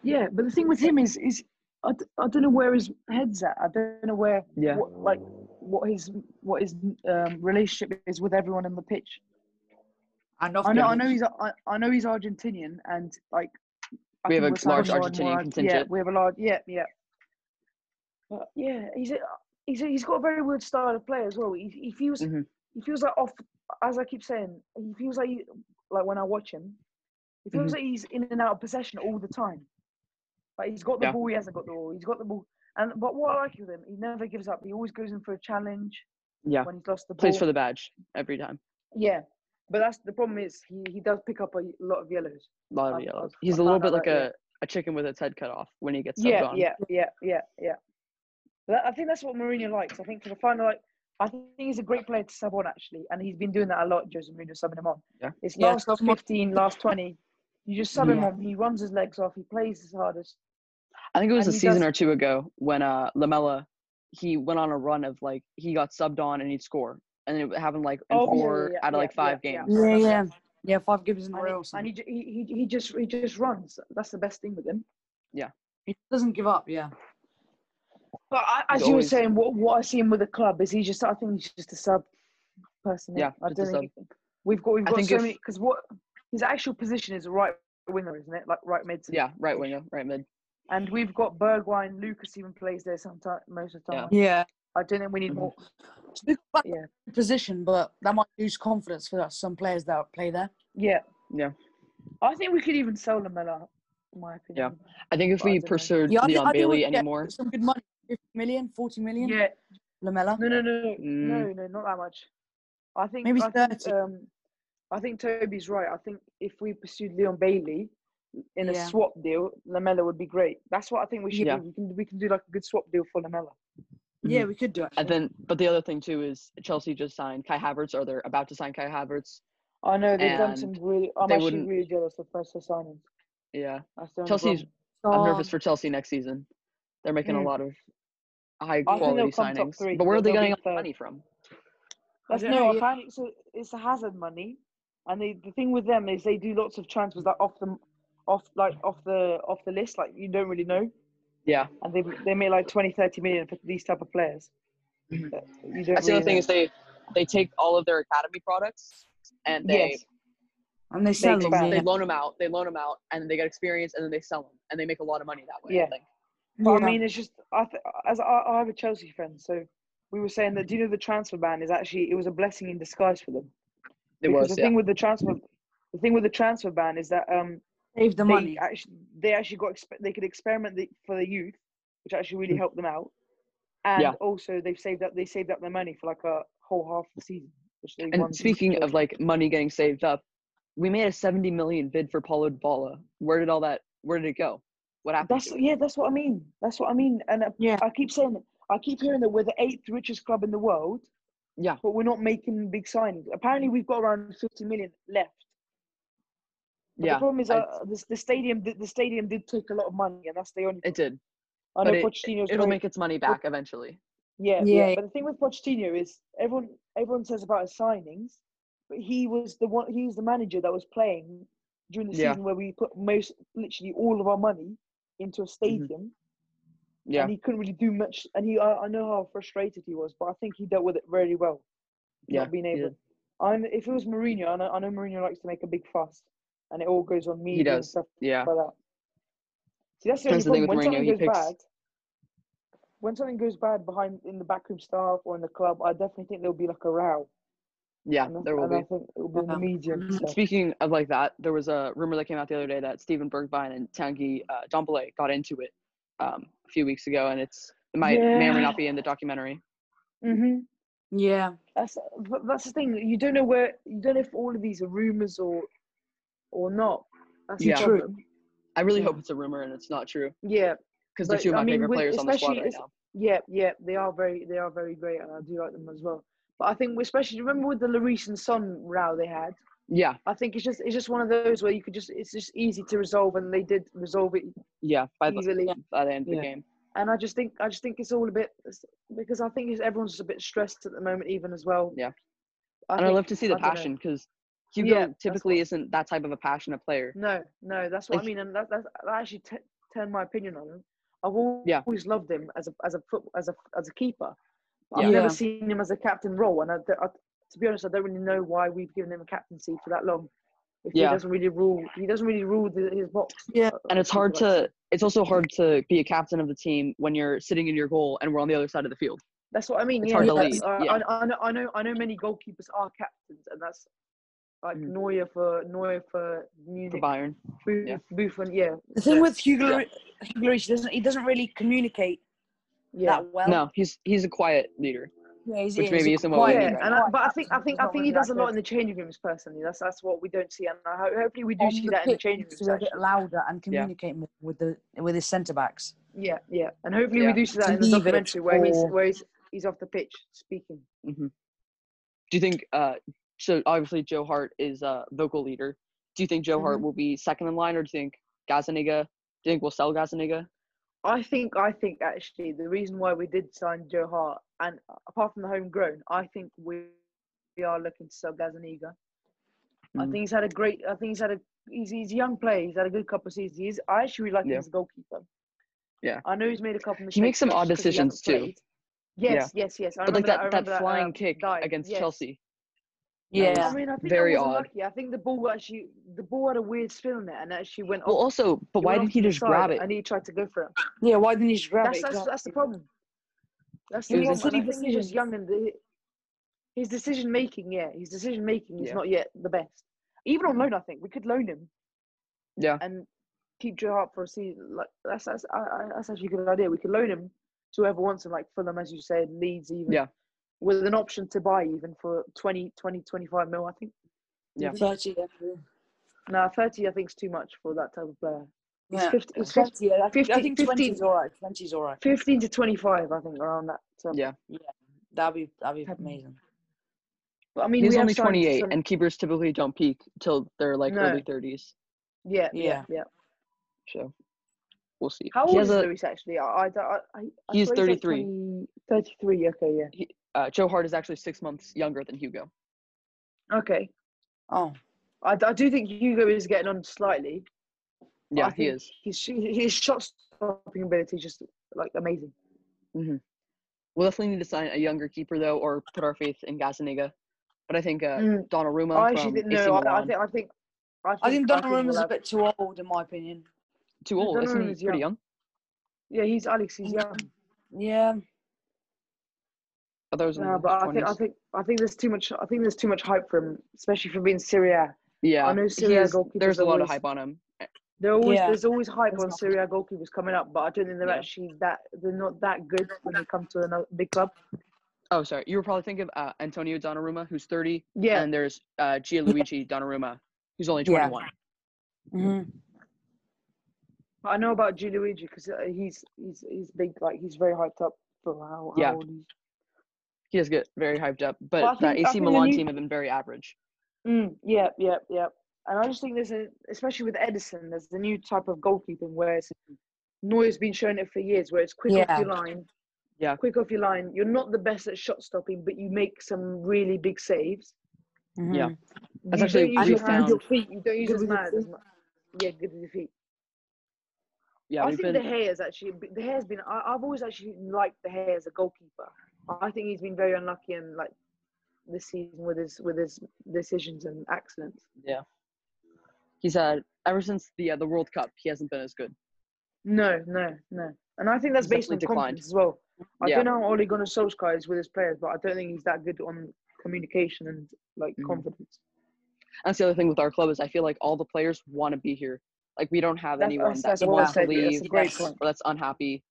[SPEAKER 2] Yeah, but the thing with him is, is I, d- I don't know where his head's at. I don't know where,
[SPEAKER 1] Yeah.
[SPEAKER 2] what, like, what his what his um, relationship is with everyone on the pitch.
[SPEAKER 4] And off
[SPEAKER 2] I know,
[SPEAKER 4] the
[SPEAKER 2] I know
[SPEAKER 4] pitch.
[SPEAKER 2] he's, I, I know he's Argentinian, and like, I
[SPEAKER 1] We have
[SPEAKER 2] think
[SPEAKER 1] a
[SPEAKER 2] we're
[SPEAKER 1] large
[SPEAKER 2] signing more and more
[SPEAKER 1] Argentinian
[SPEAKER 2] Ar- Yeah,
[SPEAKER 1] contingent.
[SPEAKER 2] we have a large, yeah, yeah. But yeah, he's a, he's a, he's got a very weird style of play as well. He, he feels
[SPEAKER 1] Mhm.
[SPEAKER 2] he feels like off, as I keep saying, he feels like he, like when I watch him, he feels
[SPEAKER 1] Mhm.
[SPEAKER 2] like he's in and out of possession all the time. Like he's got the
[SPEAKER 1] Yeah.
[SPEAKER 2] ball, he hasn't got the ball. He's got the ball, and but what I like with him, he never gives up. He always goes in for a challenge
[SPEAKER 1] Yeah,
[SPEAKER 2] when he's lost the ball.
[SPEAKER 1] plays for the badge every time.
[SPEAKER 2] yeah, but that's the problem is he, he does pick up a lot of yellows.
[SPEAKER 1] A lot of
[SPEAKER 2] I've-
[SPEAKER 1] yellows.
[SPEAKER 2] I've-
[SPEAKER 1] He's
[SPEAKER 2] I
[SPEAKER 1] a little
[SPEAKER 2] found
[SPEAKER 1] bit
[SPEAKER 2] out
[SPEAKER 1] like
[SPEAKER 2] that,
[SPEAKER 1] a,
[SPEAKER 2] yeah.
[SPEAKER 1] a chicken with its head cut off when he gets subbed
[SPEAKER 2] yeah,
[SPEAKER 1] on.
[SPEAKER 2] yeah, yeah, yeah, yeah, That- I think that's what Mourinho likes. I think for the final, like, I think he's a great player to sub on actually, and he's been doing that a lot. Jose Mourinho subbing him on.
[SPEAKER 1] Yeah.
[SPEAKER 2] It's
[SPEAKER 4] Yeah,
[SPEAKER 2] last
[SPEAKER 4] sub him on.
[SPEAKER 2] fifteen, last twenty. You just sub him
[SPEAKER 3] Yeah.
[SPEAKER 2] on. He runs his legs off. He plays his hardest.
[SPEAKER 1] I think it was a
[SPEAKER 2] And he
[SPEAKER 1] season
[SPEAKER 2] does-
[SPEAKER 1] or two ago when uh Lamella he went on a run of like he got subbed on and he'd score. And it happened like in
[SPEAKER 2] Oh,
[SPEAKER 1] four
[SPEAKER 2] yeah, yeah, yeah,
[SPEAKER 1] out of
[SPEAKER 2] yeah,
[SPEAKER 1] like five
[SPEAKER 2] yeah, yeah.
[SPEAKER 1] games.
[SPEAKER 3] yeah, yeah, yeah. Five gibbons in a
[SPEAKER 2] And,
[SPEAKER 3] row. or
[SPEAKER 2] he, and
[SPEAKER 3] something.
[SPEAKER 2] he, ju- he, he, he just he just runs. That's the best thing with him.
[SPEAKER 3] He doesn't give up. Yeah.
[SPEAKER 2] But I, as
[SPEAKER 1] He's
[SPEAKER 2] you were
[SPEAKER 1] always-
[SPEAKER 2] saying, what what I see him with the club is he just I think he's just a sub personally.
[SPEAKER 1] Yeah,
[SPEAKER 2] I
[SPEAKER 1] just a
[SPEAKER 2] don't think we've got we've
[SPEAKER 1] I
[SPEAKER 2] got
[SPEAKER 1] think
[SPEAKER 2] so
[SPEAKER 1] if-
[SPEAKER 2] many because what his actual position is right winger, isn't it? Like right mid.
[SPEAKER 1] Yeah, right winger, right mid.
[SPEAKER 2] And we've got Bergwijn, Lucas even plays there sometimes most of the
[SPEAKER 1] Yeah.
[SPEAKER 2] time.
[SPEAKER 4] Yeah.
[SPEAKER 2] I don't think we need
[SPEAKER 1] Mhm.
[SPEAKER 2] more.
[SPEAKER 3] So we got back
[SPEAKER 2] Yeah.
[SPEAKER 3] to position, but that might lose confidence for some players that play there.
[SPEAKER 2] Yeah.
[SPEAKER 1] Yeah.
[SPEAKER 2] I think we could even sell Lamella, in my opinion.
[SPEAKER 1] I think if
[SPEAKER 2] Well, I
[SPEAKER 1] we
[SPEAKER 2] don't know.
[SPEAKER 1] pursued
[SPEAKER 3] Yeah, I think-
[SPEAKER 1] Leon
[SPEAKER 3] I think we
[SPEAKER 1] Bailey
[SPEAKER 3] could get
[SPEAKER 1] anymore,
[SPEAKER 3] Some good money. 50 million, 40 million.
[SPEAKER 2] Yeah.
[SPEAKER 3] Lamella.
[SPEAKER 2] No, no, no, no,
[SPEAKER 1] Mm.
[SPEAKER 2] no, not that much. I think
[SPEAKER 3] Maybe
[SPEAKER 2] I think,
[SPEAKER 3] 30.
[SPEAKER 2] um, I think Toby's right. I think if we pursued Leon Bailey in
[SPEAKER 3] Yeah.
[SPEAKER 2] a swap deal, Lamella would be great. That's what I think we should
[SPEAKER 1] Yeah.
[SPEAKER 2] do. We can we can do like a good swap deal for Lamella.
[SPEAKER 4] Yeah, we could do it.
[SPEAKER 1] Mm-hmm. and then but the other thing too is Chelsea just signed Kai Havertz or they're about to sign Kai Havertz.
[SPEAKER 2] I know they've done some
[SPEAKER 1] And
[SPEAKER 2] really. I'm
[SPEAKER 1] they
[SPEAKER 2] actually
[SPEAKER 1] wouldn't-
[SPEAKER 2] really jealous of Preston signings.
[SPEAKER 1] Yeah.
[SPEAKER 2] That's the only
[SPEAKER 1] Chelsea's
[SPEAKER 2] problem.
[SPEAKER 1] I'm
[SPEAKER 3] Um,
[SPEAKER 1] nervous for Chelsea next season. They're making a
[SPEAKER 2] Oh. Mm.
[SPEAKER 1] lot of high
[SPEAKER 2] they'll
[SPEAKER 1] quality
[SPEAKER 2] come top
[SPEAKER 1] signings.
[SPEAKER 2] three,
[SPEAKER 1] But where are
[SPEAKER 2] but
[SPEAKER 1] they
[SPEAKER 2] they'll be
[SPEAKER 1] getting all the
[SPEAKER 2] third.
[SPEAKER 1] money from?
[SPEAKER 2] That's
[SPEAKER 4] don't
[SPEAKER 2] no.
[SPEAKER 4] know,
[SPEAKER 2] Apparently, it's a, it's a hazard money, and they, the thing with them is they do lots of transfers like off the, off like off the off the list. Like you don't really know.
[SPEAKER 1] Yeah.
[SPEAKER 2] and they they made like 20 30 million for these type of players
[SPEAKER 3] Mm-hmm.
[SPEAKER 1] Mhm.
[SPEAKER 2] But you don't
[SPEAKER 1] That's the other
[SPEAKER 2] really
[SPEAKER 1] thing
[SPEAKER 2] know.
[SPEAKER 1] is they they take all of their academy products and they
[SPEAKER 2] yes
[SPEAKER 3] And they sell them.
[SPEAKER 2] expand.
[SPEAKER 3] Yeah.
[SPEAKER 1] they loan them out. They loan them out, and they get experience, and then they sell them, and they make a lot of money that way. I
[SPEAKER 2] Yeah.
[SPEAKER 1] think.
[SPEAKER 2] but i
[SPEAKER 3] Yeah.
[SPEAKER 2] mean it's just i th- as I, I have a chelsea friend so we were saying that do you know the transfer ban is actually it was a blessing in disguise for them
[SPEAKER 1] It
[SPEAKER 2] because
[SPEAKER 1] was.
[SPEAKER 2] the
[SPEAKER 1] yeah.
[SPEAKER 2] thing with the transfer the thing with the transfer ban is that um
[SPEAKER 3] Save the
[SPEAKER 2] they
[SPEAKER 3] money.
[SPEAKER 2] actually they actually got exp- they could experiment the, for the youth which actually really
[SPEAKER 1] Mm.
[SPEAKER 2] helped them out and
[SPEAKER 1] Yeah.
[SPEAKER 2] also they've saved up they saved up their money for like a whole half of the season which they won
[SPEAKER 1] and
[SPEAKER 2] the
[SPEAKER 1] speaking of
[SPEAKER 2] Chelsea.
[SPEAKER 1] like money getting saved up, we made a 70 million bid for Paulo Dybala. Where did all that? Where did it go? What happened?
[SPEAKER 2] That's
[SPEAKER 1] to it?
[SPEAKER 2] yeah, that's what I mean. That's what I mean. And I,
[SPEAKER 3] Yeah.
[SPEAKER 2] I keep saying, it. I keep hearing that we're the eighth richest club in the world,
[SPEAKER 1] Yeah.
[SPEAKER 2] but we're not making big signings. Apparently, we've got around fifty million left. But
[SPEAKER 1] Yeah.
[SPEAKER 2] The problem is,
[SPEAKER 1] I-
[SPEAKER 2] uh, the, the stadium, did- the stadium did take a lot of money, and that's the only.
[SPEAKER 1] It did. but
[SPEAKER 2] I know
[SPEAKER 1] it-
[SPEAKER 2] Pochettino's
[SPEAKER 1] It'll
[SPEAKER 2] very-
[SPEAKER 1] make its money back eventually.
[SPEAKER 2] Yeah,
[SPEAKER 3] Yeah,
[SPEAKER 2] yeah,
[SPEAKER 3] yeah.
[SPEAKER 2] But the thing with Pochettino is everyone everyone says about his signings, but he was the one he was the manager that was playing during the
[SPEAKER 1] Yeah.
[SPEAKER 2] season where we put most, literally all of our money into a
[SPEAKER 1] Mm-hmm.
[SPEAKER 2] stadium.
[SPEAKER 1] Yeah.
[SPEAKER 2] And he couldn't really do much. And he, I, I know how frustrated he was, but I think he dealt with it very well.
[SPEAKER 1] Yeah,
[SPEAKER 2] Not being
[SPEAKER 1] he
[SPEAKER 2] able.
[SPEAKER 1] did.
[SPEAKER 2] I'm, if it was Mourinho, I know, I know Mourinho likes to make a big fuss, and it all goes on me. and
[SPEAKER 1] does.
[SPEAKER 2] stuff *laughs*
[SPEAKER 1] Yeah.
[SPEAKER 2] like that. See, that's the
[SPEAKER 1] That's
[SPEAKER 2] only
[SPEAKER 1] the thing
[SPEAKER 2] problem. When
[SPEAKER 1] with
[SPEAKER 2] something
[SPEAKER 1] Mourinho,
[SPEAKER 2] goes
[SPEAKER 1] he picks-
[SPEAKER 2] bad, when something goes bad behind in the backroom staff or in the club, I definitely think there'll be like a row.
[SPEAKER 1] Yeah,
[SPEAKER 2] And I-
[SPEAKER 1] there will
[SPEAKER 2] and I
[SPEAKER 1] be.
[SPEAKER 2] think it'll be in the
[SPEAKER 4] Yeah.
[SPEAKER 2] media and stuff.
[SPEAKER 1] Speaking of like that, there was a rumor that came out the other day that Steven Bergvine and Tanguy uh, Dombele got into it um, a few weeks ago, and it's it might may or may
[SPEAKER 2] Yeah.
[SPEAKER 1] not be in the documentary.
[SPEAKER 2] hmm
[SPEAKER 4] Yeah.
[SPEAKER 2] That's but that's the thing. You don't know where you don't know if all of these are rumors or or not. That's the
[SPEAKER 1] Yeah.
[SPEAKER 4] True.
[SPEAKER 2] problem.
[SPEAKER 1] I really
[SPEAKER 4] Yeah.
[SPEAKER 1] hope it's a rumor and it's not true
[SPEAKER 2] Yeah,
[SPEAKER 1] because they're
[SPEAKER 2] But,
[SPEAKER 1] two of
[SPEAKER 2] I
[SPEAKER 1] my
[SPEAKER 2] mean,
[SPEAKER 1] favorite
[SPEAKER 2] with-
[SPEAKER 1] players on the squad
[SPEAKER 2] especially
[SPEAKER 1] right
[SPEAKER 2] it's-
[SPEAKER 1] now.
[SPEAKER 2] yeah, yeah. They are very they are very great, and I do like them as well. But I think, especially remember with the Larice and Son row they had.
[SPEAKER 1] Yeah,
[SPEAKER 2] I think it's just it's just one of those where you could just it's just easy to resolve, and they did resolve it
[SPEAKER 1] yeah. By the,
[SPEAKER 2] easily.
[SPEAKER 1] by the end of the
[SPEAKER 3] Yeah.
[SPEAKER 1] game,
[SPEAKER 2] And I just think I just think it's all a bit because I think it's, everyone's just a bit stressed at the moment, even as well.
[SPEAKER 1] Yeah.
[SPEAKER 2] I
[SPEAKER 1] and I
[SPEAKER 2] think-
[SPEAKER 1] love to see the
[SPEAKER 2] I dunno.
[SPEAKER 1] passion because Hugo
[SPEAKER 2] Yeah, that's
[SPEAKER 1] typically
[SPEAKER 2] what-
[SPEAKER 1] isn't that type of a passionate player.
[SPEAKER 2] No, no, that's what
[SPEAKER 1] Like-
[SPEAKER 2] I mean, and that that, that actually t- turned my opinion on him. I've always,
[SPEAKER 1] Yeah.
[SPEAKER 2] loved him as a as a foot, as a as a keeper. But
[SPEAKER 1] Yeah.
[SPEAKER 2] I've
[SPEAKER 4] Yeah.
[SPEAKER 2] never seen him as a captain role, and I, d- I- to be honest, I don't really know why we've given him a captaincy for that long. If
[SPEAKER 1] Yeah.
[SPEAKER 2] he doesn't really rule, he doesn't really rule the, his box.
[SPEAKER 4] Yeah.
[SPEAKER 2] uh,
[SPEAKER 1] And it's
[SPEAKER 2] people
[SPEAKER 1] hard
[SPEAKER 2] like that.
[SPEAKER 1] to it's also hard to be a captain of the team when you're sitting in your goal and we're on the other side of the field.
[SPEAKER 2] That's what I mean.
[SPEAKER 1] it's
[SPEAKER 2] yeah,
[SPEAKER 1] hard to
[SPEAKER 2] that's-
[SPEAKER 1] lead,
[SPEAKER 2] uh,
[SPEAKER 1] yeah.
[SPEAKER 2] I, I know, I know, I know. Many goalkeepers are captains, and that's like
[SPEAKER 1] Mhm.
[SPEAKER 2] Neuer for Neuer
[SPEAKER 1] For
[SPEAKER 2] for Munich,
[SPEAKER 1] Bayern,
[SPEAKER 2] Buff-
[SPEAKER 1] yeah.
[SPEAKER 2] Buffon, yeah,
[SPEAKER 3] The thing
[SPEAKER 2] Yeah.
[SPEAKER 3] with Hugo,
[SPEAKER 1] Yeah.
[SPEAKER 3] Lloris- Hugo Lloris, he doesn't he doesn't really communicate
[SPEAKER 2] yeah.
[SPEAKER 3] that well.
[SPEAKER 1] no, he's he's a quiet leader.
[SPEAKER 3] Yeah, he's,
[SPEAKER 1] Which
[SPEAKER 3] he's
[SPEAKER 1] maybe
[SPEAKER 3] a
[SPEAKER 1] isn't what we
[SPEAKER 3] quiet-
[SPEAKER 1] need
[SPEAKER 2] yeah,
[SPEAKER 1] right
[SPEAKER 2] and I, but I think I think I
[SPEAKER 3] Not
[SPEAKER 2] think
[SPEAKER 3] really
[SPEAKER 2] he does a lot in
[SPEAKER 3] active.
[SPEAKER 2] the changing rooms personally. That's that's what we don't see, and I, ho- hopefully we do
[SPEAKER 3] On
[SPEAKER 2] see
[SPEAKER 3] the
[SPEAKER 2] that in the
[SPEAKER 3] pitch,
[SPEAKER 2] changing
[SPEAKER 3] needs to
[SPEAKER 2] rooms.
[SPEAKER 3] be a bit
[SPEAKER 2] Actually.
[SPEAKER 3] louder and
[SPEAKER 1] Yeah.
[SPEAKER 3] communicate more with the with his centre backs.
[SPEAKER 2] Yeah, yeah, and hopefully
[SPEAKER 1] Yeah.
[SPEAKER 2] we do see that in the
[SPEAKER 3] Leave it
[SPEAKER 2] documentary where he's
[SPEAKER 3] for-
[SPEAKER 2] where he's, he's off the pitch speaking.
[SPEAKER 1] Do you think? Uh, so obviously Joe Hart is a vocal leader. Do you think Joe
[SPEAKER 2] Mm-hmm.
[SPEAKER 1] Hart will be second in line, or do you think Gazaniga? Do you think we'll sell Gazaniga?
[SPEAKER 2] I think I think actually the reason why we did sign Joe Hart, and apart from the homegrown, I think we we are looking to sub Gazaniga. I
[SPEAKER 1] Mhm.
[SPEAKER 2] think he's had a great. I think he's had a. He's, he's a young player. He's had a good couple of seasons. He's, I actually really like
[SPEAKER 1] Yeah.
[SPEAKER 2] him as a goalkeeper.
[SPEAKER 1] Yeah.
[SPEAKER 2] I know he's made a couple of mistakes.
[SPEAKER 1] He makes some
[SPEAKER 2] but that's
[SPEAKER 1] odd
[SPEAKER 2] just 'cause he hasn't
[SPEAKER 1] decisions too.
[SPEAKER 2] played. Yes, yes, yes. I
[SPEAKER 1] But like
[SPEAKER 2] remember I
[SPEAKER 1] that, that,
[SPEAKER 2] remember
[SPEAKER 1] flying
[SPEAKER 2] um,
[SPEAKER 1] kick
[SPEAKER 2] dive.
[SPEAKER 1] against
[SPEAKER 2] Yes.
[SPEAKER 1] Chelsea.
[SPEAKER 3] Yeah.
[SPEAKER 2] I mean, I
[SPEAKER 1] Very
[SPEAKER 2] think very I was
[SPEAKER 1] odd.
[SPEAKER 2] Lucky. I think the ball actually, the ball had a weird spin on it, and actually went
[SPEAKER 1] Well,
[SPEAKER 2] off.
[SPEAKER 1] also, but
[SPEAKER 2] it
[SPEAKER 1] why
[SPEAKER 2] went
[SPEAKER 1] did
[SPEAKER 2] off
[SPEAKER 1] he
[SPEAKER 2] to the
[SPEAKER 1] just grab
[SPEAKER 2] side,
[SPEAKER 1] it?
[SPEAKER 2] And he tried to go for it.
[SPEAKER 3] Yeah, why didn't he just grab
[SPEAKER 2] That's
[SPEAKER 3] it?
[SPEAKER 2] that's,
[SPEAKER 3] God.
[SPEAKER 2] that's the problem. That's
[SPEAKER 1] It
[SPEAKER 2] the
[SPEAKER 1] was a
[SPEAKER 2] problem. and I
[SPEAKER 3] silly
[SPEAKER 2] think he was
[SPEAKER 3] decision.
[SPEAKER 2] young, and the, his decision making, yeah, his decision making is
[SPEAKER 1] Yeah. Mm-hmm.
[SPEAKER 2] not yet the best. Even on loan, I think we could loan him
[SPEAKER 1] Yeah,
[SPEAKER 2] and keep Joe Hart for a season. Like that's that's I, I, that's actually a good idea. We could loan him to whoever wants him, like Fulham, as you said, Leeds, even.
[SPEAKER 1] Yeah.
[SPEAKER 2] With an option to buy even for 20, 20 25 mil, I think.
[SPEAKER 1] Yeah.
[SPEAKER 3] Thirty.
[SPEAKER 2] No, thirty I think is too much for that type of player. It's
[SPEAKER 3] Yeah.
[SPEAKER 2] 50, it's 50,
[SPEAKER 3] 30, I think, I
[SPEAKER 2] 50
[SPEAKER 3] think
[SPEAKER 2] 50
[SPEAKER 3] 20 is all right. 20 is all right.
[SPEAKER 2] 15 to twenty five, I think, around that. So,
[SPEAKER 1] Yeah.
[SPEAKER 3] That'd be that'd be
[SPEAKER 2] Happy.
[SPEAKER 3] amazing.
[SPEAKER 2] but I mean,
[SPEAKER 1] he's
[SPEAKER 2] we have
[SPEAKER 1] only
[SPEAKER 2] signed
[SPEAKER 1] 28,
[SPEAKER 2] some-
[SPEAKER 1] and keepers typically don't peak till they're like
[SPEAKER 2] No.
[SPEAKER 1] early 30s.
[SPEAKER 2] yeah, yeah,
[SPEAKER 3] Yeah.
[SPEAKER 2] yeah.
[SPEAKER 1] So we'll see.
[SPEAKER 2] How
[SPEAKER 1] he
[SPEAKER 2] old
[SPEAKER 1] has
[SPEAKER 2] is
[SPEAKER 1] a,
[SPEAKER 2] Lewis actually? I, I, I, I I
[SPEAKER 1] He's
[SPEAKER 2] swear said
[SPEAKER 1] 33.
[SPEAKER 2] 20 33, Okay, yeah.
[SPEAKER 1] uh, Joe Hart is actually six months younger than Hugo.
[SPEAKER 2] Okay,
[SPEAKER 3] Oh,
[SPEAKER 2] I, I do think Hugo is getting on slightly. but
[SPEAKER 1] Yeah,
[SPEAKER 2] I
[SPEAKER 1] he
[SPEAKER 2] think
[SPEAKER 1] is.
[SPEAKER 2] His sh- his shot stopping ability is just like amazing.
[SPEAKER 1] We'll definitely need to sign a younger keeper though, or put our faith in Gazaniga. But I think uh,
[SPEAKER 2] Mm.
[SPEAKER 1] Donnarumma
[SPEAKER 2] I
[SPEAKER 1] from
[SPEAKER 2] actually didn't
[SPEAKER 1] AC
[SPEAKER 2] know. I, I
[SPEAKER 1] Milan-
[SPEAKER 2] think I think
[SPEAKER 3] I think
[SPEAKER 2] we'll
[SPEAKER 3] Donnarumma's a
[SPEAKER 2] have-
[SPEAKER 3] bit too old, in my opinion.
[SPEAKER 1] too old. Isn't he
[SPEAKER 2] Donnarumma's
[SPEAKER 1] pretty young?
[SPEAKER 2] Yeah, he's Alex. He's young.
[SPEAKER 3] Yeah,
[SPEAKER 1] I thought it was in
[SPEAKER 2] No,
[SPEAKER 1] his
[SPEAKER 2] but I think I
[SPEAKER 1] 20s.
[SPEAKER 2] think I think there's too much. I think there's too much hype for him, especially for being Syria.
[SPEAKER 1] yeah,
[SPEAKER 2] know
[SPEAKER 1] he
[SPEAKER 2] Serie A
[SPEAKER 1] is-
[SPEAKER 2] goalkeepers
[SPEAKER 1] there's a
[SPEAKER 2] are
[SPEAKER 1] lot of
[SPEAKER 2] always-
[SPEAKER 1] hype on him.
[SPEAKER 2] There always
[SPEAKER 3] Yeah.
[SPEAKER 2] there's always hype
[SPEAKER 3] There's
[SPEAKER 2] on
[SPEAKER 3] not-
[SPEAKER 2] Syria goalkeepers coming up, but I don't think they're
[SPEAKER 1] Yeah.
[SPEAKER 2] actually that. They're not that good when they come to another big club.
[SPEAKER 1] Oh, sorry, you were probably thinking of uh, Antonio Donnarumma, who's 30,
[SPEAKER 2] Yeah,
[SPEAKER 1] and there's uh, Gianluigi Donnarumma, who's only 21.
[SPEAKER 3] Mhm.
[SPEAKER 2] I know about Gianluigi because he's he's he's big. Like he's very hyped up for how, how
[SPEAKER 1] Yeah.
[SPEAKER 2] old he is.
[SPEAKER 1] He does get very hyped up, but
[SPEAKER 2] I
[SPEAKER 1] that
[SPEAKER 2] think- I
[SPEAKER 1] AC
[SPEAKER 2] think the
[SPEAKER 1] Milan
[SPEAKER 2] new-
[SPEAKER 1] team have been very average.
[SPEAKER 2] Mm, yeah, yeah, yeah. And I just think there's a, especially with Edison, there's the new type of goalkeeping where it's, Neuer's been showing it for years, where it's quick off
[SPEAKER 3] Yeah.
[SPEAKER 2] your line.
[SPEAKER 1] Yeah.
[SPEAKER 2] Quick off your line. You're not the best at shot stopping, but you make some really big saves.
[SPEAKER 1] Yeah.
[SPEAKER 3] mhm.
[SPEAKER 1] That's
[SPEAKER 2] you
[SPEAKER 1] actually
[SPEAKER 2] don't
[SPEAKER 1] what we
[SPEAKER 2] use your hands, your
[SPEAKER 1] found.
[SPEAKER 2] feet. You don't use
[SPEAKER 4] Good
[SPEAKER 2] as
[SPEAKER 4] with your
[SPEAKER 2] mad as
[SPEAKER 4] feet.
[SPEAKER 2] much. Yeah, good with your feet.
[SPEAKER 1] Yeah,
[SPEAKER 2] I
[SPEAKER 1] we've
[SPEAKER 2] think
[SPEAKER 1] been.
[SPEAKER 2] the hairs actually. The hair's been. I, I've always actually liked the hair as a goalkeeper. I think he's been very unlucky and like this season with his with his decisions and accidents.
[SPEAKER 1] Yeah. He's had ever since the uh, the World Cup, he hasn't been as good.
[SPEAKER 2] No, no, no. And I think that's
[SPEAKER 1] He's
[SPEAKER 2] based on
[SPEAKER 1] definitely declined.
[SPEAKER 2] confidence as well. I
[SPEAKER 1] Yeah.
[SPEAKER 2] don't know how Ole Gunnar Solskjaer is with his players, but I don't think he's that good on communication and like
[SPEAKER 1] Mhm.
[SPEAKER 2] confidence.
[SPEAKER 1] That's the other thing with our club is I feel like all the players want to be here. Like we don't have
[SPEAKER 2] That's-
[SPEAKER 1] anyone
[SPEAKER 2] that's-
[SPEAKER 1] that's,
[SPEAKER 2] that's
[SPEAKER 1] that
[SPEAKER 2] what I
[SPEAKER 1] wants to
[SPEAKER 2] said, yeah, that's a
[SPEAKER 1] leave
[SPEAKER 2] great
[SPEAKER 1] that's-
[SPEAKER 2] point.
[SPEAKER 1] or that's unhappy.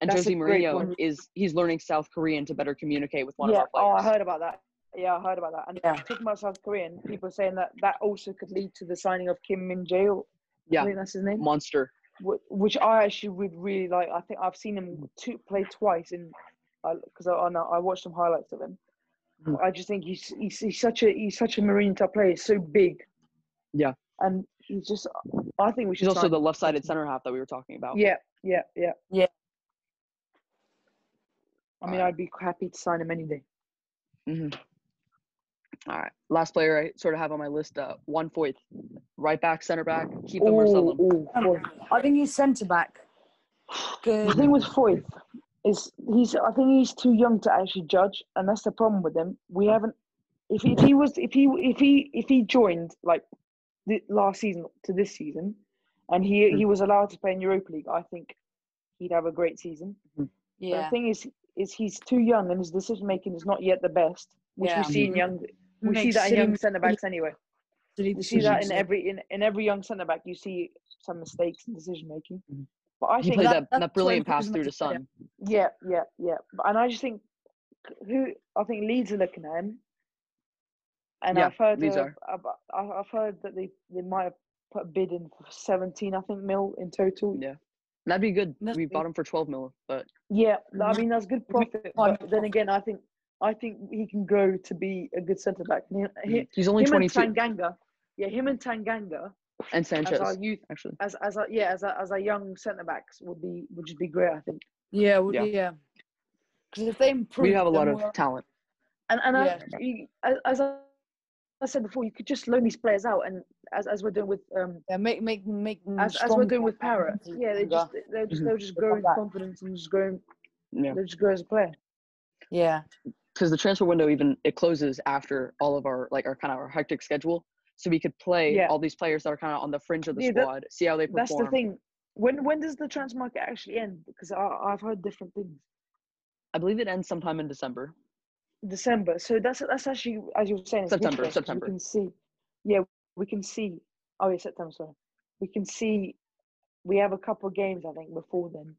[SPEAKER 1] And
[SPEAKER 3] That's
[SPEAKER 1] Jose
[SPEAKER 3] a great
[SPEAKER 1] Mourinho
[SPEAKER 3] point.
[SPEAKER 1] is he's learning South Korean to better communicate with one
[SPEAKER 2] yeah.
[SPEAKER 1] of our
[SPEAKER 2] Oh, I
[SPEAKER 1] players.
[SPEAKER 2] heard about that. Yeah, I heard about that. And
[SPEAKER 4] Yeah.
[SPEAKER 2] talking about South Korean, people are saying that that also could lead to the signing of Kim Min Jae. or-
[SPEAKER 1] Yeah.
[SPEAKER 2] I think that's his name.
[SPEAKER 1] Monster.
[SPEAKER 2] wh- which I actually would really like. I think I've seen him two, play twice in because I, I know I watched some highlights of him.
[SPEAKER 1] Mhm.
[SPEAKER 2] I just think he's, he's he's such a he's such a Mourinho type player. He's so big.
[SPEAKER 1] Yeah.
[SPEAKER 2] and he's just. I think we should.
[SPEAKER 1] She's also
[SPEAKER 2] sign
[SPEAKER 1] the
[SPEAKER 2] him.
[SPEAKER 1] left-sided center half that we were talking about.
[SPEAKER 2] Yeah, yeah, yeah,
[SPEAKER 4] Yeah.
[SPEAKER 2] I mean,
[SPEAKER 1] Alright.
[SPEAKER 2] I'd be happy to sign him any day.
[SPEAKER 1] All right. Last player I sort of have on my list, uh, one Foyth, right back, center back. Keep them or sell them.
[SPEAKER 2] Ooh, ooh, Foyth.
[SPEAKER 4] I think he's centre back.
[SPEAKER 2] The
[SPEAKER 4] Good.
[SPEAKER 2] *laughs* thing with Foyth is he's I think he's too young to actually judge, and that's the problem with him. We haven't if if he was if he if he if he joined like the last season to this season, and he
[SPEAKER 4] Mm.
[SPEAKER 2] he was allowed to play in Europa League, I think he'd have a great season. But
[SPEAKER 4] Yeah.
[SPEAKER 2] The thing is, is he's too young, and his decision making is not yet the best, which
[SPEAKER 4] Yeah.
[SPEAKER 2] we see in young. We see
[SPEAKER 4] Makes
[SPEAKER 2] that in young
[SPEAKER 4] silly-
[SPEAKER 2] centre backs anyway.
[SPEAKER 4] silly
[SPEAKER 2] You see that
[SPEAKER 4] decisions.
[SPEAKER 2] in every in, in every young centre back. You see some mistakes in decision making.
[SPEAKER 4] Mm.
[SPEAKER 1] Mhm.
[SPEAKER 2] But I
[SPEAKER 1] He
[SPEAKER 2] think
[SPEAKER 1] played
[SPEAKER 4] that-
[SPEAKER 1] that,
[SPEAKER 4] that's
[SPEAKER 1] that,
[SPEAKER 4] what
[SPEAKER 1] brilliant
[SPEAKER 4] I thought
[SPEAKER 1] pass
[SPEAKER 4] was
[SPEAKER 1] through
[SPEAKER 4] my
[SPEAKER 1] to
[SPEAKER 4] idea.
[SPEAKER 1] Son.
[SPEAKER 2] Yeah, yeah, yeah. But- And I just think who I think Leeds are looking at him, and
[SPEAKER 1] Yeah,
[SPEAKER 2] I've heard
[SPEAKER 1] Leeds
[SPEAKER 2] uh,
[SPEAKER 1] are.
[SPEAKER 2] ab- I- I've heard that they, they might have put a bid in for seventeen, I think, mil in total.
[SPEAKER 1] Yeah. And that'd be good.
[SPEAKER 3] That's
[SPEAKER 1] We
[SPEAKER 3] good.
[SPEAKER 1] bought him for 12 mil, but
[SPEAKER 2] Yeah,
[SPEAKER 4] Mhm.
[SPEAKER 2] I mean that's good profit.
[SPEAKER 4] find
[SPEAKER 2] But then again, I think I think he can grow to be a good centre back. He- he-
[SPEAKER 1] he's Mm. only
[SPEAKER 2] Him and
[SPEAKER 1] 22.
[SPEAKER 2] Tanganga, yeah, him and Tanganga
[SPEAKER 1] and
[SPEAKER 2] as our
[SPEAKER 1] Sanchez,
[SPEAKER 2] youth,
[SPEAKER 1] actually.
[SPEAKER 2] as as our, yeah, as our, as our young centre backs would be would just be great, I think.
[SPEAKER 3] Yeah, well,
[SPEAKER 1] Yeah.
[SPEAKER 3] yeah. Because if they improve,
[SPEAKER 1] We have a lot
[SPEAKER 3] then we're-
[SPEAKER 1] of talent.
[SPEAKER 2] And and
[SPEAKER 4] Yeah.
[SPEAKER 2] I, you, as- as I, I said before, you could just loan these players out, and as, as we're doing with um,
[SPEAKER 3] yeah, make make make them
[SPEAKER 2] as, as we're
[SPEAKER 3] stronger.
[SPEAKER 2] doing with Parrot,
[SPEAKER 3] Make them
[SPEAKER 2] yeah, they just
[SPEAKER 3] stronger.
[SPEAKER 2] they're just
[SPEAKER 1] Mhm.
[SPEAKER 2] they'll just
[SPEAKER 4] They'll come
[SPEAKER 2] grow in
[SPEAKER 4] back.
[SPEAKER 2] confidence and just grow in,
[SPEAKER 1] Yeah.
[SPEAKER 2] they'll just grow as a player.
[SPEAKER 4] Yeah.
[SPEAKER 1] Because the transfer window even it closes after all of our like our kind of our hectic schedule. So we could play
[SPEAKER 2] Yeah.
[SPEAKER 1] all these players that are kind of on the fringe of the
[SPEAKER 2] Yeah, that-
[SPEAKER 1] squad, see how they perform.
[SPEAKER 2] That's the thing. When when does the transfer market actually end? Because I, I've heard different things.
[SPEAKER 1] I believe it ends sometime in December.
[SPEAKER 2] December. So that's that's actually as you were saying. it's good
[SPEAKER 1] September,
[SPEAKER 2] for us 'cause
[SPEAKER 1] September.
[SPEAKER 2] We can see. Yeah, we can see. Oh yeah, September. Sorry, we can see. We have a couple of games I think before then.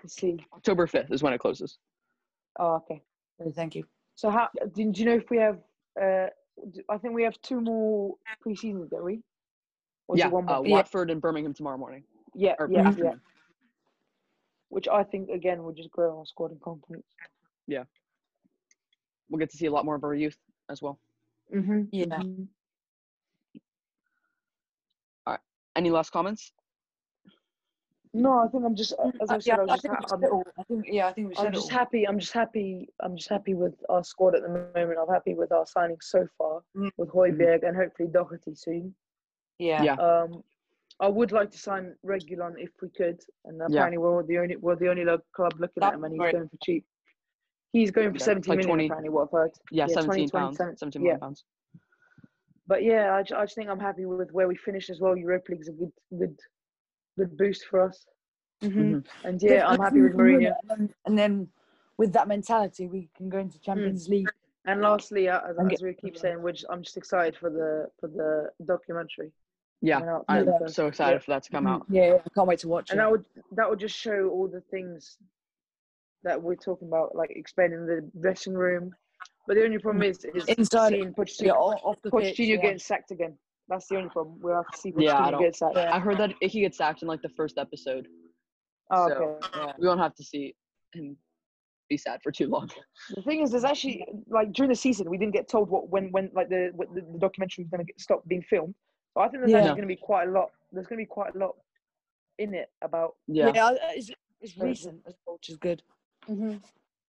[SPEAKER 2] To see.
[SPEAKER 1] October 5th is when it closes.
[SPEAKER 2] Oh okay.
[SPEAKER 4] Oh, Thank you.
[SPEAKER 2] So how do, do you know if we have? Uh, d- I think we have two more pre-seasons, don't we? Or is it
[SPEAKER 1] yeah,
[SPEAKER 2] one
[SPEAKER 1] uh,
[SPEAKER 2] more?
[SPEAKER 4] Yeah.
[SPEAKER 1] Watford and Birmingham tomorrow morning.
[SPEAKER 2] yeah,
[SPEAKER 1] Or
[SPEAKER 2] yeah, yeah.
[SPEAKER 1] afternoon.
[SPEAKER 2] Which I think again will just grow our squad and confidence.
[SPEAKER 1] We'll get to see a lot more of our youth as well.
[SPEAKER 2] Mm-hmm.
[SPEAKER 4] Yeah.
[SPEAKER 1] Any last comments?
[SPEAKER 2] No, I think I'm just as I
[SPEAKER 4] Uh,
[SPEAKER 2] said,
[SPEAKER 4] yeah,
[SPEAKER 2] I was
[SPEAKER 4] I
[SPEAKER 2] just,
[SPEAKER 4] think
[SPEAKER 2] ha-
[SPEAKER 4] we said
[SPEAKER 2] I'm,
[SPEAKER 4] it all. I think- yeah, I think we
[SPEAKER 2] I'm
[SPEAKER 4] said it
[SPEAKER 2] just
[SPEAKER 4] all.
[SPEAKER 2] happy. I'm just happy. I'm just happy with our squad at the moment. I'm happy with our signing so far
[SPEAKER 4] Mm.
[SPEAKER 2] with Hoiberg and hopefully Doherty soon.
[SPEAKER 4] Yeah.
[SPEAKER 1] Yeah.
[SPEAKER 2] Um, I would like to sign Regulon if we could, and apparently we're the only we're the only lo- club looking
[SPEAKER 4] That'd
[SPEAKER 2] at him, and
[SPEAKER 4] be
[SPEAKER 2] he's
[SPEAKER 4] great.
[SPEAKER 2] going for cheap. He's going for
[SPEAKER 1] Yeah,
[SPEAKER 2] 17
[SPEAKER 1] like
[SPEAKER 2] million
[SPEAKER 1] 20
[SPEAKER 2] apparently. What I've heard.
[SPEAKER 1] Yeah,
[SPEAKER 2] Yeah,
[SPEAKER 1] 17
[SPEAKER 2] 20,
[SPEAKER 1] pounds.
[SPEAKER 2] 27,
[SPEAKER 1] 17
[SPEAKER 2] yeah.
[SPEAKER 1] million pounds.
[SPEAKER 2] But yeah, I, ju- I just think I'm happy with where we finished as well. Europa League's a good good good boost for us,
[SPEAKER 4] Mhm.
[SPEAKER 2] and yeah, I'm happy with Mourinho.
[SPEAKER 4] And then, um, and then with that mentality, we can go into Champions League.
[SPEAKER 2] And lastly, uh, as,
[SPEAKER 4] And
[SPEAKER 2] as we keep saying, we're just, I'm just excited for the for the documentary.
[SPEAKER 1] Yeah,
[SPEAKER 2] coming out
[SPEAKER 1] I'm
[SPEAKER 2] soon, so-
[SPEAKER 1] so excited for that to come out.
[SPEAKER 4] Yeah, I can't wait to watch
[SPEAKER 2] And
[SPEAKER 4] it.
[SPEAKER 2] that would that would just show all the things that we're talking about, like explaining the dressing room. But the only problem is, is
[SPEAKER 4] Inside-
[SPEAKER 2] seeing
[SPEAKER 4] yeah,
[SPEAKER 2] Pochettino,
[SPEAKER 4] o- off the pitch.
[SPEAKER 2] Pochettino
[SPEAKER 4] Yeah.
[SPEAKER 2] getting sacked again. That's the only problem. We'll have to see
[SPEAKER 1] Yeah, I
[SPEAKER 2] Pochettino
[SPEAKER 1] don't-
[SPEAKER 2] get sacked.
[SPEAKER 4] Yeah.
[SPEAKER 1] I heard that he gets sacked in like the first episode.
[SPEAKER 2] Oh,
[SPEAKER 1] So-
[SPEAKER 2] okay.
[SPEAKER 4] Yeah.
[SPEAKER 1] We won't have to see him be sad for too long. *laughs*
[SPEAKER 2] The thing is, there's actually like during the season we didn't get told what when when like the what, the, the documentary was going to stop being filmed. So I think there's
[SPEAKER 4] Yeah.
[SPEAKER 2] actually going to be quite a lot. There's going to be quite a lot in it about.
[SPEAKER 1] Yeah,
[SPEAKER 4] Yeah, I- it's, it's
[SPEAKER 2] Right.
[SPEAKER 4] recent, as well, which is good.
[SPEAKER 2] Mm-hmm.
[SPEAKER 1] mhm.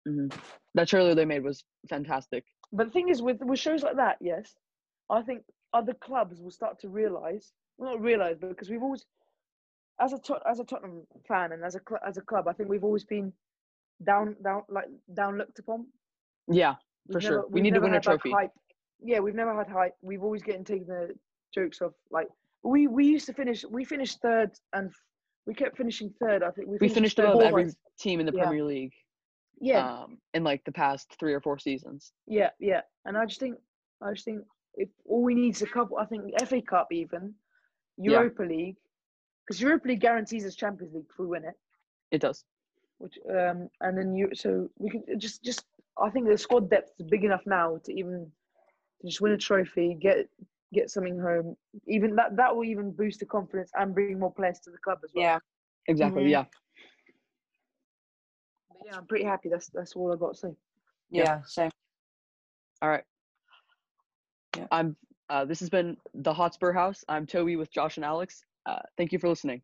[SPEAKER 1] Mm-hmm. that trailer they made was fantastic.
[SPEAKER 2] But the thing is, with with shows like that, yes, I think other clubs will start to realise, well, not realise, but because we've always, as a Tot- as a Tottenham fan and as a cl- as a club, I think we've always been down down like down looked upon.
[SPEAKER 1] Yeah,
[SPEAKER 2] We've
[SPEAKER 1] For sure.
[SPEAKER 2] never-
[SPEAKER 1] We
[SPEAKER 2] we've
[SPEAKER 1] need to
[SPEAKER 2] never
[SPEAKER 1] win a
[SPEAKER 2] had that
[SPEAKER 1] trophy.
[SPEAKER 2] Hype. Yeah, we've never had hype. We've always getting taken the jokes off. Like we we used to finish. We finished third and f- we kept finishing third. I think
[SPEAKER 1] we finished above
[SPEAKER 2] third
[SPEAKER 1] every
[SPEAKER 2] twice.
[SPEAKER 1] team in the
[SPEAKER 2] Yeah.
[SPEAKER 1] Premier League
[SPEAKER 2] Yeah,
[SPEAKER 1] um, in like the past three or four seasons.
[SPEAKER 2] Yeah, yeah, and I just think, I just think, if all we need is a couple, I think FA Cup even,
[SPEAKER 1] Yeah.
[SPEAKER 2] Europa League, because Europa League guarantees us Champions League if we win it,
[SPEAKER 1] It does.
[SPEAKER 2] which um, and then you, so we can just, just, I think the squad depth is big enough now to even to just win a trophy, get get something home, even that that will even boost the confidence and bring more players to the club as well.
[SPEAKER 4] Yeah.
[SPEAKER 1] Exactly.
[SPEAKER 2] Mm-hmm.
[SPEAKER 4] Mhm.
[SPEAKER 1] Yeah.
[SPEAKER 2] But yeah I'm pretty happy. That's that's all I got to say.
[SPEAKER 1] Yeah.
[SPEAKER 4] Yeah. Same.
[SPEAKER 1] All right.
[SPEAKER 4] Yeah.
[SPEAKER 1] I'm. Uh, this has been the Hotspur House. I'm Toby with Josh and Alex. Uh, thank you for listening.